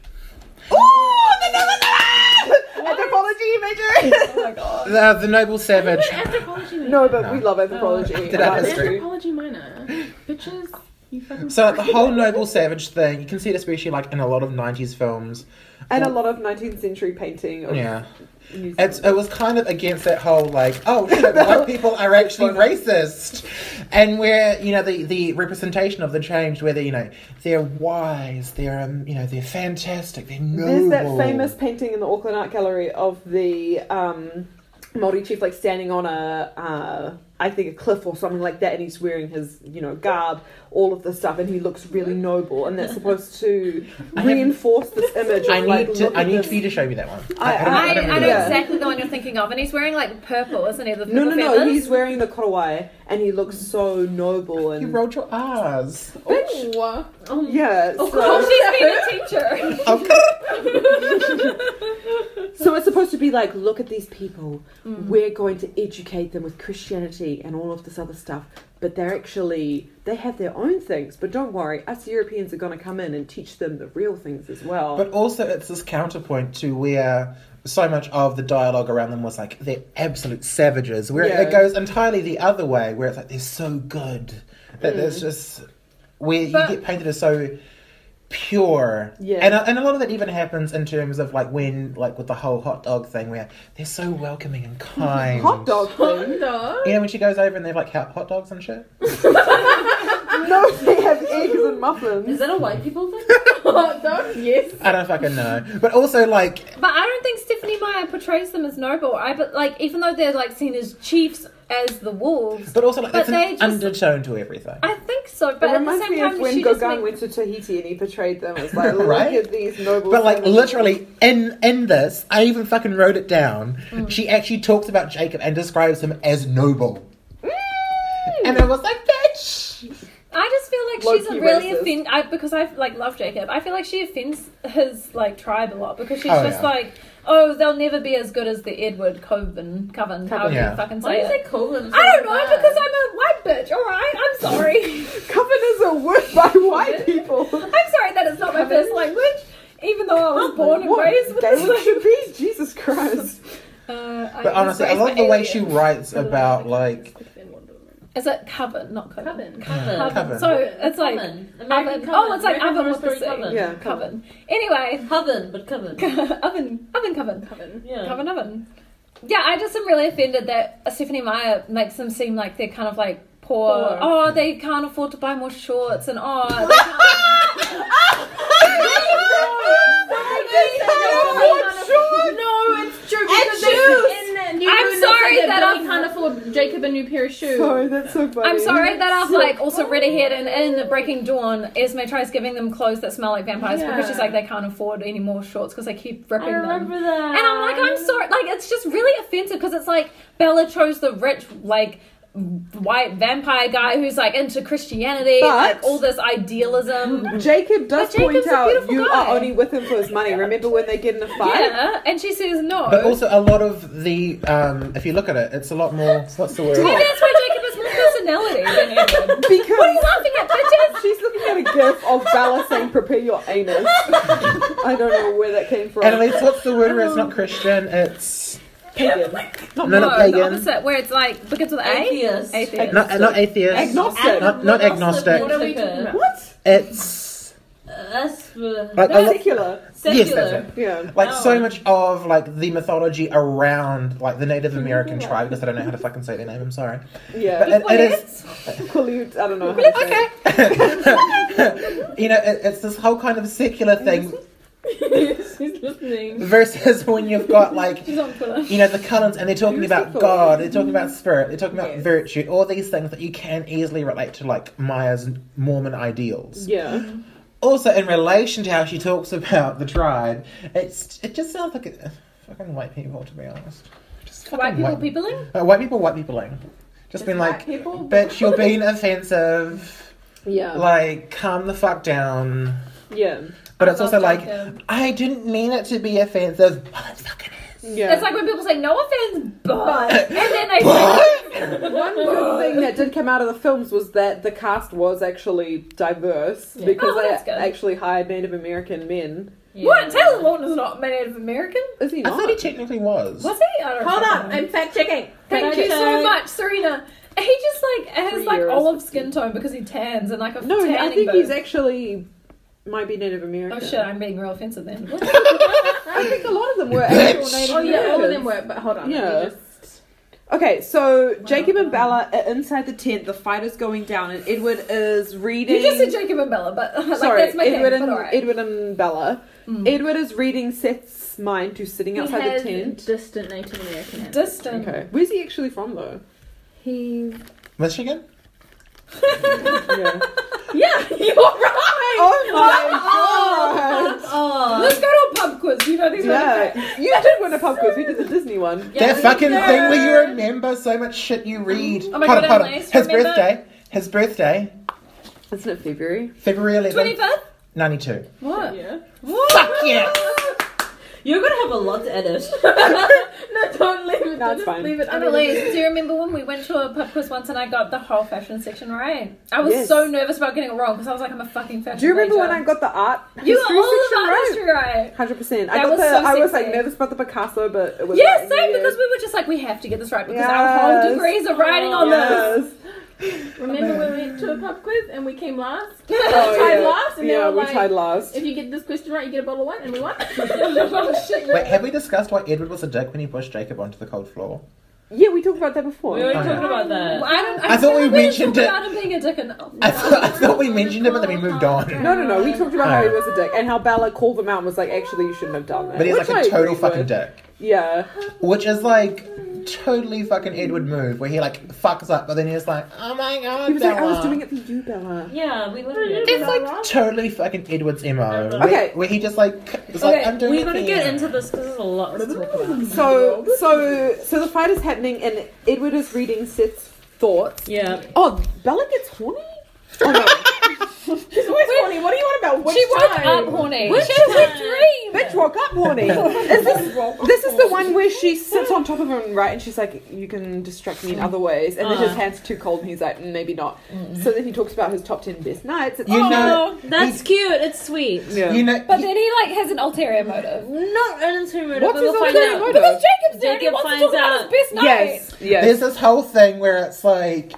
Anthropology major!
The, the noble savage.
Anthropology major.
no, but we love anthropology.
Did I
Like,
miss- History.
Anthropology minor. Bitches, you fucking.
So the whole noble savage thing, you can see it especially like in a lot of '90s films.
and a lot of 19th century painting of
Yeah.
New Zealand.
It's, it was kind of against that whole like, oh, shit, white people are actually racist, and where you know the, the representation of the change, where they you know they're wise, they're um, you know they're fantastic, they're noble.
There's that famous painting in the Auckland Art Gallery of the um, Maori chief, like standing on a, uh, I think a cliff or something like that, and he's wearing his, you know, garb, all of this stuff, and he looks really noble, and that's supposed to
I have-
reinforce this image. Of,
I need
like,
to
look
I
at
need
this.
for you to show me that one.
I-
don't-
I,
don't
I know
remember that.
exactly the one you're thinking of, and he's wearing like purple, isn't he? The
No, no,
purple
no.
feathers?
He's wearing the korowai, and he looks so noble
You
and
rolled your R's.
Bitch.
yeah.
Oh,
So,
she's been a teacher.
Okay.
so it's supposed to be like, look at these people.
Mm.
We're going to educate them with Christianity and all of this other stuff. But they're actually they have their own things. But don't worry, us Europeans are going to come in and teach them the real things as well.
But also, it's this counterpoint to where so much of the dialogue around them was like they're absolute savages, where
Yeah.
it goes entirely the other way, where it's like they're so good that there's just where
But-
you get painted as so pure.
Yeah.
And a, and a lot of that even happens in terms of like when like with the whole hot dog thing, where they're so welcoming and kind.
Hot dog thing?
Dog.
Yeah, when she goes over and they're like hot hot dogs and shit.
No, they have eggs and muffins.
Is that a white people thing?
Hot dog. Yes.
I don't fucking know. But also like
But I don't think Stephanie Meyer portrays them as noble. I but like even though they're like seen as chiefs as the wolves.
but also like
But
it's an
they just-
undertone to everything.
I think so,
It
but at the
reminds
same
me of
time
when
she just
Gauguin
makes-
went to Tahiti and he portrayed them as like, look
Right?
at these noble.
But like
savages.
literally in in this, I even fucking wrote it down. She actually talks about Jacob and describes him as noble. And I was like, bitch.
I just feel like she's
Low-key
a really
racist.
offend I, because I like love Jacob. I feel like she offends his like tribe a lot because she's
Oh,
just
yeah.
like, oh, they'll never be as good as the Edward Coven, Coven, however
Yeah.
you fucking
Why
say
is
it.
it colon?
I don't know because I'm a white bitch. All right, I'm sorry.
covered as a word by white people.
I'm sorry that it's not my first language, even though I was born and
What
raised with this.
Gaelic should be? Jesus Christ.
Uh, I
But
was
honestly, I
raised
love
by
the way
aliens.
she writes about like
Is it coven, not coven?
Coven.
Coven.
Coven.
Coven.
So it's like
American
oven.
coven.
Oh, it's like
American
oven
Horror
with the
Story
C.
coven.
Yeah, covered.
coven. Anyway,
Coven, but coven.
oven, oven, coven,
Coven.
Yeah.
coven, oven. Yeah, I just am really offended that Stephanie Meyer makes them seem like they're kind of like poor.
Poor.
Oh, they can't afford to buy more shorts, and oh. They can't-
No, Oh, it's true. Because shoes. In the new
I'm
room,
sorry
it's like
that
Billy
I've-
can't afford Jacob a new pair of shoes.
Sorry, that's so funny.
I'm sorry that I've like also read ahead and in Breaking Dawn, Esme tries giving them clothes that smell like vampires because
Yeah.
she's like they can't afford any more shorts because they keep
I
ripping them.
remember that.
And I'm like, I'm sorry. Like, it's just really offensive because it's like Bella chose the rich, like, white vampire guy who's like into Christianity,
But-
like all this idealism.
Jacob does
But
point
Jacob's a
out
beautiful
you
guy.
are only with him for his money. Remember when they get in a fight?
Yeah, and she says no.
but also a lot of the um if you look at it, it's a lot more what's the word?
Maybe that's why Jacob has more personality than Edward.
of Bella saying prepare your anus. I don't know where that came from.
And at least what's the word where it's not Christian? It's
Pagan.
not
No,
not
the
pagan.
opposite, where it's like begins with A.
Atheist.
Atheist.
Not, not atheist.
Agnostic.
Not, not agnostic.
What are we talking about?
What?
It's
That's
like, a lot-
Secular.
yes,
secular.
that's it.
Yeah.
Like so
Oh.
much of like the mythology around like the Native American tribe because I don't know how to fucking say their name. I'm sorry, but
uh,
Yeah.
it, it is
Collude. I don't know. How to say okay.
you know, it, it's this whole kind of secular thing
She's listening.
versus when you've got like, you know, the Cullens and they're talking
Who's
about
the
God,
Cullens?
they're talking about spirit, they're talking about
Yes.
virtue, all these things that you can easily relate to like Maya's Mormon ideals.
Yeah.
Also, in relation to how she talks about the tribe, it's it just sounds like a, fucking white people, to be honest. Just
White
fucking
people peopling?
Uh, white people, white peopling. Just been like, bitch, you're being offensive.
Oh.
Yeah.
Like, calm the fuck down.
Yeah.
But it's also
Calm
like,
down.
I didn't mean it to be offensive. Well, it fucking is.
Yeah.
It's like when people say no offense, but and then they
One good thing that did come out of the films was that the cast was actually diverse because
Oh,
they
that's good.
actually hired Native American men.
what? Taylor Lautner is not Native American.
Is he
I
not?
thought he technically was.
Was he? I don't
Hold
know.
on, I'm fact checking.
Thank
Can I
you so
check?
much, Serena. He just like has
Three
like
euros
olive skin tone because he tans and like a
no,
tanning
I think
booth.
he's actually might be Native American.
Oh shit, I'm being real offensive then.
I think a lot of them were actual Native
Oh yeah, all of them
Americans.
were, but hold on.
Yeah. Okay, so Jacob and Bella are inside the tent. The fight is going down, and Edward is reading.
you just said Jacob and Bella, but like
Sorry,
that's my
Edward
thing.
and
But Mm. alright.
Edward and Bella. Edward is reading Seth's mind who's sitting outside the tent.
distant Native American. ancestry.
Distant.
Okay, Um, where's he actually from though?
He.
Michigan?
yeah.
Yeah, you're right.
Oh my god!
Oh.
Let's go to a pub quiz. You know these are the
Yeah, you did win a pub quiz. We did the Disney one.
that fucking thing where you remember so much shit you read.
Oh
Hold
my God,
on, hold on.
Annalise,
His
remember-
birthday. His birthday,
Isn't it February?
February 11th,
25th?
92.
What?
Yeah.
Fuck yeah!
You're gonna have a lot to edit.
No, don't leave it.
No, it's
just
fine.
Leave it.
Annalise, do you remember when we went to a pub quiz once and I got the whole fashion section right? I was
Yes.
so nervous about getting it wrong because I was like, I'm a fucking fashion
Do you remember when
major.
I got the art?
You got
history
all of
section
our
right?
history right.
Hundred percent. I
That
got
was
the.
so
I was like
sexy.
nervous about the Picasso, but it was.
Yeah,
like,
same
yeah.
because we were just like, we have to get this right because our
Yes. Oh,
whole degrees are riding on this.
Yes.
Remember when we went to a pub quiz and we came last?
Oh,
tied
yeah.
last, and
yeah,
they were
we
like,
tied last.
if you get this question right, you get a bottle of wine, and we won. Oh,
Wait, have we discussed why Edward was a dick when he pushed Jacob onto the cold floor?
Yeah, we talked about that before.
We were
Oh, yeah.
talking about that.
Well, I don't. I,
I thought we
don't
mentioned
talk
it.
About him being a dick and
I thought, I thought we mentioned it, but then we moved on.
No, no, no. We talked about how he
Oh.
was a dick and how Bella called him out and was like, actually, you shouldn't have done that.
But he's
Which
like a
I
total
agreed
fucking
with.
dick.
Yeah.
Which is like totally fucking Edward move, where he like fucks up, but then he's like, oh my god,
He was like, I was
Bella."
doing it for you, Bella.
yeah, we learned it.
It's like totally fucking Edward's MO.
Okay.
Where, where he just like, it's like, I'm doing
we're
it
gonna
for
get
you."
into this because there's a lot to talk about.
So, so, so the fight is happening and Edward is reading Seth's thoughts.
Yeah.
Oh, Bella gets horny? Oh, no.
She's always horny. What do you want about which
She woke
time?
up horny.
Which
she had
time?
a dream.
Bitch woke up horny. Is this, this is the one where she sits on top of him, right? And she's like, you can distract me in other ways. And then his
Uh.
hand's too cold and he's like, "Mm, maybe not. So then he talks about his top 10 best nights. It's, oh,
You know,
Oh, that's cute. It's sweet.
yeah.
you know,
But then he like has an ulterior motive.
Not an interior,
What's
but
his
we'll find
ulterior
out.
motive?
Because Jacob's there
Jacob
Jacob wants to
finds
talk about
out.
his best night.
yes, yes.
There's this whole thing where it's like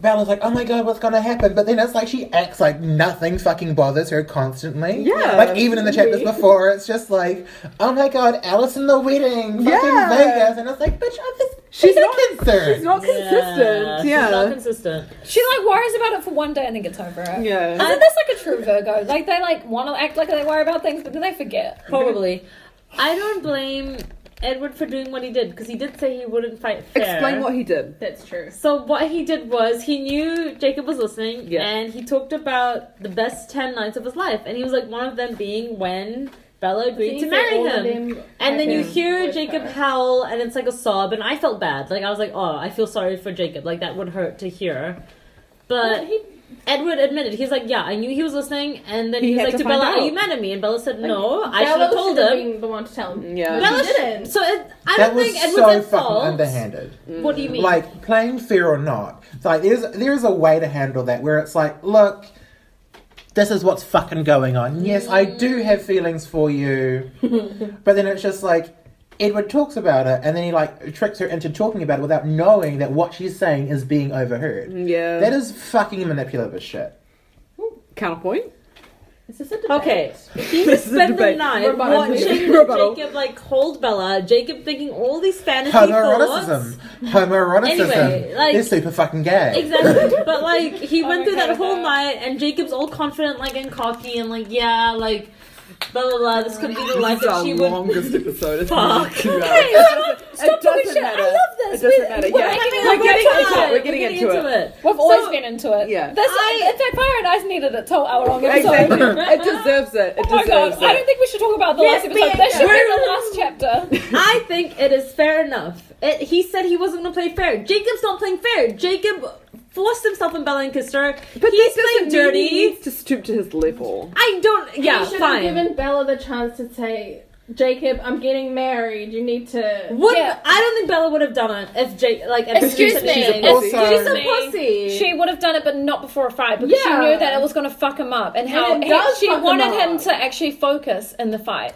Bella's like, oh my god, what's gonna happen? But then it's like she acts like nothing fucking bothers her constantly.
Yeah.
Like even in the chapters
Really?
before, it's just like, oh my god, Alice in the wedding, fucking
Yeah.
Vegas, and it's like, bitch, I'm just,
She's
she's not
not-
concerned.
She's not consistent.
She's not
Yeah.
consistent.
She like worries about it for one day and then gets over it.
Yeah.
Uh,
Isn't this like a true Virgo? Like they like want to act like they worry about things, but then they forget.
Probably. I don't blame Edward for doing what he did because he did say he wouldn't fight fair.
Explain what he did.
That's true.
So what he did was he knew Jacob was listening,
Yeah.
and he talked about the best ten nights of his life, and he was like one of them being when Bella agreed to marry him. And then you hear Jacob howl, and it's like a sob, and I felt bad. Like I was like, oh, I feel sorry for Jacob. Like that would hurt to hear, but.
he-
Edward admitted he's like, yeah, I knew he was listening, and then
He
he, was
had
like
to
to,
find
Bella,
out.
"Are you mad at me?" And Bella said, "No, I should
Bella
have told
should've
him."
been the one to tell him.
Yeah.
But
Bella
she didn't.
So it, I
That
don't
was
think
so
Edward's at
fucking
fault.
underhanded.
What do you mean?
Like playing fair or not, like there's there is a way to handle that where it's like, look, this is what's fucking going on. Yes, I do
Mm.
have feelings for you. but then it's just like, Edward talks about it and then he like tricks her into talking about it without knowing that what she's saying is being overheard.
Mm.
Yeah.
That is fucking manipulative shit.
counterpoint.
Is this a debate?
Okay, he
This is a
spent the
debate.
night
Rebuttal.
watching
Rebuttal.
Jacob like hold Bella. Jacob thinking all these fantasy thoughts.
Homoeroticism. Homoeroticism.
Anyway, like-
They're super fucking gay.
Exactly, but like he
Oh
went
I'm
through
okay
that
with
whole
that.
night, and Jacob's all confident, like and cocky, and like yeah, like blah blah blah. This could be the life
This is
that
our
she would.
longest episode. It's
Fuck.
been two hours.
Stop
it
doing
doesn't
shit.
matter.
I love this.
It
We-
doesn't matter.
we're
Yeah.
having a
We're
good
getting
time.
into it. We're getting into it.
We've always
So-
been into it.
Yeah.
This,
I-
uh,
in fact, Fire and Ice needed a whole hour long episode.
Exactly. it deserves it. It
Oh my god,
deserves
I
it.
don't think we should talk about the
Yes,
last episode. This should
Bianca.
be the last chapter.
I think it is fair enough. It, he said he wasn't going to play fair. Jacob's not playing fair. Jacob forced himself on Bella and kissed her.
But
He's
this doesn't
playing
mean
dirty.
he needs to stoop to his level.
I don't. Yeah,
you should
fine.
have given Bella the chance to say, Jacob, I'm getting married. You need to.
would
Yeah.
I don't think Bella would have done it if Jake like if
Excuse
she
me.
said she's a
Also-
pussy. She's a
me.
pussy.
She would have done it, but not before a fight because
Yeah.
she knew that it was going to fuck him up, and how
And it
he-
does
she
fuck him
wanted
up.
him to actually focus in the fight.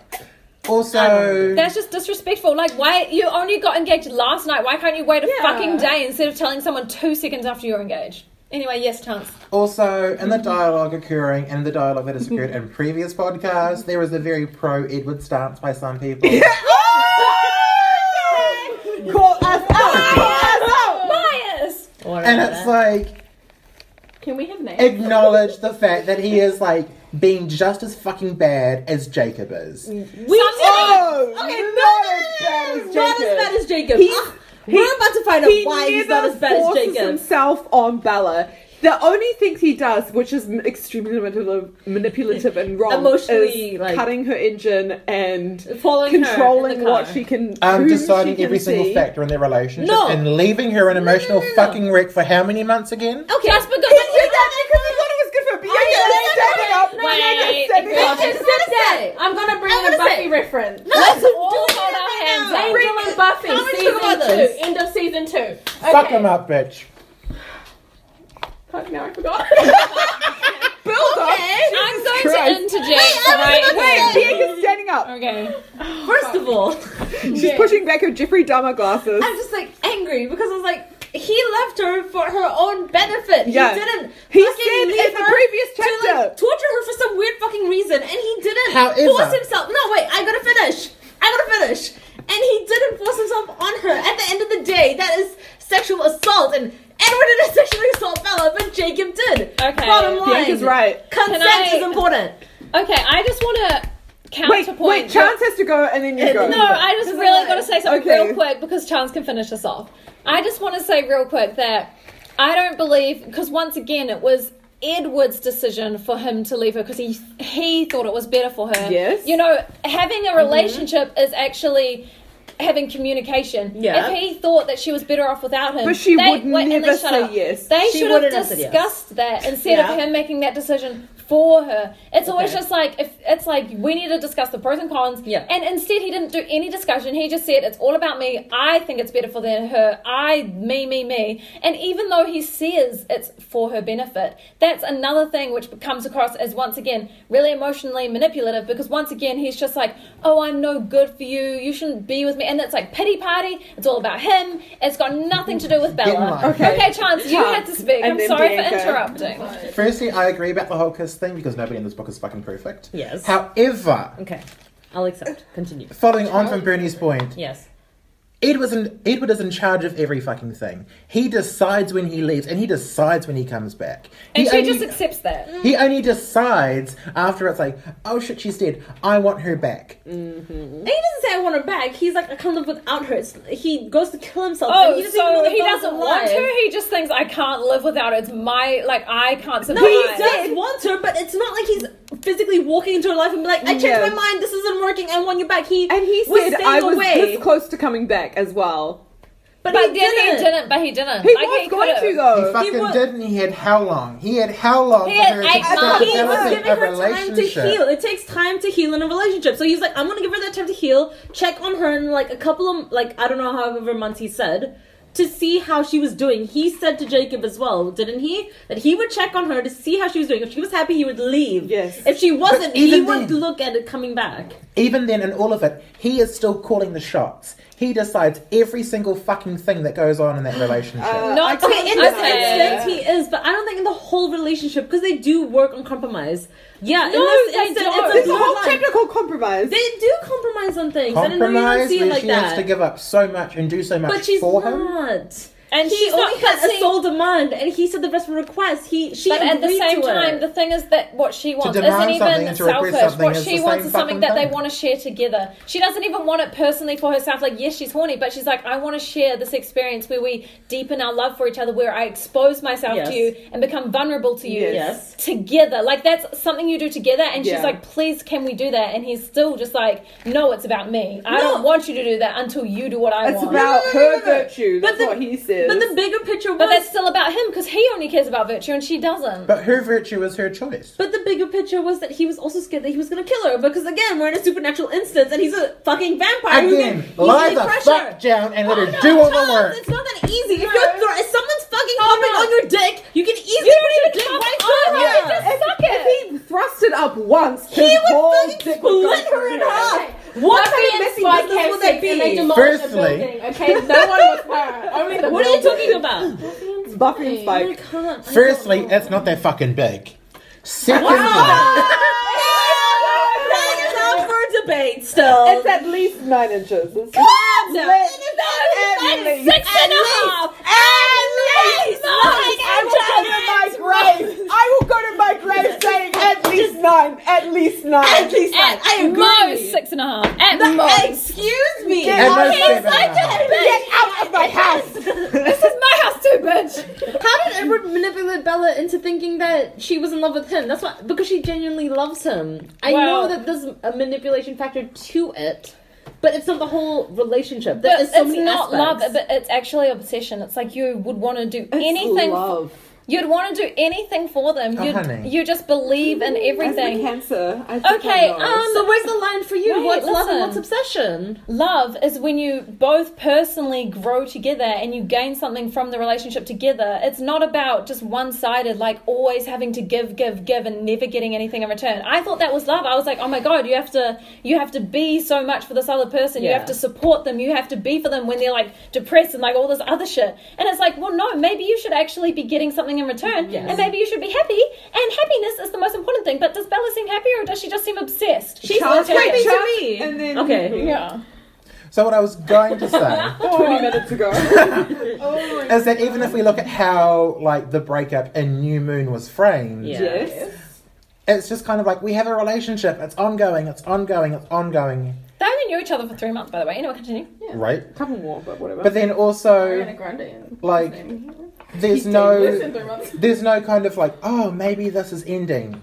Also,
That's just disrespectful. Like, why you only got engaged last night? Why can't you wait a
Yeah.
fucking day instead of telling someone two seconds after you're engaged? Anyway, yes, Chance.
also in the
Mm-hmm.
dialogue occurring and the dialogue that has occurred in previous podcasts, there was a very pro Edward stance by some people.
Call us out! Call us out!
Bias.
and it's like
Can we have names?
acknowledge the fact that he is like being just as fucking bad as Jacob is.
we
Oh,
no,
no,
not as bad as Jacob.
He's-
Ah, We're about to find out
he
why he's not
never
as bad as
forces
Jacob.
himself on Bella. The only thing he does, which is m- extremely manipulative, manipulative and wrong,
Emotionally,
is
like-
cutting her engine and
Following her in the
controlling what
car.
she can.
Um,
whom she
deciding
can
every single
see.
factor in their relationship
No.
and leaving her an emotional fucking wreck for how many months again?
Okay.
Just because.
He did that because he thought it was good for Bianca. He's standing up.
Oh,
Bianca's standing
Wait.
up.
Just said that.
I'm gonna bring
I
in
wanna
a Buffy
say-
reference.
Let's all hold our hands up.
Angel and Buffy,
How much
season
about
two,
this?
end of season two. Okay.
Fuck him up, bitch.
Fuck, now I forgot.
I'm going
Christ.
to interject right here.
Bianca's standing up.
Okay.
First of all,
She's pushing back her Jeffrey Dahmer glasses.
I'm just like angry because I was like, he left her for her own benefit.
Yeah.
He didn't.
He
fucking
said in
leave
the
her
previous
to,
chapter.
like, torture her for some weird fucking reason, and he didn't
However-
force himself. No, wait, I gotta finish. I gotta finish. And he didn't force himself on her. At the end of the day, that is sexual assault, and Edward didn't sexually assault Bella, but Jacob did.
Okay.
Bottom line.
Bianca's right.
Consent
Can I-
is important.
Okay, I just want to
Wait,
counterpoint.
wait, Chance has to go and then you
And
go.
No, I just really got to say something
Okay.
real quick because Chance can finish us off. I just want to say real quick that I don't believe because once again it was Edward's decision for him to leave her because he he thought it was better for her.
Yes.
you know, having
Mm-hmm.
a relationship is actually. Having communication.
Yeah.
If he thought that she was better off without him,
But she
they-
would
wait, and they
never
shut
say
up.
yes.
They
She
should have
wouldn't have said yes.
discussed that instead of
Yeah.
him making that decision for her. It's always
Okay.
just like if it's like we need to discuss the pros and cons.
Yeah.
And instead, he didn't do any discussion. He just said, "It's all about me. I think it's better for than her. I, me, me, me." And even though he says it's for her benefit, that's another thing which comes across as once again really emotionally manipulative. Because once again, he's just like, "Oh, I'm no good for you. You shouldn't be with me." And it's like pity party. It's all about him. It's got nothing to do with Bella.
life.
Okay, Chance, you had to speak.
And
I'm
then
sorry for
Bianca.
interrupting.
Firstly, I agree about the whole kiss thing because nobody in this book is fucking perfect.
Yes.
However,
Okay. I'll accept. Continue.
following on from Bernie's point,
Yes.
Edward's in, Edward is in charge of every fucking thing. He decides when he leaves and he decides when he comes back.
And
he
she
only,
just accepts that.
he only decides after it's like, oh shit, she's dead. I want her back.
And he doesn't say I want her back. He's like, I can't live without her. It's, he goes to kill himself.
Oh,
and he doesn't even know
so
the
he
dog's
doesn't
alive.
want her. He just thinks I can't live without it. It's my like I can't survive.
No, he does want her, but it's not like he's physically walking into her life and be like, I changed
Yeah.
my mind. This isn't working. I want you back. He
and he
was
said
staying
I was
away,
this close to coming back as well.
but,
But
he
then he
didn't.
didn't. But he didn't.
He
Like,
was going
could've.
to though.
he fucking
wa-
didn't. He had how long? He had how long
He
for
had
her
eight
to start
months.
He was
developing
giving
a
her time to
relationship?
heal. It takes time to heal in a relationship. So he's like, I'm gonna give her that time to heal. Check on her in like a couple of like I don't know however months he said. to see how she was doing. He said to Jacob as well, didn't he? That he would check on her to see how she was doing. If she was happy, he would leave.
Yes.
If she wasn't, he
even
would
then-
look at it coming back.
Even then, in all of it, he is still calling the shots. He decides every single fucking thing that goes on in that relationship.
Not
Okay, in this instance he is, but I don't think in the whole relationship because they do work on compromise. Yeah, in this
they
instance,
don't.
it's
There's
a
a
blurred
whole
line.
technical compromise.
They do compromise on things. I don't know you don't
Compromise
see it
where
like
she
that.
has to give up so much and do so much
but she's
for him.
not.
And
He
she's not
only had a
cussing-
sole demand, and he said the rest were requests. He she
But at the
agreed
same
to it.
time, the thing is that what she wants
demand
isn't
something
even
and to request
selfish.
something
What
is
she
the
wants
same
is something
fucking
that they
thing.
want to share together. She doesn't even want it personally for herself. Like, yes, she's horny, but she's like, I want to share this experience where we deepen our love for each other, where I expose myself
Yes.
to you and become vulnerable to you
Yes.
together. Like, that's something you do together. And she's
Yeah.
like, please, can we do that? And he's still just like, no, it's about me. I don't want you to do that until you do what I
It's
want.
about her virtue.
But
That's
the-
what he says.
but the bigger picture was.
but that's still about him because he only cares about virtue and she doesn't.
But her virtue is her choice.
but the bigger picture was that he was also scared that he was gonna kill her because again we're in a supernatural instance and he's a fucking vampire who
Again,
can
lie
easily
the
crush her.
fuck down and let her do all the work.
It's not that easy. If you're thro- if someone's fucking hopping on your dick, you can easily put your dick right through her.
if, if he thrust it up once, his
He would
whole
fucking
dick would go
split her in
through.
half. What kind
Lesbians
of messy
fight,
business
have
would
sex,
that be?
and they demolish a
Firstly-
building. Okay, no one was there. Only the
What are you
building.
talking about?
Buffy and
I
Spike.
can't.
Firstly, it's not that fucking big. Secondly,
That is up for debate still.
It's at least nine inches. It's
Calm down.
It's
At
at
least.
least.
At least. At least.
I will go to my grave. I will go to my grave saying at least nine. At least nine.
At least. I agree.
Most six and a half. At
No,
most.
Excuse me.
Get
and
out
most
of
seven and a half.
Get out of my house.
How did Edward manipulate Bella into thinking that she was in love with him? That's why, because she genuinely loves him. I know
Well-
that there's a manipulation factor to it, but it's not the whole relationship. There is so
it's
many
not
aspects.
love, but it's actually obsession. It's like you would want to do anything.
love.
You'd want to do anything for them.
Oh,
you
honey.
you just believe in
As my
everything.
cancer. I think
Okay,
I know.
um,
so where's the line for you?
Wait,
what's love and
listen.
what's obsession?
love is when you both personally grow together and you gain something from the relationship together. It's not about just one-sided, like always having to give, give, give, and never getting anything in return. I thought that was love. I was like, oh my god, you have to, you have to be so much for this other person. You
Yeah.
have to support them. You have to be for them when they're like depressed and like all this other shit. And it's like, well, no, maybe you should actually be getting something in return,
Yes.
and maybe you should be happy. And happiness is the most important thing. But does Bella seem happy or does she just seem obsessed?
She's
Chuck,
looking
wait,
to
Chuck,
me.
and then-
okay.
yeah.
So what I was going to
Oh
say
Twenty minutes ago.
is that even if we look at how like the breakup in New Moon was framed,
Yeah.
Yes.
it's just kind of like we have a relationship. It's ongoing. It's ongoing. It's ongoing.
They only knew each other for three months, by the way. Anyway, continue.
Right.
Couple more, but whatever.
But then also
Ariana Grande and-
like there's
Listen,
no
three months.
there's no kind of like oh maybe this is ending.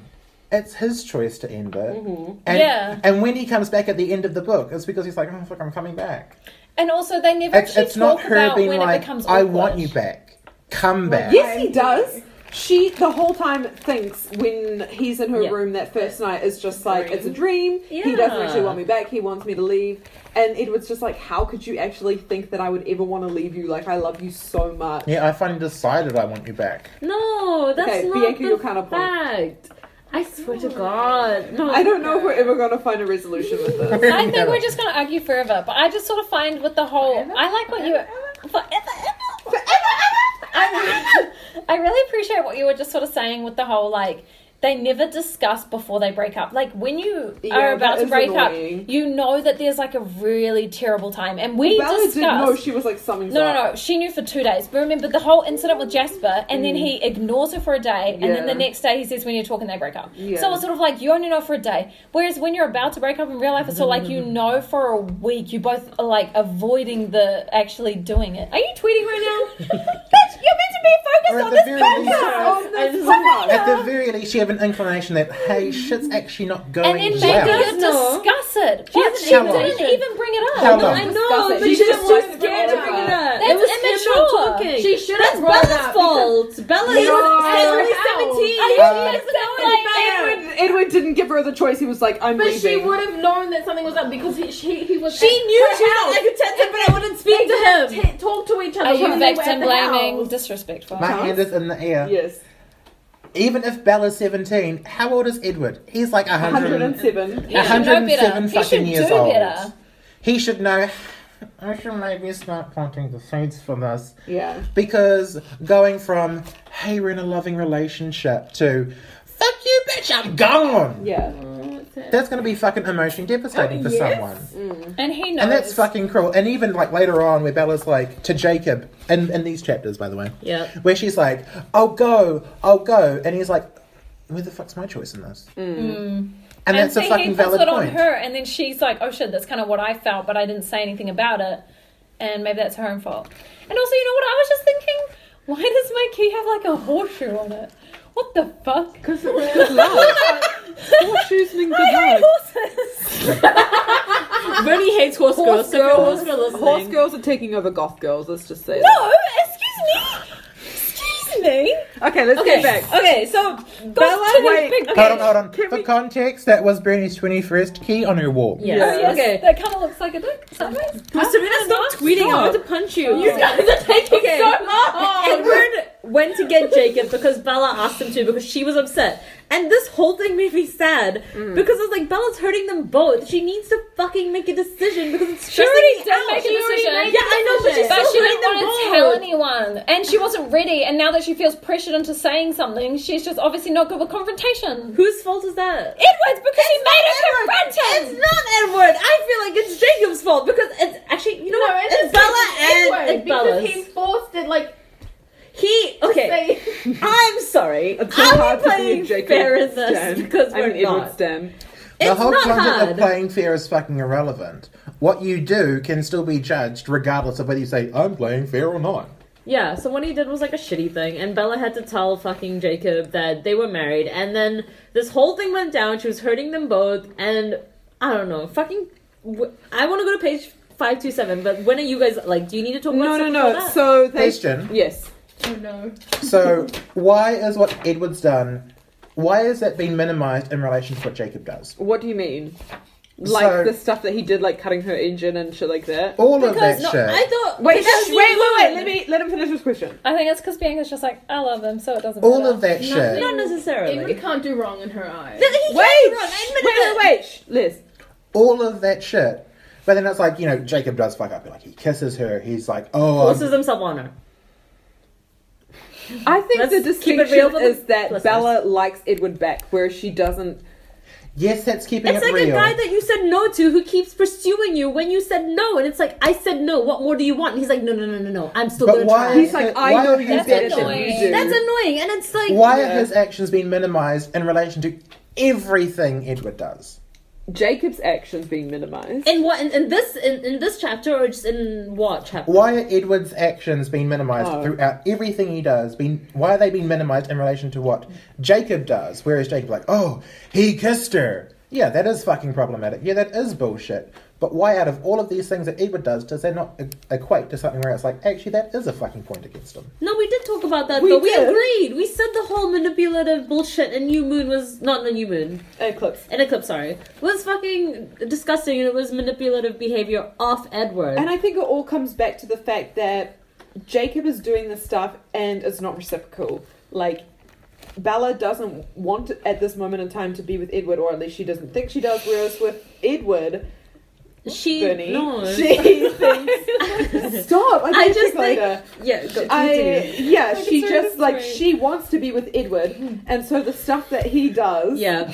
It's his choice to end it. And,
Yeah.
And when he comes back at the end of the book, it's because he's like oh fuck I'm coming back.
And also, they never
It's,
actually
it's
talk
not her
about
being
when it
like
becomes
I
awkward.
want you back. Come back.
Yes, he does. She the whole time thinks when he's in her
Yeah.
room that first night is just like it's a dream. He
Yeah.
doesn't actually want me back. He wants me to leave. And Edward's just like, how could you actually think that I would ever want to leave you? Like I love you so much.
Yeah, I finally decided I want you back.
No, that's
Okay,
not
Bianca,
the
your counterpoint.
fact. I swear to God, no.
I don't know if we're ever gonna find a resolution with this.
I think we're just going to argue forever, but I just sort of find with the whole. I like what you. Forever, ever. Forever, ever. I, I really appreciate what you were just sort of saying with the whole like. They never discuss before they break up. Like when you
Yeah,
are
that
about to
is
break
annoying.
up, you know that there's like a really terrible time, and we
Bella
discussed.
didn't know she was like something's
No,
up.
no, no. She knew for two days. But remember the whole incident with Jasper, and then he ignores her for a day, and then
Mm. Yeah.
the next day he says, "When you're talking, they break up."
Yeah.
So it's sort of like you only know for a day. Whereas when you're about to break up in real life, it's sort of like you
Mm.
know for a week. You both are like avoiding the actually doing it. Are you tweeting right now? Bitch, you're meant to be
Or
focused
at
on
the
this
very
podcast.
least-
Oh, that's
just-
so much.
At the very least, you have an inclination that hey, shit's actually not
And
going
then
well.
maybe you
No.
discuss it.
She
What?
has an
She
invitation.
didn't even bring it
How
up.
long?
I know,
Discuss it.
but
She
she's
just
just too
wants to
scared to
bring it
bring it up. it was
immature.
him not talking.
She should have brought
Bella's
up.
fault. Bella's
He was
fault.
only
I
17.
didn't know
Edward, Edward didn't give her the choice. He was like, I'm
But she
leaving.
would have known that something was up because he, she, he was.
She
at
knew
her
she was
house.
like a tenth, but I wouldn't speak to
They
him.
t- Talk to each other.
Are you
when they were
victim
at the
blaming?
house.
Disrespectful.
My hand is in the air.
yes.
Even if Bella's 17, how old is Edward? He's like 100,
107.
He should know
107
better. He
fucking
should
years
do
old.
better.
He should know. I should maybe start planting the seeds for this.
Yeah.
Because going from, hey, we're in a loving relationship to, fuck you, bitch, I'm gone.
Yeah.
That's going to be fucking emotionally
Oh,
devastating for someone.
And he knows.
And that's fucking cruel. And even like later on, where Bella's like to Jacob, in, in these chapters, by the way,
Yeah.
where she's like, I'll go, I'll go. And he's like, where the fuck's my choice in this?
Mm.
And, that's a
see,
fucking
he puts
valid
it
point.
on her, and then she's like, "Oh shit, that's kind of what I felt, but I didn't say anything about it, and maybe that's her own fault." And also, you know what? I was just thinking, why does my key have like a horseshoe on it? What the fuck?
Because it was good luck. Horseshoes mean good
I hate
luck.
horses.
Bernie hates horse girls. So if you're horse girl listening,
Horse girls are taking over goth girls. Let's just say.
No, excuse me, excuse me.
that. Okay, let's
Okay,
get back.
okay. So, goes
Bella,
to the
wait.
big
Hold on, hold on.
Can
For
we-
context, that was Bernie's 21st key on her wall.
Yeah.
Yeah.
Oh, Yes,
Okay.
That kind of looks like a dick. Sideways.
Well, Serena, stop tweeting. I want to punch you. You guys are taking so long. Edward went to get Jacob because Bella asked him to because she was upset. And this whole thing made me sad because it's like Bella's hurting them both. She needs to fucking make a decision because it's
She
stressing
already
me
did
out.
make a decision.
Yeah, I know, but she's
but
still
she
hurting
didn't
them
want to
both.
tell anyone, and she wasn't ready. And now that she feels pressured into saying something, she's just obviously not good with confrontation.
Whose fault is that?
Edwards, because she made her confront
It's
him.
not Edward. I feel like it's Jacob's fault because it's actually you know
No,
what?
it's,
It's, Bella and it's
because
Bella's.
he forced it. Like
He okay.
they,
I'm sorry.
It's so
I'm
hard to
playing
be Jacob
fair in this
Stan.
because
I'm
we're
an
not.
Edward Stan.
The
It's
whole
not
concept
hard.
of playing fair is fucking irrelevant. What you do can still be judged regardless of whether you say, I'm playing fair or not.
Yeah, so what he did was like a shitty thing, and Bella had to tell fucking Jacob that they were married, and then this whole thing went down. She was hurting them both, and I don't know, fucking. w- I want to go to page five two seven, but when are you guys like? Do you need to talk
No,
about?
no,
something
no.
like that?
So they.
Question.
Yes.
oh no.
So, why is what Edward's done, why has that been minimized in relation to what Jacob does?
What do you mean? Like
So-
the stuff that he did, like cutting her engine and shit like that.
All of that
because no,
shit.
I thought
Wait,
because
shh,
he
wait, wait, wait.
won.
Let me let him finish his question.
I think it's because Bianca's just like, I love him, so it doesn't
all
matter.
of that shit.
Not necessarily.
Edward can't do wrong in her eyes.
He
Wait,
can't be wrong. I
shh, wait,
admitted
wait,
it.
wait. shh, Liz.
all of that shit. But then it's like, you know, Jacob does fuck up. Like, he kisses her. He's like, oh, I'm-
Forces himself on her.
I think
Let's
the
keep it real
distinction
for the
is that
listeners.
Bella likes Edward back, whereas she doesn't.
yes, that's keeping
It's
it
like a
real.
guy that you said no to who keeps pursuing you when you said no, and it's like I said no. What more do you want? And he's like, no, no, no, no, no. I'm still
but
gonna
why?
try.
He's like, I
why
know
are
you
his
better than
actions-
you do.
That's annoying, and it's like
Why have
Yeah.
his actions been minimized in relation to everything Edward does?
Jacob's actions being minimized.
in what in, in this in, in this chapter or just in what chapter?
Why are Edward's actions being minimized
Oh.
throughout everything he does? Been why are they being minimized in relation to what Jacob does? Whereas Jacob, like, oh, he kissed her. Yeah, that is fucking problematic. Yeah, that is bullshit. But why, out of all of these things that Edward does, does that not e- equate to something where it's like, actually, that is a fucking point against him?
No, we did talk about that,
We
but we
did.
agreed. We said the whole manipulative bullshit and new moon was not a new moon.
Eclipse.
An eclipse, sorry, was fucking disgusting, and it was manipulative behavior off Edward.
And I think it all comes back to the fact that Jacob is doing this stuff and it's not reciprocal. Like, Bella doesn't want to- at this moment in time to be with Edward, or at least she doesn't think she does, whereas with Edward,
she
Bernie,
no.
she thinks. Stop! I,
I
gotta
just
think
think
later.
yeah. Go,
I,
continue.
yeah,
Like,
she
it's very
just like
different.
she wants to be with Edward, and so the stuff that he does
yeah.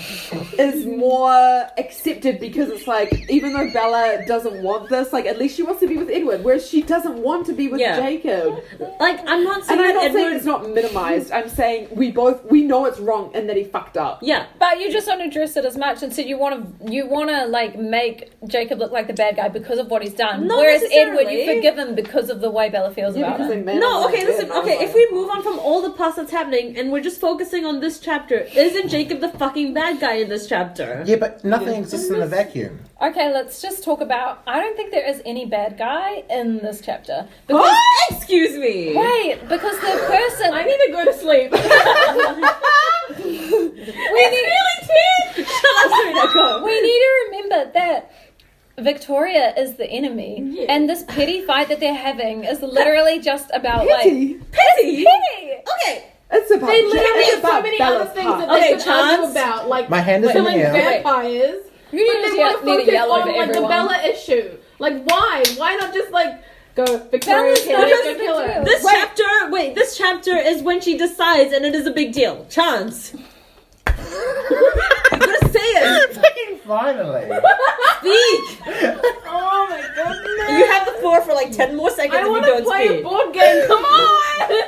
is more accepted because it's like even though Bella doesn't want this, like at least she wants to be with Edward, whereas she doesn't want to be with
Yeah.
Jacob.
Like I'm not saying
And I'm
that
not saying
Edward.
it's not minimized. I'm saying we both we know it's wrong and that he fucked up.
yeah,
But you just don't address it as much, and so you want to you want to like make Jacob look like like the bad guy because of what he's done.
Not
Whereas Edward, you
necessarily.
forgive him because of the way Bella feels
Yeah,
about
because
him.
they
No, okay, listen, okay, if we move on from all the past that's happening and we're just focusing on this chapter, isn't Jacob the fucking bad guy in this chapter?
Yeah, but nothing exists in a vacuum.
Okay, let's just talk about. I don't think there is any bad guy in this chapter. Because,
Excuse me!
Wait, because the person.
I need to go to sleep.
we need, we need to remember that Victoria is the enemy,
Yeah.
and this petty fight that they're having is literally just about like
Petty.
petty. petty.
Okay,
It's about
They literally
it's
have so
about
many
Bella's
other things
past.
that they
Okay,
could argue
Chance.
about, like
My hand is in the
killing
air.
vampires.
You
But
need
they want to
to, ye- need
focus
to yell
on
over
like the
everyone.
Bella issue. Like why? Why not just like go Victoria
Bella's
here,
not
let's go
just
kill her.
Victoria.
this chapter, wait, this chapter is when she decides and it is a big deal. Chance! I'm gonna say it!
Fucking finally.
Speak!
Oh my goodness.
You have the floor for like 10 more seconds
I
if you
want to
don't
play a
speak.
board game. Come on.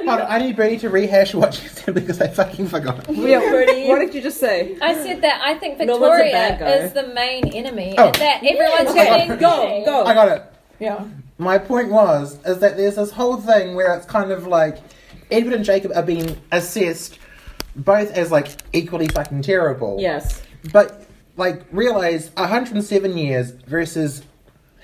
Hold on, I need Bernie to rehash what she said because I fucking forgot.
Pretty.
What did you just say?
I said that I think
No one's a bad
Victoria
guy.
is the main enemy,
Oh.
and that everyone's
Okay,
getting
Go, go.
I got it.
Yeah.
My point was is that there's this whole thing where it's kind of like Edward and Jacob are being assessed both as like equally fucking terrible.
Yes.
But like realize 107 years versus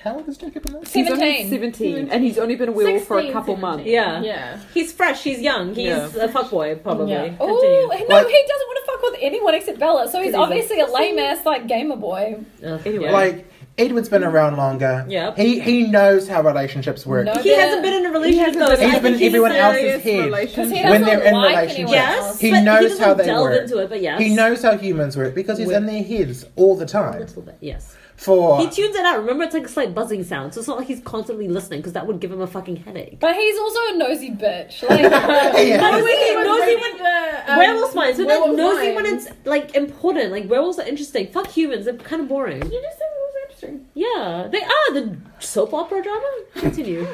how old is Jacob in this?
He's only
17.
17, and he's only been a werewolf for a
16,
couple months.
Yeah.
Yeah.
He's fresh, he's young, he's
Yeah.
a fuckboy, probably.
Yeah.
Oh no, he
Like-
doesn't want to fuck with anyone except Bella, so he's
Because he's
obviously a lame ass like gamer boy.
Ugh,
Anyway.
yeah.
Like Edward's been around longer.
Yep.
He he knows how relationships work.
No,
he hasn't been in a relationship though. so I
He's
think
been everyone
serious.
else's head.
because he
Relationship.
doesn't
When they're in
like
relationships.
anyone
Yes,
else.
He
but
knows
he doesn't
how they
delve
work.
into it. But yes,
He knows how humans work because he's in their heads all the
a
time.
little bit. Yes,
For
he tunes it out. Remember, it's like a slight buzzing sound, so it's not like he's constantly listening because that would give him a fucking headache.
But he's also a nosy bitch. Like,
By
Yeah.
the way, he knows he when
the, um,
werewolves minds, but then
werewolf
nosy
minds.
when it's like important. Like werewolves are interesting. Fuck humans, they're kind of boring.
You just said it was interesting.
Yeah, they are the soap opera drama. Continue.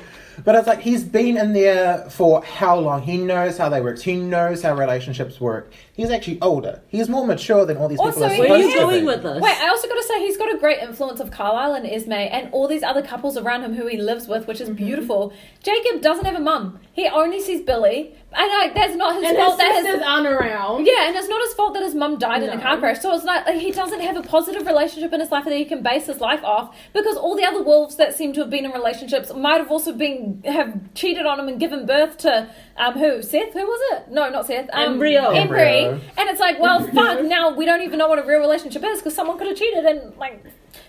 But it's like he's been in there for how long? He knows how they work. He knows how relationships work. He's actually older. He's more mature than all these people.
Also,
are
Where are you
supposed to be.
going with this?
Wait, I also got to say he's got a great influence of Carlisle and Esme and all these other couples around him who he lives with, which is
Mm-hmm.
beautiful. Jacob doesn't have a mum; he only sees Billy, and like that's not his
And
fault.
his
That his
sisters aren't around.
yeah, and it's not his fault that his mum died in a
No.
car crash. So it's not like he doesn't have a positive relationship in his life that he can base his life off because all the other wolves that seem to have been in relationships might have also been have cheated on him and given birth to um who Seth? Who was it? No, not Seth. Um,
Embryo.
Embry.
Embryo.
And it's like, well, fuck. Now we don't even know what a real relationship is because someone could have cheated and like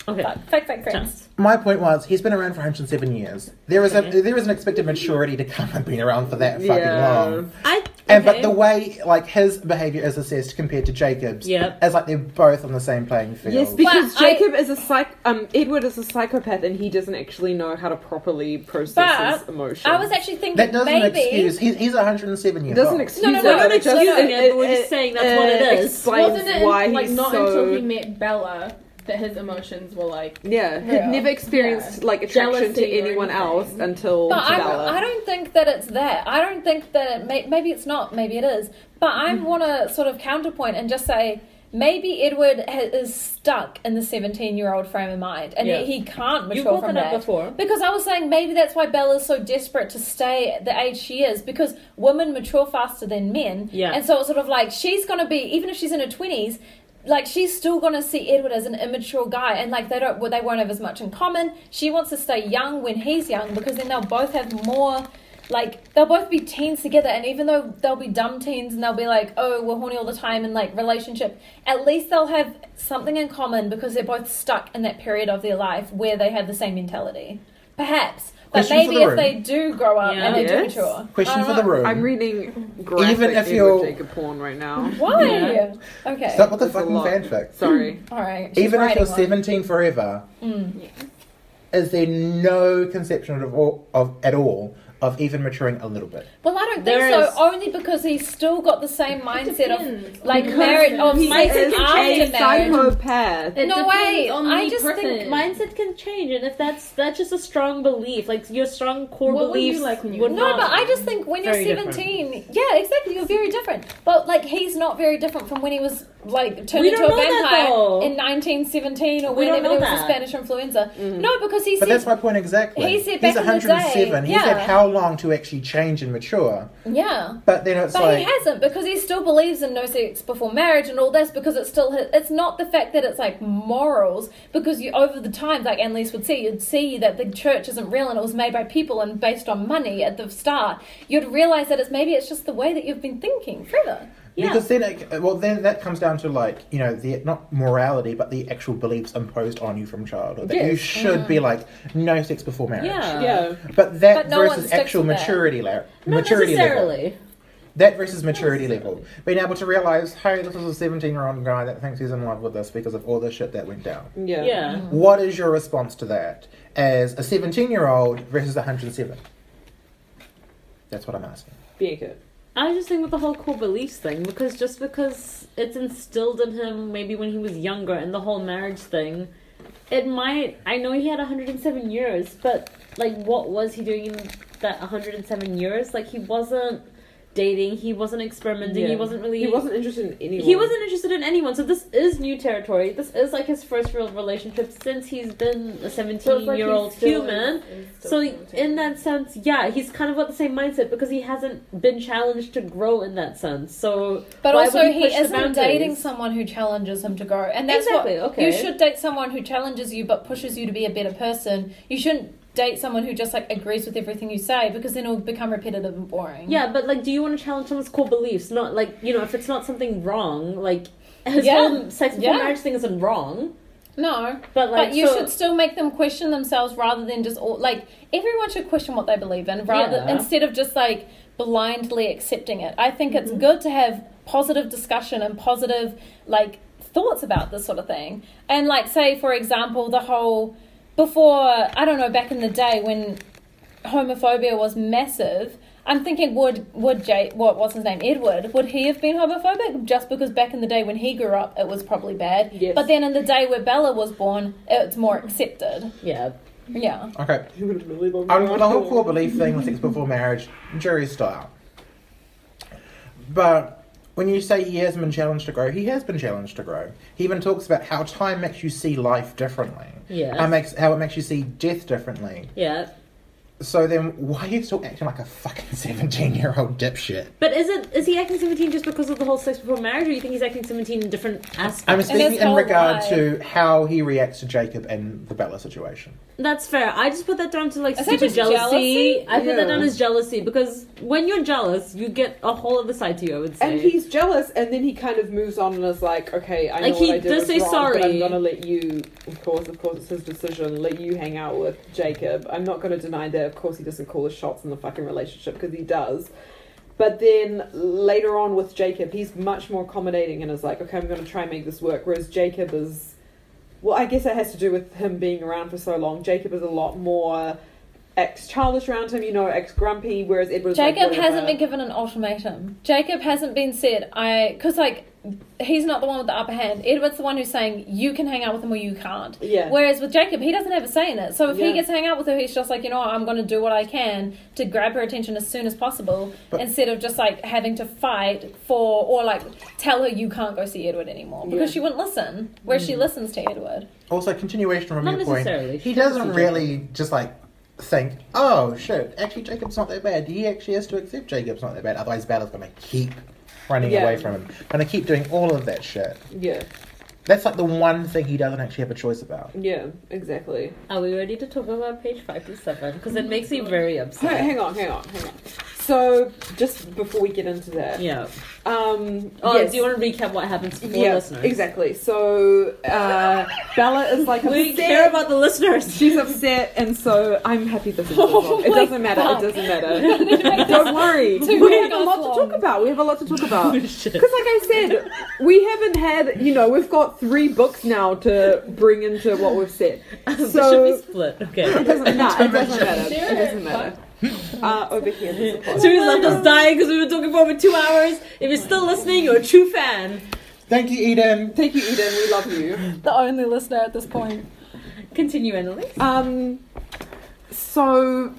Okay,
fuck, fake fake friends.
chance.
My point was he's been around for 107 years. There is a there is an expected maturity to come and being around for that fucking
Yeah.
long.
I
And
okay.
Uh, but the way like his behavior is assessed compared to Jacob's,
Yep.
is like they're both on the same playing field.
Yes, because
But I-
Jacob is a psych. Um, Edward is a psychopath, and he doesn't actually know how to properly process his
But
emotions.
I was actually thinking
that doesn't
maybe
excuse. He's, he's 107 years
It doesn't
old.
excuse
No, no,
it.
no, no,
it just-
excuse it, but we're just saying that's what it is.
Explains
Wasn't it
why
like
he's
not
so.
until he met Bella that his emotions were like
yeah, he'd
Yeah.
never experienced like attraction to
Jealousy or
anyone
anything.
else until
But
Bella.
I, I don't think that it's that. I don't think that it may, maybe it's not. Maybe it is. But I
Mm.
want to sort of counterpoint and just say maybe Edward ha- is stuck in the seventeen-year-old frame of mind, and
Yeah.
that he can't mature
you brought
from
that up
that.
before.
Because I was saying maybe that's why Bella's so desperate to stay at the age she is because women mature faster than men.
Yeah.
And so it's sort of like she's going to be, even if she's in her 20s, like she's still going to see Edward as an immature guy and like they don't, well, they won't have as much in common. She wants to stay young when he's young because then they'll both have more. Like they'll both be teens together, and even though they'll be dumb teens and they'll be like, "Oh, we're horny all the time," and like relationship, at least they'll have something in common because they're both stuck in that period of their life where they have the same mentality. Perhaps. But
Question
maybe
for the
if they do grow up and they do
Yes.
mature. Uh,
Question
I
for
don't
the
know.
room.
Uh, I'm reading graphic
Even if
Edward
you're-
Jacob porn right now.
Why?
Yeah.
Okay.
Stop with the
That's a
fucking
lot.
fanfic.
Sorry.
All right. She's
Even if
writing
you're
one.
17 forever,
Mm.
is there no conception of, all, of at all of even maturing a little bit.
Well, I don't
There
think
is-
so. Only because he's still got the same mindset
depends.
of like
Because
marriage, of
he
mindset
is
after marriage.
psychopath.
No way. I just think
mindset can change, and if that's that's just a strong belief, like your strong core
What were you
beliefs.
like when you
would
were
No,
not-
but I just think when you're
Very different.
17, yeah, exactly, you're very different. But like, he's not very different from when he was like turned
We
into
don't
a
know that,
vampire
though.
in 1917 or
We don't
whenever there
know
was a
that. Mm-hmm.
Spanish influenza. No, because he
But
said,
that's my point exactly.
He said
he's
back in the day,
107. He's had
yeah.
how long to actually change and mature?
yeah.
But then it's
But
like
he hasn't because he still believes in no sex before marriage and all this because it's still his, it's not the fact that it's like morals because you over the times like Annalise would see you'd see that the church isn't real and it was made by people and based on money at the start you'd realize that it's maybe it's just the way that you've been thinking forever.
Yeah.
Because then, it, well, then that comes down to like you know the not morality, but the actual beliefs imposed on you from childhood that you
Yes.
should be like no sex before marriage.
yeah,
Yeah.
But that
Mm-hmm. But no one
versus
sticks
actual
to that.
maturity, la-
not
maturity level.
necessarily.
That versus maturity level. Being able to realize, hey, this is a 17 year old guy that thinks he's in love with us because of all the shit that went down.
Yeah.
Yeah,
What is your response to that as a 17 year old versus 107? That's what I'm asking.
Bianca.
I just think with the whole core beliefs thing, because just because it's instilled in him, maybe when he was younger, and the whole marriage thing, it might. I know he had 107 years, but like, what was he doing in that 107 years? Like, he wasn't dating, he wasn't experimenting, he
Yeah.
wasn't really.
He wasn't interested in anyone.
He wasn't interested in anyone, so this is new territory. This is like his first real relationship since he's been a 17
So it's like
year
he's
old
still-
human.
he's still
So,
seventeen.
in that sense, yeah, he's kind of got the same mindset because he hasn't been challenged to grow in that sense. So,
But
why
also
would
he
push the
isn't
boundaries?
dating someone who challenges him to grow and that's
Exactly,
what
okay.
you should date someone who challenges you but pushes you to be a better person. You shouldn't date someone who just like agrees with everything you say because then it'll become repetitive and boring.
Yeah, but like, do you want to challenge someone's core beliefs? Not like you know, if it's not something wrong, like his
Yeah.
whole sex before
Yeah.
marriage thing isn't wrong.
No.
But like,
but you
so-
should still make them question themselves rather than just all, like everyone should question what they believe in rather
Yeah.
instead of just like blindly accepting it. I think
Mm-hmm.
it's good to have positive discussion and positive like thoughts about this sort of thing. And like say for example the whole before I don't know back in the day when homophobia was massive. I'm thinking, would would Jay, what was his name, Edward, would he have been homophobic just because back in the day when he grew up, it was probably bad.
Yes.
But then in the day where Bella was born, it's more accepted.
Yeah,
Yeah.
Okay.
He would have really loved
Um,
her.
the whole core belief thing with sex before marriage, jury style. But when you say he has been challenged to grow, he has been challenged to grow. He even talks about how time makes you see life differently.
Yes.
How makes how it makes you see death differently.
yeah.
So then, why are you still acting like a fucking seventeen-year-old dipshit?
But is it is he acting seventeen just because of the whole sex before marriage, or you think he's acting seventeen in different aspects?
I'm speaking
his
in
whole
regard
life.
to how he reacts to Jacob and the Bella situation.
That's fair. I just put that down to like
Is that
stupid
just
jealousy. I put that
Yeah.
down as jealousy because when you're jealous, you get a whole other side to you. I would say.
And he's jealous, and then he kind of moves on and is like, "Okay, I know
Like,
what
he
I did
does
was
say
wrong,
sorry.
but I'm gonna let you. Of course, of course, it's his decision. Let you hang out with Jacob. I'm not gonna deny that. Of course, he doesn't call his shots in the fucking relationship because he does. But then later on with Jacob, he's much more accommodating and is like, "Okay, I'm gonna try and make this work." Whereas Jacob is, well, I guess that has to do with him being around for so long. Jacob is a lot more. Ex childish around him, you know, ex grumpy. Whereas Edward's like,
Jacob
whatever.
hasn't been given an ultimatum. Jacob hasn't been said, I. Because, like, he's not the one with the upper hand. Edward's the one who's saying, you can hang out with him or you can't.
Yeah.
Whereas with Jacob, he doesn't have a say in it. So if
Yeah.
he gets to hang out with her, he's just like, you know what, I'm going to do what I can to grab her attention as soon as possible
But-
instead of just like having to fight for or like tell her you can't go see Edward anymore because
Yeah.
she wouldn't listen. Where
Mm.
she listens to Edward.
Also, continuation from
Not
your point.
necessarily.
He
She doesn't
doesn't
see Jacob.
really just like think, oh shit, actually Jacob's not that bad. He actually has to accept Jacob's not that bad. Otherwise, Bella's gonna keep running
Yeah.
away from him. Gonna keep doing all of that shit.
Yeah,
That's like the one thing he doesn't actually have a choice about.
yeah, exactly.
Are we ready to talk about page five to seven? Because it makes me very
Hang-
upset.
hang on, hang on, hang on. So, just before we get into that,
Yeah.
um,
Oh,
yes.
do you want to recap what happens for
yeah,
listeners?
exactly. So, uh, Bella is like
We
upset.
care about the listeners.
She's upset, and so I'm happy this is over. It doesn't matter. It doesn't matter. Don't worry. We have a lot to talk about. We have a lot to talk about. Because, like I said, we haven't had. You know, we've got three books now to bring into what we've said.
They
So
should be split. Okay.
It doesn't matter. It doesn't matter. It doesn't matter. Uh, over here. there's a pause.
Seriously, left us dying because we were talking for over two hours. If you're still listening, you're a true fan.
Thank you, Eden.
Thank you, Eden. We love you.
The only listener at this point.
Continue, Annalise.
Um, so,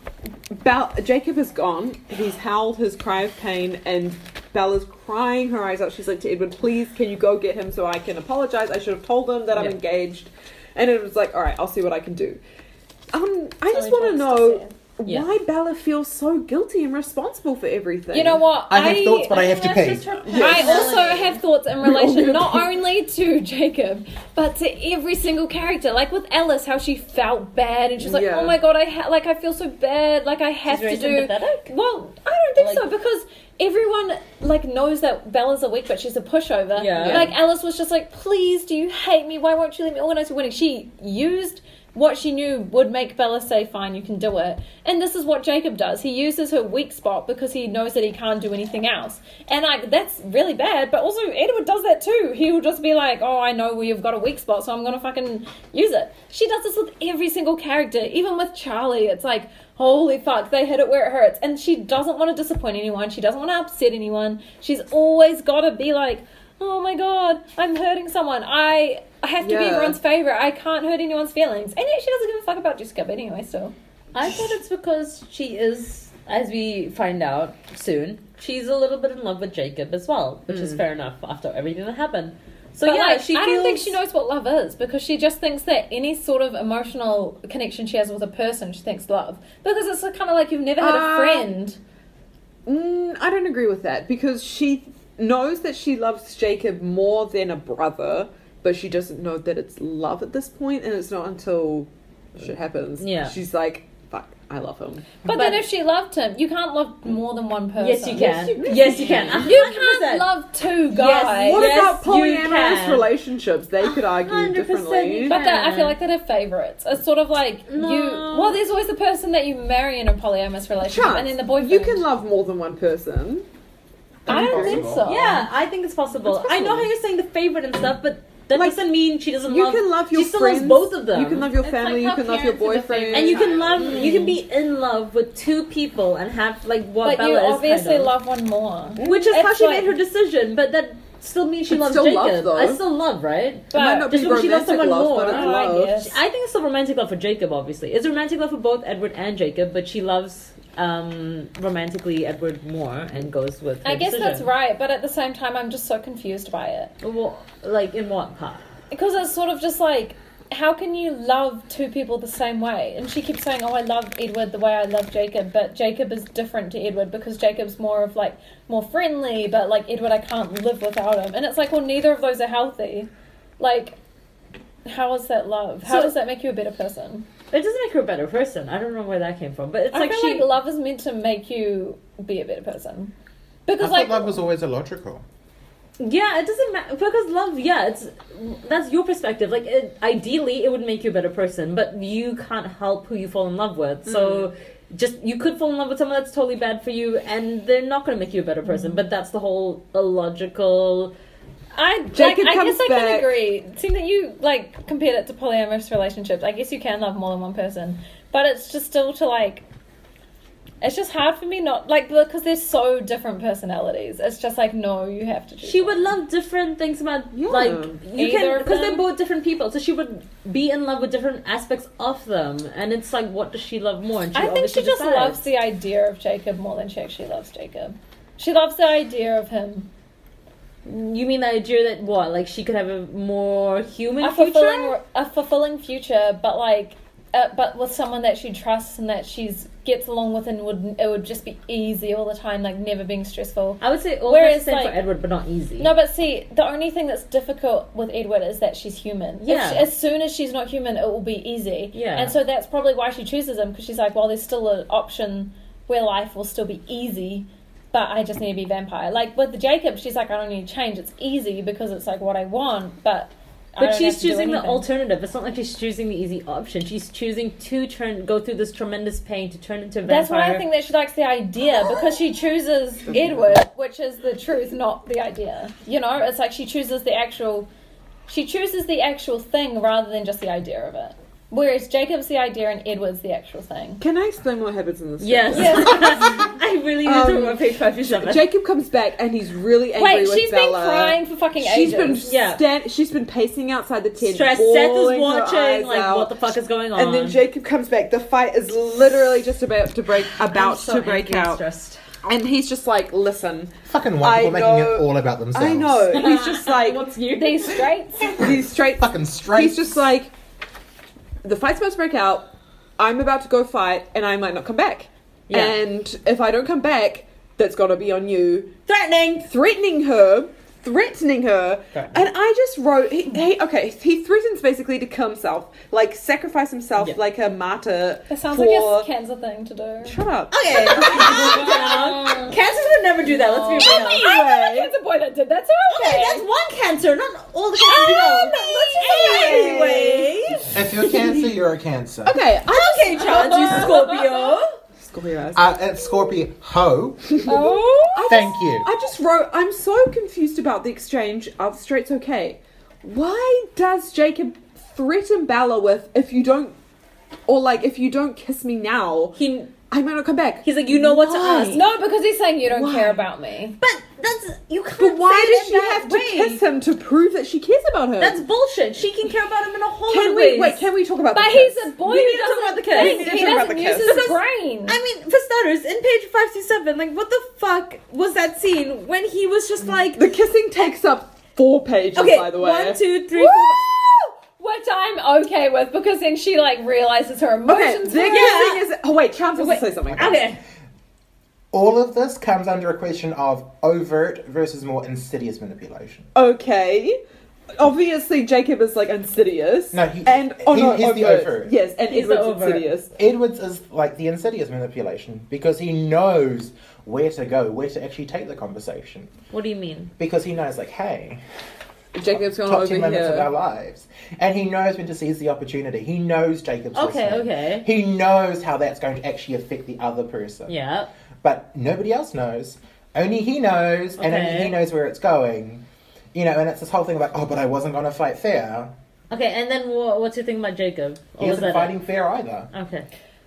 Bel- Jacob is gone. He's howled his cry of pain, and Bella's crying her eyes out. She's like to Edward, "Please, can you go get him so I can apologize? I should have told him that I'm
Yeah.
engaged." And it was like, "All right, I'll see what I can do." Um, I just
many
want to
times to
know
Yeah.
why Bella feels so guilty and responsible for everything.
You know what?
I have thoughts, but I have to pee.
I also have thoughts in relation not only to Jacob, but to every single character. Like with Alice, how she felt bad and she's like,
Yeah.
"Oh my god, I ha- like I feel so bad. Like I have
very
to do."
sympathetic?
Well, I don't think
Like-
so because everyone like knows that Bella's a weak, but she's a pushover.
Yeah.
Like Alice was just like, "Please, do you hate me? Why won't you let me organize your wedding?" She used. What she knew would make Bella say, "Fine, you can do it." And this is what Jacob does. He uses her weak spot because he knows that he can't do anything else. And like that's really bad. But also Edward does that too. He will just be like, "Oh, I know we have got a weak spot, so I'm gonna fucking use it." She does this with every single character, even with Charlie. It's like, holy fuck, they hit it where it hurts. And she doesn't want to disappoint anyone. She doesn't want to upset anyone. She's always gotta be like, "Oh my god, I'm hurting someone. I." I have to be
Yeah.
everyone's favorite. I can't hurt anyone's feelings. And yet she doesn't give a fuck about Jessica, but anyway, still.
I thought it's because she is, as we find out soon, she's a little bit in love with Jacob as well, which is fair enough after everything that happened. So
But
yeah,
like,
she
I don't think
feels-
she knows what love is because she just thinks that any sort of emotional connection she has with a person, she thinks love. Because it's kind of like you've never had
Uh,
a friend.
Mm, I don't agree with that because she knows that she loves Jacob more than a brother, but she doesn't know that it's love at this point, and it's not until shit happens.
Yeah.
she's like, "Fuck, I love him."
But, then if she loved him, you can't love more than one person.
Yes, you can. Yes, you can. A
You
hundred
can't
percent.
love two guys.
What
Yes,
about
you
polyamorous
can.
relationships? They could argue
100%
differently.
you
But that, I
Yeah.
feel like that are favorites. It's sort of like you.
No.
Well, there's always the person that you marry in a polyamorous relationship,
Chance,
and then the boyfriend.
You can love more than one person.
I don't think
Impossible.
so.
Yeah, I think it's possible. I know how you're saying the favorite and stuff, but that
Like,
doesn't mean she doesn't
You
love.
can love your
she still
friends.
loves both of them.
You can love your
It's
family.
like
you
how
can love your
parents are the
boyfriend.
favorite.
and you can
child.
love. You can be in love with two people and have like what
But you
Bella is
obviously
kind of.
love one more.
which is how
It's
she
like-
made her decision. But that still means she
It's
loves
still
Jacob.
love, though.
I still love, right?
it might
But
not
just
be
when she
romantic
loves someone
love,
more,
but it's
I
love.
guess.
I think it's still romantic love for Jacob. Obviously, it's romantic love for both Edward and Jacob, but she loves um romantically Edward more and goes with. Her
I guess
decision.
that's right, but at the same time, I'm just so confused by it
Well, like in what part?
because it's sort of just like, how can you love two people the same way? And she keeps saying, "Oh, I love Edward the way I love Jacob," but Jacob is different to Edward because Jacob's more of like more friendly, but like Edward, I can't live without him. And it's like, well, neither of those are healthy. Like, how is that love? How
So-
does that make you a better person?
It doesn't make her a better person. I don't know where that came from, but it's
I
like
feel
she.
like love is meant to make you be a better person
I
because
thought
like
love was always illogical.
Yeah, it doesn't matter because love. Yeah, it's that's your perspective. Like, it, ideally, it would make you a better person, but you can't help who you fall in love with. So,
Mm-hmm.
just you could fall in love with someone that's totally bad for you, and they're not going to make you a better
Mm-hmm.
person. But that's the whole illogical.
I
Jacob
like, I
comes
guess I
back.
can agree. Seeing that you like compared it to polyamorous relationships, I guess you can love more than one person, but it's just still to like. It's just hard for me not like because they're so different personalities. It's just like no, you have to. choose
She
one.
would love different things about
Yeah.
like you
Either
can
of
because
them.
they're both different people. So she would be in love with different aspects of them, and it's like, what does she love more? And
I think she
obviously
just
decides.
loves the idea of Jacob more than she actually loves Jacob. She loves the idea of him.
You mean the idea that what, like she could have a more human
A
future?
fulfilling, a fulfilling future, but like, uh, but with someone that she trusts and that she's gets along with, and would it would just be easy all the time, like never being stressful.
I would say all Whereas,
Whereas,
same for
like-
Edward, but not easy.
No, but see, the only thing that's difficult with Edward is that she's human. If
Yeah.
she- as soon as she's not human, it will be easy.
Yeah.
And so that's probably why she chooses him because she's like, well, there's still an option where life will still be easy, but I just need to be vampire. Like with Jacob, she's like, I don't need to change. It's easy because it's like what I want, but. I
but
don't have
she's
to do
choosing the
anything.
alternative. It's not like she's choosing the easy option. She's choosing to turn, go through this tremendous pain to turn into a vampire.
That's why I think that she likes the idea because she chooses Edward, which is the truth, not the idea. You know, it's like she chooses the actual, she chooses the actual thing rather than just the idea of it. Whereas Jacob's the idea and Edward's the actual thing.
Can I explain what happens in this?
Yes.
chapter?
I really need
Um,
to remember page five to seven.
Jacob comes back and he's really angry
Wait,
with
she's been
Bella.
crying for fucking
She's been
ages.
Yeah.
stand- she's been pacing outside the tent.
Stress. Seth is
bawling her eyes
watching. Like,
out.
what the fuck is going on?
And then Jacob comes back. The fight is literally just about to break
I'm
about
so
to break
angry and
out,
Stressed.
and he's just like, "Listen,
Fucking white
I
people making
know-
it all about themselves.
I know." He's just like
What's new?
These straights.
he's straight.
Fucking straight.
He's just like, "The fight's about to break out. I'm about to go fight, and I might not come back.
Yeah.
And if I don't come back, that's gotta be on you."
Threatening.
threatening her, threatening her,
Threatening.
and I just wrote, he, he okay, he threatens basically to kill himself, like sacrifice himself
Yeah.
like a martyr
That sounds
for.
like a cancer thing to do.
Shut up.
Okay. Cancers would never do that. Let's be real.
I know the cancer boy that did that, so
Okay,
okay.
that's one cancer, not all the cancers. Um, anyway.
If you're cancer, you're a cancer.
Okay, I
Okay, Chance, you Scorpio.
Scorpio.
Uh, it's Scorpio. Ho.
I just-
Thank you.
I just wrote, I'm so confused about the exchange. Are the straights okay? Why does Jacob threaten Bella with if you don't, or like if you don't kiss me now,
He,
I might not come back?
he's like, you know what to
Why?
ask.
No, because he's saying you don't
Why?
care about me.
but that's you can't.
But why
say it
does
in
she
that
have to
way.
kiss him to prove that she cares about him?
That's bullshit. She can care about him in a whole
Can
other
we
ways.
wait? Can we talk about?
But
the
he's
kiss?
a boy
We need
who
to talk about
doesn't
the kids.
think.
We need to
He
talk about
doesn't
the
use
kids.
his
Because-
brain.
I mean, for starters, in page five to seven, like what the fuck was that scene when he was just like,
The kissing takes up four pages,
okay,
by the way.
one, two, three, four.
Which I'm okay with because then she like realizes her
okay,
emotions.
the
were-
kissing is. Oh wait, Chance wants to say something.
Okay,
All of this comes under a question of overt versus more insidious manipulation.
Okay. Obviously, Jacob is like insidious.
No, he-
and oh
he-
no,
he's the
overt.
overt.
Yes, and
He's the
Edward's
overt.
insidious.
Edwards is like the insidious manipulation because he knows where to go, where to actually take the conversation.
what do you mean?
Because he knows, like, hey,
Jacob's going
top
over
10 minutes of our
here.
lives. And he knows when to seize the opportunity. He knows Jacob's
Okay,
listening.
okay.
He knows how that's going to actually affect the other person.
Yeah.
But nobody else knows. Only he knows, and
Okay.
only he knows where it's going. You know, and it's this whole thing about, oh, but I wasn't going to fight fair.
Okay, and then wha what's your thing about Jacob?
He
was
isn't fighting fair either.
Okay.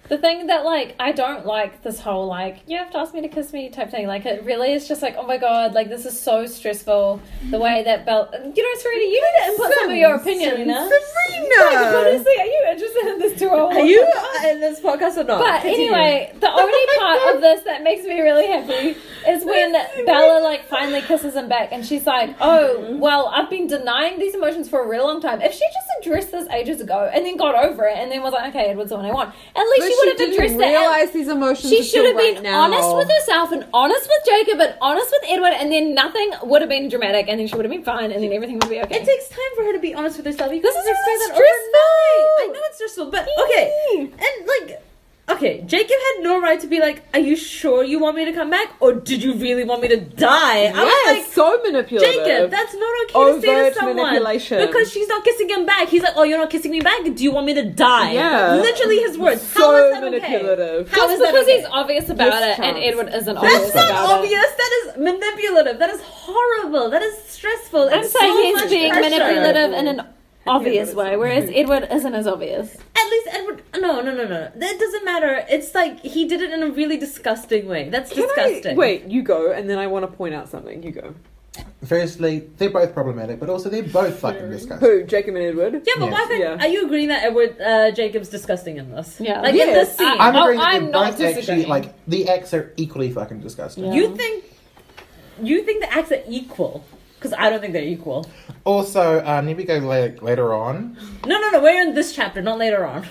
The thing that like I don't like this whole like you have to ask me to kiss me type thing. Like it really is just like oh my god, like this is so stressful. The way that Bell, you know, Serena, you need to input some of your opinions.
Serena.
Like,
Serena!
honestly, are you interested in this too? old?
Are you in this podcast or not?
Oh,
But
Continue.
anyway, the only part of this that makes me really happy is when Bella like finally kisses him back, and she's like,
Mm-hmm.
"Oh, well, I've been denying these emotions for a really long time. If she just addressed this ages ago and then got over it, and then was like, okay, Edward's the one I want, at least
But
she would have
didn't
addressed it." and-
realize these emotions.
She
until
should have
right
been
now.
honest with herself and honest with Jacob and honest with Edward, and then nothing would have been dramatic, and then she would have been fine, and then everything would be okay.
It takes time for her to be honest with herself. You
This
can't
is
just say
really
that overnight. I know it's stressful, but okay. And like, okay, Jacob had no right to be like, "Are you sure you want me to come back, or did you really want me to die?" I was
Yes,
like.
so manipulative.
Jacob, that's not okay to say
Overt
to someone
manipulation.
because she's not kissing him back. He's like, "Oh, you're not kissing me back. Do you want me to die?"
Yeah.
literally his words. How is
so
that okay?
manipulative.
How
Just
is that
because
okay?
he's obvious about
Yes,
it, and
Charles.
Edward isn't
That's
obvious
not
about it.
obvious. That is manipulative. That is horrible. That is stressful.
I'm
It's
saying
so
he's
much
being
pressure.
manipulative in an obvious way, whereas
Mm-hmm.
Edward isn't as obvious.
At least Edward. No, no, no, no. That doesn't matter. It's like he did it in a really disgusting way. That's
Can I-
disgusting.
wait, you go, and then I want to point out something. You go.
Firstly, they're both problematic, but also they're both fucking disgusting.
Who? Jacob and Edward.
Yeah, but
Yeah.
why? can't-
Yeah.
Are you agreeing that Edward uh, Jacob's disgusting in this?
Yeah.
Like in
Yes.
this scene.
I'm
Oh,
agreeing that
I'm
they're
not
both actually
disagreeing.
like the acts are equally fucking disgusting.
Yeah.
you think? You think the acts are equal? Because I don't think they're equal.
Also, um, here we go la- later on.
No, no, no. We're in this chapter, not later on.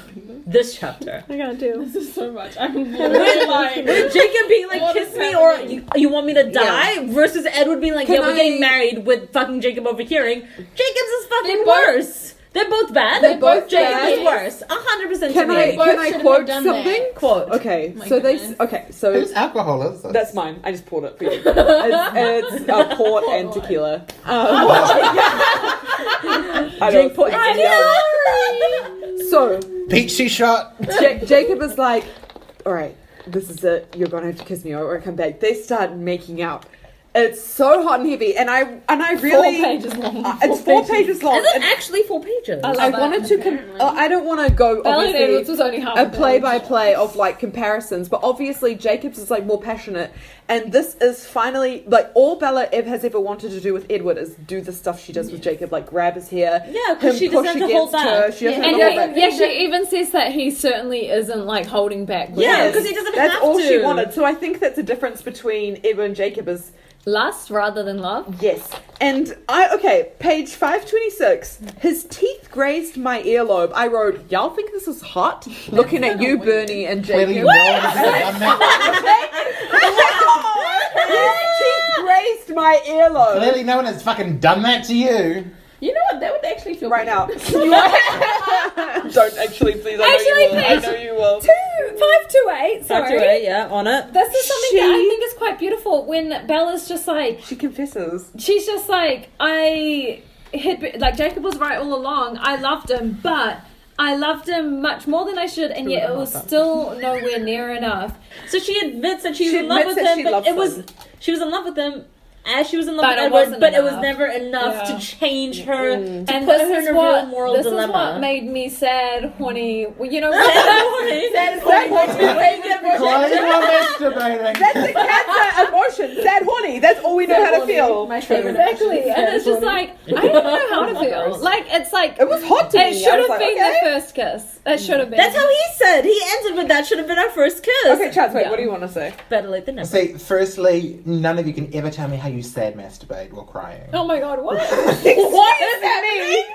This chapter.
I gotta do.
This is so much. I'm literally like.
With Jacob being like,
What
"Kiss
is
me," or
happening?
you, "You want me to die?" versus Edward being like,
Can
"Yeah, we're
I-
getting married," with fucking Jacob overhearing. Jacob's is fucking
They both-
worse. They're both bad.
They're both
Jacob is
bad.
worse. A hundred percent. to
Can
me.
I
both
can I
should have
quote
done that.
something?
quote?
Okay,
My
so they s-
goodness.
okay, so
Whose alcohol is this?
that's mine. I just poured it for you. It's, it's uh, port and tequila. Um, I don't-
Drink port and
I know. So
peachy shot.
Ja- Jacob is like, all right, this is it. You're gonna have to kiss me or, or I come back. They start making out. It's so hot and heavy, and I and I really pages long. it's four pages, long.
Is it
and
actually four pages?
I wanted to. Com- uh, I don't want to go
Alan Edwards
obviously
was only half
a
the
play
page.
by play of like comparisons, but obviously Jacobs is like more passionate, and this is finally like all Bella Ev has ever wanted to do with Edward is do the stuff she does with Jacob, like grab his hair,
Yeah, 'cause
him
she doesn't
push
have to hold
against her,
back.
she doesn't
And
have to
yeah,
hold back.
yeah, she even says that he certainly isn't like holding back. with
Yeah,
it.
because he doesn't
That's
have
all
to.
she wanted. So I think that's a difference between Edward and Jacob is
lust rather than love.
Yes. And I okay, page 526. His teeth grazed my earlobe. I wrote, Y'all think this is hot? Looking at you, Bernie and
Clearly, no
Jacob.
one has done that.
His teeth grazed my earlobe.
Clearly, no one has fucking done that to you.
You know what? That would actually feel
Right
good.
now. Don't actually please
Actually,
I
page
know you will.
two five two eight.
Back
Sorry.
to it, yeah, on it.
This is something that I
She-
think is quite beautiful when Bella's just like
She confesses.
she's just like I had been, like Jacob was right all along. I loved him, but I loved him much more than I should, and yet it was still nowhere near enough.
So she admits that she's
She
in love
admits
with
that
him,
she
but
loves
it was
him.
she was in love with him as she was in love
But
with
it
Edward,
wasn't
but it was
enough.
never enough
Yeah.
to change her to
and
put
this
her
is
in a
what
real moral
this
dilemma.
is what made me sad, horny. well, You know,
That is
Sad horny.
Clearly, you're masturbating.
That's a cancer emotion. Sad horny. That's all we know how to feel.
My favorite.
exactly. And it's just like I don't know how to feel. Like it's like
It was hot to me. I
it
was
should have
like,
been
okay.
the first kiss. It should have been.
That's how he said. He ended with that should have been our first kiss.
Okay, Chance, wait,
Yeah.
what do you want to say?
Better late than never.
See, firstly, none of you can ever tell me how you sad masturbate while crying.
Oh my god! What?
What does that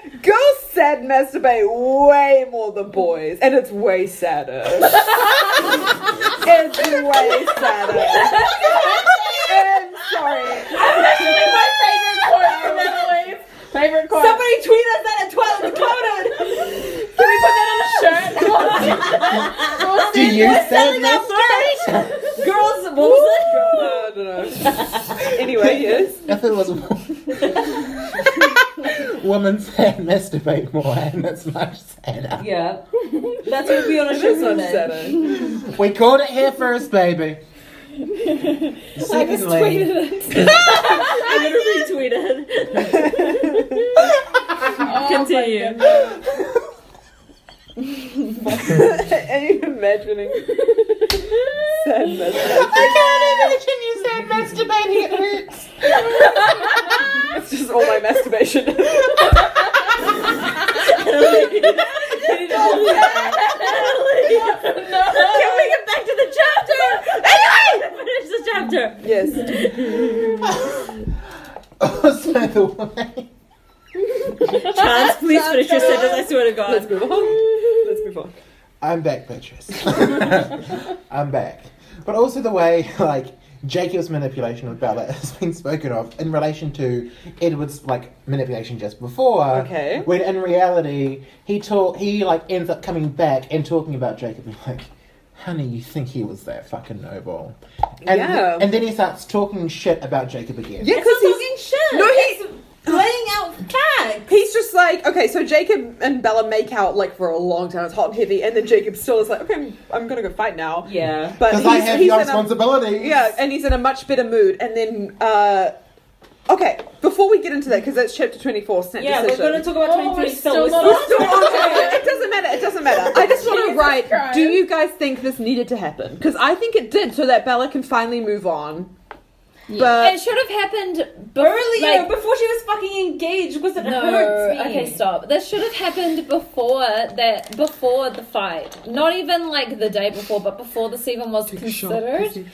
mean? Girls sad masturbate way more than boys, and it's way sadder. it's way sadder. I'm sorry.
Favorite quote.
Somebody tweet us that at 12 Dakota. Can we put that on a shirt?
Do you sad
Sorry. Girls, what was it?
I don't know. Anyway, yes.
If it was women sad masturbate more, and it's much sadder.
Yeah. That's what we on a show
It's much
today.
sadder.
We called it here first, baby. Secondly,
I retweeted. Continue.
Are you imagining sad masturbation?
I can't imagine you sad masturbating. It hurts.
It's just all my masturbation.
Can we get back to the chapter? Anyway, finish the chapter.
yes.
Also, the way
Chance, please finish your sentence. I swear to
Let's
God.
move on. Let's move on.
I'm back, bitches. I'm back. But also the way, like. Jacob's manipulation of Bella has been spoken of in relation to Edward's like manipulation just before.
Okay.
When in reality, he talk he like ends up coming back and talking about Jacob and like, honey, you think he was that fucking noble? And
Yeah.
and then he starts talking shit about Jacob again.
Yeah, because
It's
he's
talking shit.
No, he-
It's laying out facts.
He's just like, okay, so Jacob and Bella make out like for a long time. It's hot and heavy, and then Jacob still is like, okay, I'm, I'm gonna go fight now.
Yeah.
But
Because I have your
in a,
responsibility.
yeah, and he's in a much better mood. And then, uh, okay, before we get into that, because that's chapter twenty four. Snap
Yeah, we're
decision.
going to talk about
Oh,
23
we're
still.
still
We're
not
still-
on-
Still on track. it doesn't matter. It doesn't matter. I just want to
Jesus
write.
Christ.
Do you guys think this needed to happen? Because I think it did, so that Bella can finally move on.
it
But
should have happened
Earlier,
Like-
before she was fucking engaged, because it
No.
hurts me.
Okay, stop. This should have happened before that, before the fight. Not even like the day before, but before this even was considered.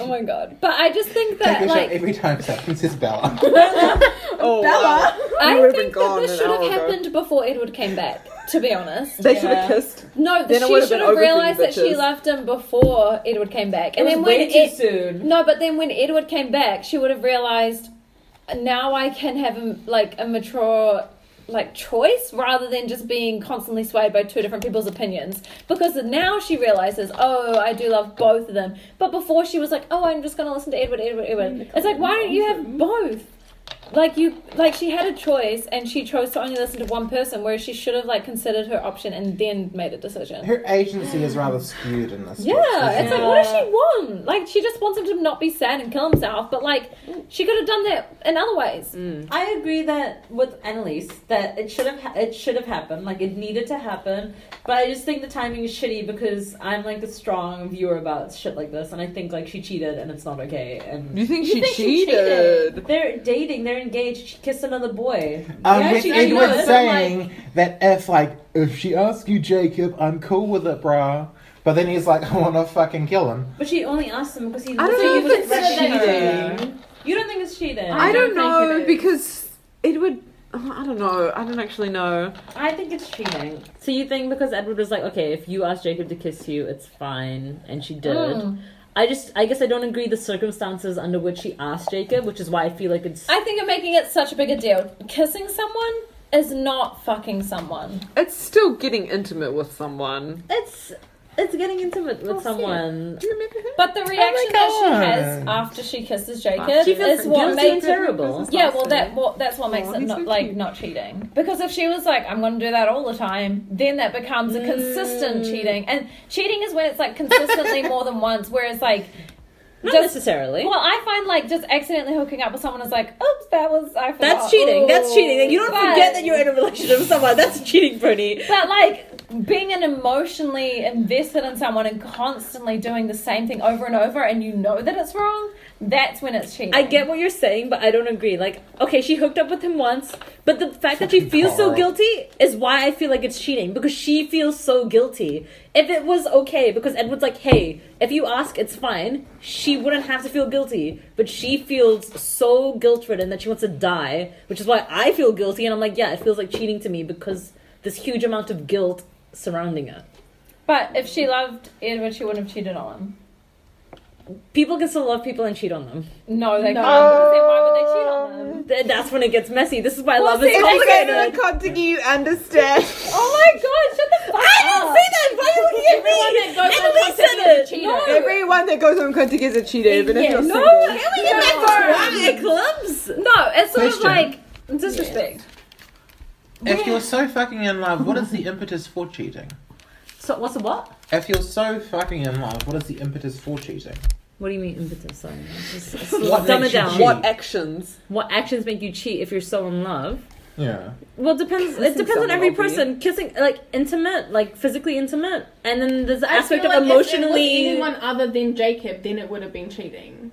oh my god! But I just think
Take
that
a shot
like
every time Sutton says Bella.
oh, wow. You
I
would've been
think that
gone
this
an
should have
hour ago.
happened before Edward came back. To be honest.
they should have kissed.
No,
Then it
she
would've
should
been
have
over for you
realised that she
bitches.
loved him before Edward came back,
It
and
was
then when
way too
Ed-
soon.
No, but then when Edward came back, she would have realized now I can have a, like a mature like choice rather than just being constantly swayed by two different people's opinions because now she realizes oh I do love both of them but before she was like oh I'm just going to listen to Edward Edward Edward it's like why don't you have both like you like she had a choice and she chose to only listen to one person whereas she should have like considered her option and then made a decision
Her agency is rather skewed in this.
yeah, it's like what does she want? Like she just wants him to not be sad and kill himself, but like she could have done that in other ways.
I agree that with Annalise that it should have ha- it should have happened like it needed to happen but I just think the timing is shitty because I'm like a strong viewer about shit like this and I think like she cheated and it's not okay and
You think she
think she
cheated?
they're dating they're engaged she kissed another boy
Um,
Yeah,
with
she-
Edward
she was,
saying that if like if she asks you, Jacob, I'm cool with it, brah. But then he's like, I want to fucking kill him.
but she only asked him because he
I don't
he
know if
was
it's
threatening her.
cheating.
you don't think it's cheating
I don't
don't think
know
it is.
because it would. oh, I don't know. I don't actually know.
I think it's cheating. So you think because Edward was like, okay, if you ask Jacob to kiss you, it's fine, and
Mm.
she did. I just, I guess I don't agree the circumstances under which she asked Jacob, which is why I feel like it's.
I think I'm making it such a bigger deal. Kissing someone is not fucking someone.
It's still getting intimate with someone.
it's it's getting intimate with someone.
Do you remember him?
But the reaction
God.
that she has after she kisses Jacob
She feels
is what
guilty and
makes
terrible.
yeah, well, that what that's what makes
Aw,
it
he's
not
so
like
cute.
not cheating. Because if she was like, "I'm going to do that all the time," then that becomes a consistent cheating. And cheating is when it's like consistently more than once. Whereas like,
Not
just
necessarily.
well, I find like just accidentally hooking up with someone is like, "Oops, that was I." Forgot.
that's cheating. That's cheating. You don't
But-
forget that you're in a relationship with someone. That's cheating, Brody.
But like being an emotionally invested in someone and constantly doing the same thing over and over, and you know that it's wrong. That's when it's cheating.
I get what you're saying, but I don't agree. Like, okay, she hooked up with him once, but the fact that she
Fucking
feels so
Carl.
guilty is why I feel like it's cheating because she feels so guilty. If it was okay, because Edward's like, hey, if you ask, it's fine, she wouldn't have to feel guilty, but she feels so guilt ridden that she wants to die, which is why I feel guilty, and I'm like, yeah, it feels like cheating to me because this huge amount of guilt surrounding it.
But if she loved Edward, she wouldn't have cheated on him.
People can still love people and cheat on them.
No, they can't. Because then why would they cheat on them?
Th- That's when it gets messy. This is why love
see,
is
like,
complicated.
Can't you understand?
Oh my god, shut the fuck
I didn't
up.
say that. Why are you looking at me?
Everyone that goes
Emily
on
said
Twitter
it.
is a cheater.
No.
Everyone that goes on Quantic is a cheater, even if
Yes.
you're
No,
single.
can we get back to Roman and clubs?
No, it's sort of
Question.
like disrespect.
If you're so fucking in love, what is the impetus for cheating?
So what's a what?
If you're so fucking in love, what is the impetus for cheating?
What do you mean impetus? Sorry, just, just
What
dumb it
makes you
down.
cheat?
What actions?
What actions make you cheat if you're so in love?
Yeah.
Well, it depends. It depends on
sounded
every
obvious.
person. Kissing, like intimate, like physically intimate, and then there's the
I
aspect
feel
of
like if it was
emotionally.
anyone other than Jacob, then it would have been cheating.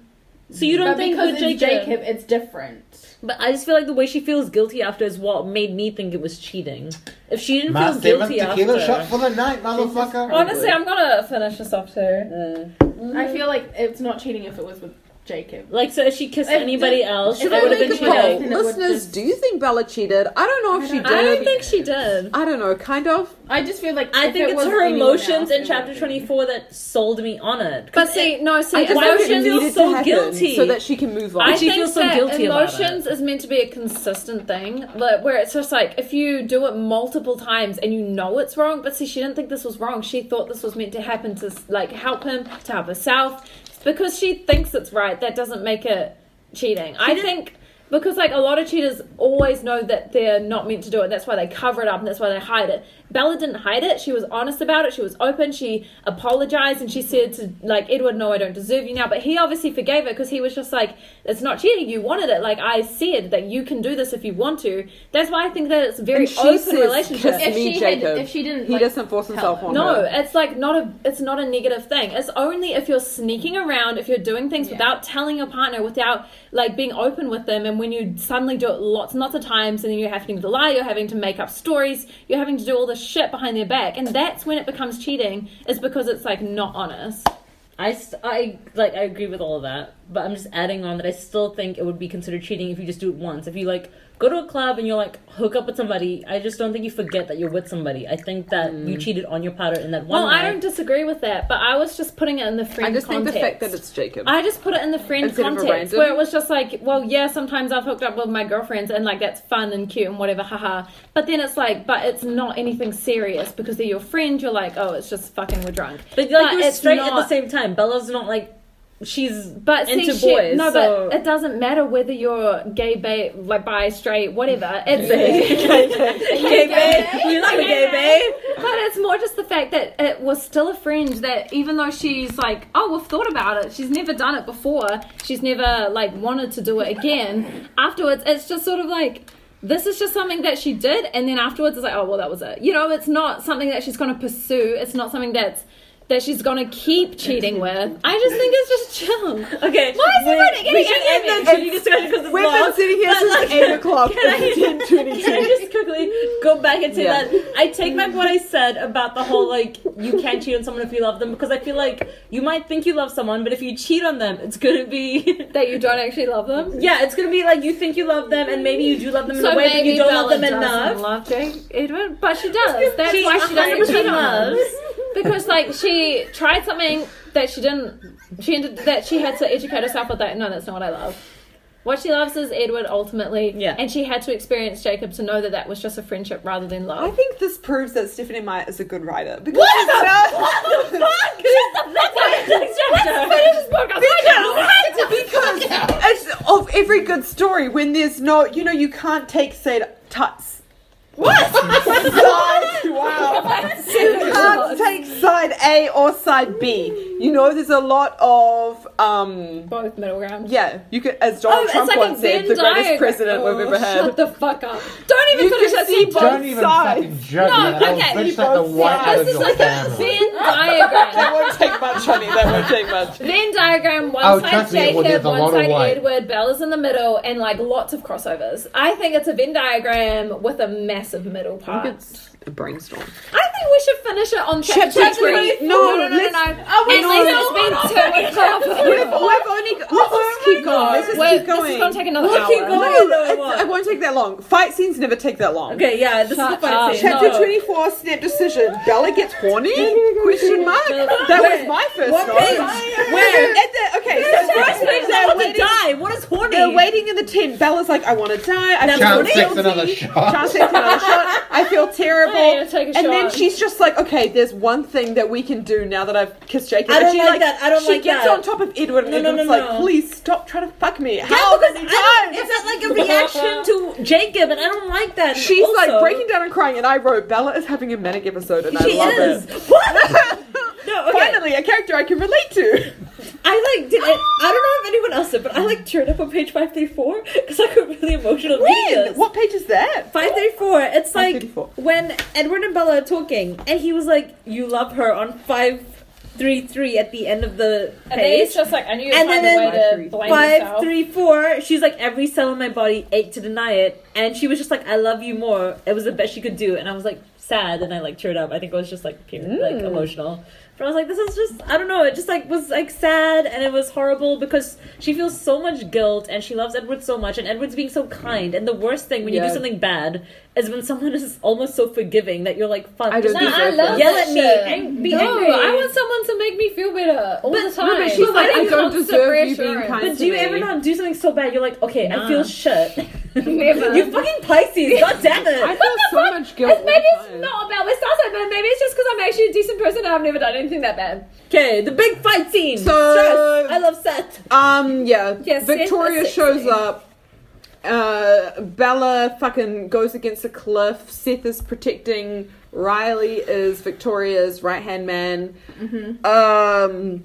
So you don't
But
think
because
with
it's
Jacob,
Jacob, it's different.
But I just feel like the way she feels guilty after is what made me think it was cheating. If she didn't
My
feel
seventh
guilty
tequila
after,
shot for the night, motherfucker.
Honestly, I'm gonna finish this off too.
I feel like it's not cheating if it was with Jacob.
like, so if she kissed
If-
anybody else,
if
it
Should
I
I
would have
make
been
a
cheating,
poll?
cheating.
then it would
Listeners,
just-
do you think Bella cheated? I don't know if she
I
did.
don't-
I don't think she did.
I don't know. Kind of.
I just feel like
I
if
think
it
it's
was
her
anyone
emotions
else,
in
it
chapter
would have been.
24 that sold me on it.
But see, no, see,
I just
think
emotions-
needed
feels so
to happen
guilty.
so that she can move on.
I
I
she
think
feels so
that
guilty about it.
emotions is meant to be a consistent thing, like, where it's just like if you do it multiple times and you know it's wrong. But see, she didn't think this was wrong. She thought this was meant to happen to like help him to help herself. Because she thinks it's right, that doesn't make it cheating. I think because like a lot of cheaters always know that they're not meant to do it. That's why they cover it up and that's why they hide it. Bella didn't hide it. She was honest about it. She was open. She apologized and she said to like Edward, "No, I don't deserve you now." But he obviously forgave her because he was just like, "It's not cheating. You wanted it. Like I said that you can do this if you want to." That's why I think that it's a very
And she
open
says,
relationship.
"Kiss
If
me,
she had-
Jacob.
if she didn't,
he
like,
doesn't force
tell
himself
him.
on
No,
her.
it's like not a it's not a negative thing. It's only if you're sneaking around, if you're doing things
Yeah.
without telling your partner, without like being open with them, and when you suddenly do it lots and lots of times, and then you're having to lie, you're having to make up stories, you're having to do all this shit behind their back, and that's when it becomes cheating. Is because it's like not honest.
I, st- I, like, I agree with all of that, but I'm just adding on that I still think it would be considered cheating if you just do it once. If you, like, go to a club and you're, like, hook up with somebody, I just don't think you forget that you're with somebody. I think that you cheated on your partner in that one
Well, I
night.
don't disagree with that, but I was just putting it in the friend
I just think
context.
the fact that it's Jacob.
I just put it in the friend
Instead of a
context
random?
where it was just like, well, yeah, sometimes I've hooked up with my girlfriends and like that's fun and cute and whatever, haha. But then it's like, but it's not anything serious because they're your friend. You're like, oh, it's just fucking we're drunk.
But, like,
But
you were
it's
straight at the
not-
same time. Bella's not, like, she's
But see,
into
shit,
boys.
no,
so-
but it doesn't matter whether you're gay, babe, like bi, straight, whatever. It's
gay babe. We love a gay babe.
But it's more just the fact that it was still a friend that even though she's like, oh, we've thought about it, she's never done it before, she's never like wanted to do it again. afterwards, it's just sort of like, this is just something that she did, and then afterwards it's like, oh, well, that was it. You know, it's not something that she's going to pursue, it's not something that's that she's gonna keep cheating with. I just think it's just chill.
Okay.
Why is everyone getting
we should
angry?
end that cheating discussion because it's
We've
long.
been sitting here
but,
since
like,
8 o'clock.
can I-
It's
Can I
10:22.
just quickly go back and say
Yeah.
that I take back what I said about the whole like you can't cheat on someone if you love them because I feel like you might think you love someone, but if you cheat on them, it's gonna be
That you don't actually love them.
yeah, it's gonna be like you think you love them and maybe you do love them in
So
a way, but
maybe
you don't
Bella
love them
doesn't
enough.
love Jake Edward, but she does. That's why she doesn't
100%
cheat on him.
loves.
Because like she tried something that she didn't, she ended, that she had to educate herself with that. No, that's not what I love. What she loves is Edward ultimately,
Yeah.
and she had to experience Jacob to know that that was just a friendship rather than
I
love.
think this proves that Stephanie Meyer is a good writer. Because because it's of every good story when there's no, you know, you can't take say tuts. What? sides, wow. You can't take side A or side B. You know, there's a lot of um.
Both middle ground.
Yeah, you could, as Donald
Oh, it's
Trump
like a
once said,
Venn
the greatest
diagram. Oh,
president we've ever had.
Shut the fuck up! Don't even
You
finish
can
that
see
sentence.
both
Don't even
sides.
fucking judge
No,
me. I'll
okay,
you
bitch like the
both
white out
sides.
of
This is
your
like a
family.
Venn diagram.
That won't take much, honey. That won't take much.
Venn diagram, one
Oh,
side
trust me, it will-
Jacob,
there's a lot
one
of
side
white.
Edward, Bella's in the middle, and like lots of crossovers. I think it's a Venn diagram with a massive middle part. I think
A brainstorm.
we should finish it on chapter,
Chapter three.
three.
No,
no, no, no.
let's-
no. At least it's
We've,
been
we've
two hours.
only. Let's just keep going. Let's just
Wait,
keep
This
going.
is gonna take another
We'll
hour.
keep going.
No, no,
no,
it's,
what?
it won't take that long. Fight scenes never take that long.
Okay, yeah, this is the fight scene.
Chapter
No.
24, snap decision. Bella gets horny? Question mark? That was my first
What
one.
page?
Where? At the, okay, so first page they're
What to
waiting.
die? What is horny?
They're waiting in the tent. Bella's like, I want to die. I feel
Chance takes
guilty.
another shot.
Chance takes another shot. I feel terrible.
Hey, you'll take a
and then
shot.
she's just like, okay, there's one thing that we can do now that I've kissed Jacob.
I
And
don't
she,
like that. I don't
she
like
gets
that.
on top of Edward and
No, no,
Edward's
no,
like,
no.
please stop trying to fuck me. How
because
many
I
times?
don't- it's not like a reaction to Jacob, and I don't like that.
She's
Also-
like breaking down and crying, and I wrote, Bella is having a manic episode, and
She
I love
is.
it.
What? no, okay.
Finally, a character I can relate to.
I like did. I, I don't know if anyone else did, but I like teared up on page five thirty four because I got really emotional. reading this.
What page is that?
Five thirty four. It's like
534.
when Edward and Bella are talking, and he was like, "You love her" on five three three at the end of the
And then
page.
it's just like I knew you
And
would find
then
a way to blame
Five,
yourself.
three, four. She's like every cell in my body ached to deny it, and she was just like, "I love you more." It was the best she could do, and I was like sad, and I like teared up. I think it was just like pure, like emotional. But I was like, "This is just I don't know." It just like was like sad, and it was horrible because she feels so much guilt, and she loves Edward so much, and Edward's being so kind. And the worst thing when you do
Yeah.
something bad is when someone is almost so forgiving that you're like, "Fuck."
I don't
just
think
Nah, I love
Yell
that
at me,
shit.
ang- be
no,
angry.
I want someone to make me feel better all the time.
but she's like, I don't
constant
deserve you being
reassurance.
kind
But
to
do you
me.
ever not do something so bad? You're like, okay, I feel shit.
Never.
you fucking Pisces, god damn
I
it.
feel so much guilt. all
It's, maybe
the
it's
time.
not about my stars, but maybe it's just because I'm actually a decent person and I've never done anything that bad.
Okay, the big fight scene.
So-
Stress. I love Seth.
Um, yeah.
Yes,
Victoria
it's a
shows
sexy.
up. Uh, Bella fucking goes against a cliff. Seth is protecting. Riley is Victoria's right hand man.
Mm-hmm.
Um,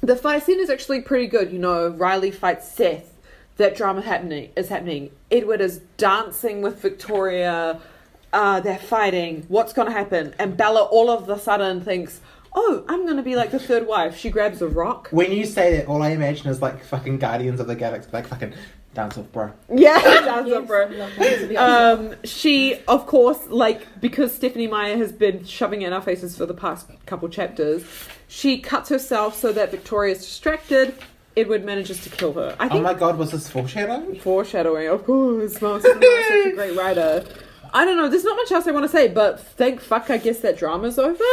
the fight scene is actually pretty good. You know, Riley fights Seth. That drama happening is happening. Edward is dancing with Victoria. Uh, they're fighting. What's going to happen? And Bella all of a sudden thinks, "Oh, I'm going to be like the third wife." She grabs a rock.
When you say that, all I imagine is like fucking Guardians of the Galaxy, like fucking dance off, bro.
Yeah, Jazz Opera.
uh,
Um, she, of course, like because Stephanie Meyer has been shoving it in our faces for the past couple chapters, she cuts herself so that Victoria's distracted. Edward manages to kill her. I
Oh
think
my god, was this foreshadowing?
foreshadowing, of course. Well, Stephanie Meyer's such a great writer. I don't know. There's not much else I want to say, but thank fuck, I guess that drama's over.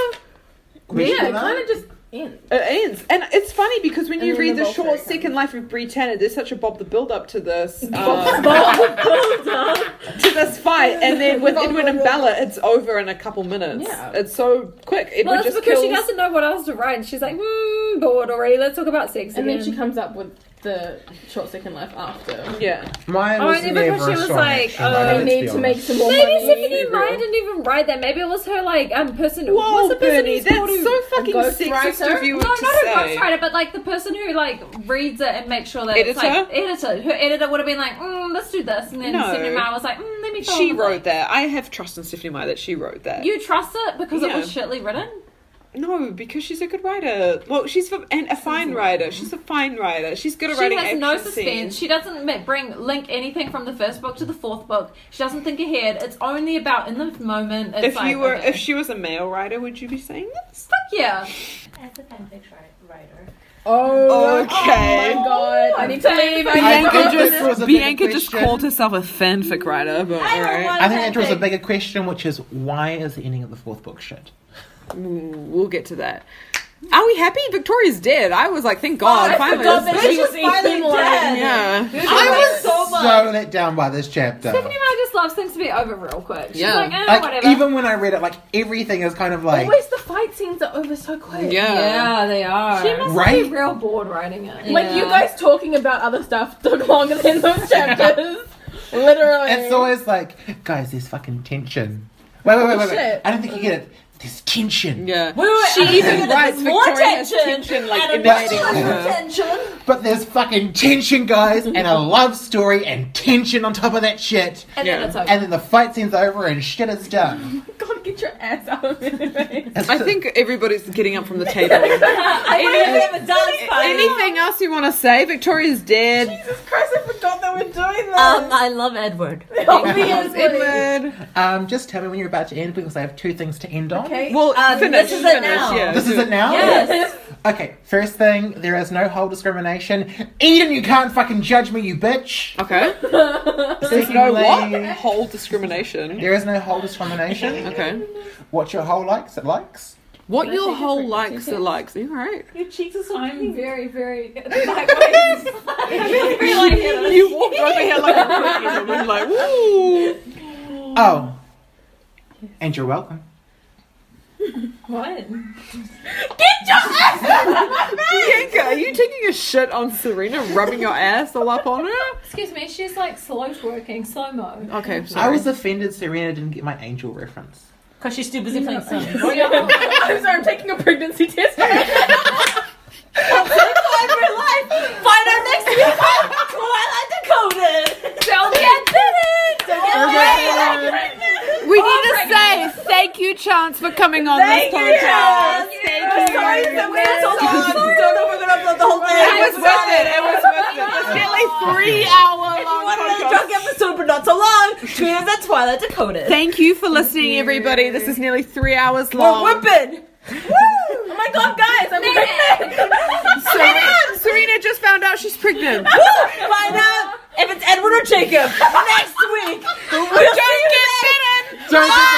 Question
Yeah,
mark?
kind of just.
It ends, and it's funny because when you
then
read
the
the
Vulture
short
comes.
Second Life of Brie Tanner, there's such a Bob the build up to this. um,
Ball build up.
to uh, this fight, and then like with Edwin and Bella, it's over in a couple minutes.
Yeah.
It's so quick. Edwin
Well, that's
just
because
kills.
she doesn't know what else to write. She's like, hmm, bored already. Let's talk about sex
And
again.
then she comes up with the short second life after.
Yeah.
Mine
Oh,
was
and
never
because she
a
was
strong
like,
action,
oh,
like,
I
I
let's
uh, need
be
to
honest.
make some more
Maybe
money.
Stephanie Meyer didn't even write that. Maybe it was her like um person. what's the person
Bernie,
who's called
that's
who-
so fucking sexist
ghostwriter?
of you
no,
to
not a
say.
ghostwriter, but like the person who like reads it and makes sure that it's like editor. Her editor would have been like, mm, "Let's do this," and then
No.
Stephanie Meyer was like, mm, "Let me." fill
She
in the blank."
wrote that. I have trust in Stephanie Meyer that she wrote that.
You trust it because it was
Yeah.
shitly written.
No, because she's a good writer. Well, she's a, and a fine writer. She's a fine writer. She's good at
She
writing.
has no
action
suspense.
scenes.
She doesn't ma- bring link anything from the first book to the fourth book. She doesn't think ahead. It's only about in the moment. It's
If
like,
you were,
okay.
if she was a male writer, would you be saying this?
Fuck yeah.
As a fanfic wri- writer.
Oh,
Okay.
oh my god. I need to leave. I need
Bianca
to
think
just,
this was a bigger
Bianca just
question.
called herself a fanfic writer, but alright.
I think that draws a bigger question, which is why is the ending of the fourth book shit?
We'll get to that. Are we happy? Victoria's dead. I was like, thank God, finally.
forgot that she was
finally
Ethan Lane.
yeah.
I was so,
so much.
let down by this chapter.
Stephanie Meyer just loves things to be over real quick. She's
Yeah.
like, eh,
like
whatever.
even when I read it, like everything is kind of like
Always the fight scenes are over so quick.
Yeah.
yeah, they are. She must
Right?
be real bored writing it.
Like you guys talking about other stuff took longer than those chapters. Literally.
it's always like, guys, there's fucking tension. Wait, wait, wait, wait, wait.
Shit.
I don't think you get it. There's tension.
Yeah.
We were
She even
even
writes
more
Victoria's
tension
tension, like,
and
invading
more
her.
tension.
But there's fucking tension, guys, and a love story and tension on top of that shit.
and
yeah.
then it's over.
And then the fight scene's over and shit is done.
God, get your ass out of here.
It's
I think everybody's getting up from the table.
I wanted to have a dance party.
Anything else you want to say? Victoria's dead.
Jesus Christ, I forgot that we're doing this.
Um, I love Edward.
Obviously.
Edward.
um, just tell me when you're about to end because I have two things to end on.
Okay.
Well,
Um,
finish.
this is
finish.
it now.
Yeah.
This is it now?
Yes.
Okay, first thing, there is no whole discrimination. Eden, you can't fucking judge me, you bitch.
Okay.
There's
No what? Whole discrimination.
There is no whole discrimination.
Okay.
What your whole likes, it likes.
What your whole likes it likes. Are you alright?
Your cheeks are so
I'm very, very good.
You walked over here like a cookie and I'm like, woo.
Oh. And you're welcome.
What?
Bianca, are you taking a shit on Serena, rubbing your ass all up on her?
Excuse me, she's like slow twerking, slow mo.
Okay, I'm
I
sorry.
was offended Serena didn't get my angel reference.
Because she's too busy playing Sims.
I'm sorry, I'm taking a pregnancy test.
Find our next week on Twilight Dakota.
Tell me I did it!
We need to say thank you, Chance, for coming on
Thank
this
you,
podcast.
Chance. Thank you. Sorry that we are talking. Don't know if we're gonna upload the whole thing.
It was worth it. It was worth it. It's nearly three hour long
One another
podcast.
drunk episode, but not so long. Tweet us at Twilight Dakota.
Thank you for listening, everybody. This is nearly three hours
We're
long.
whipping. Woo! Oh my god, guys, I'm pregnant.
Serena, Serena just found out she's pregnant.
Find out if it's Edward or Jacob next week. We'll
Just get bitten.
Don't get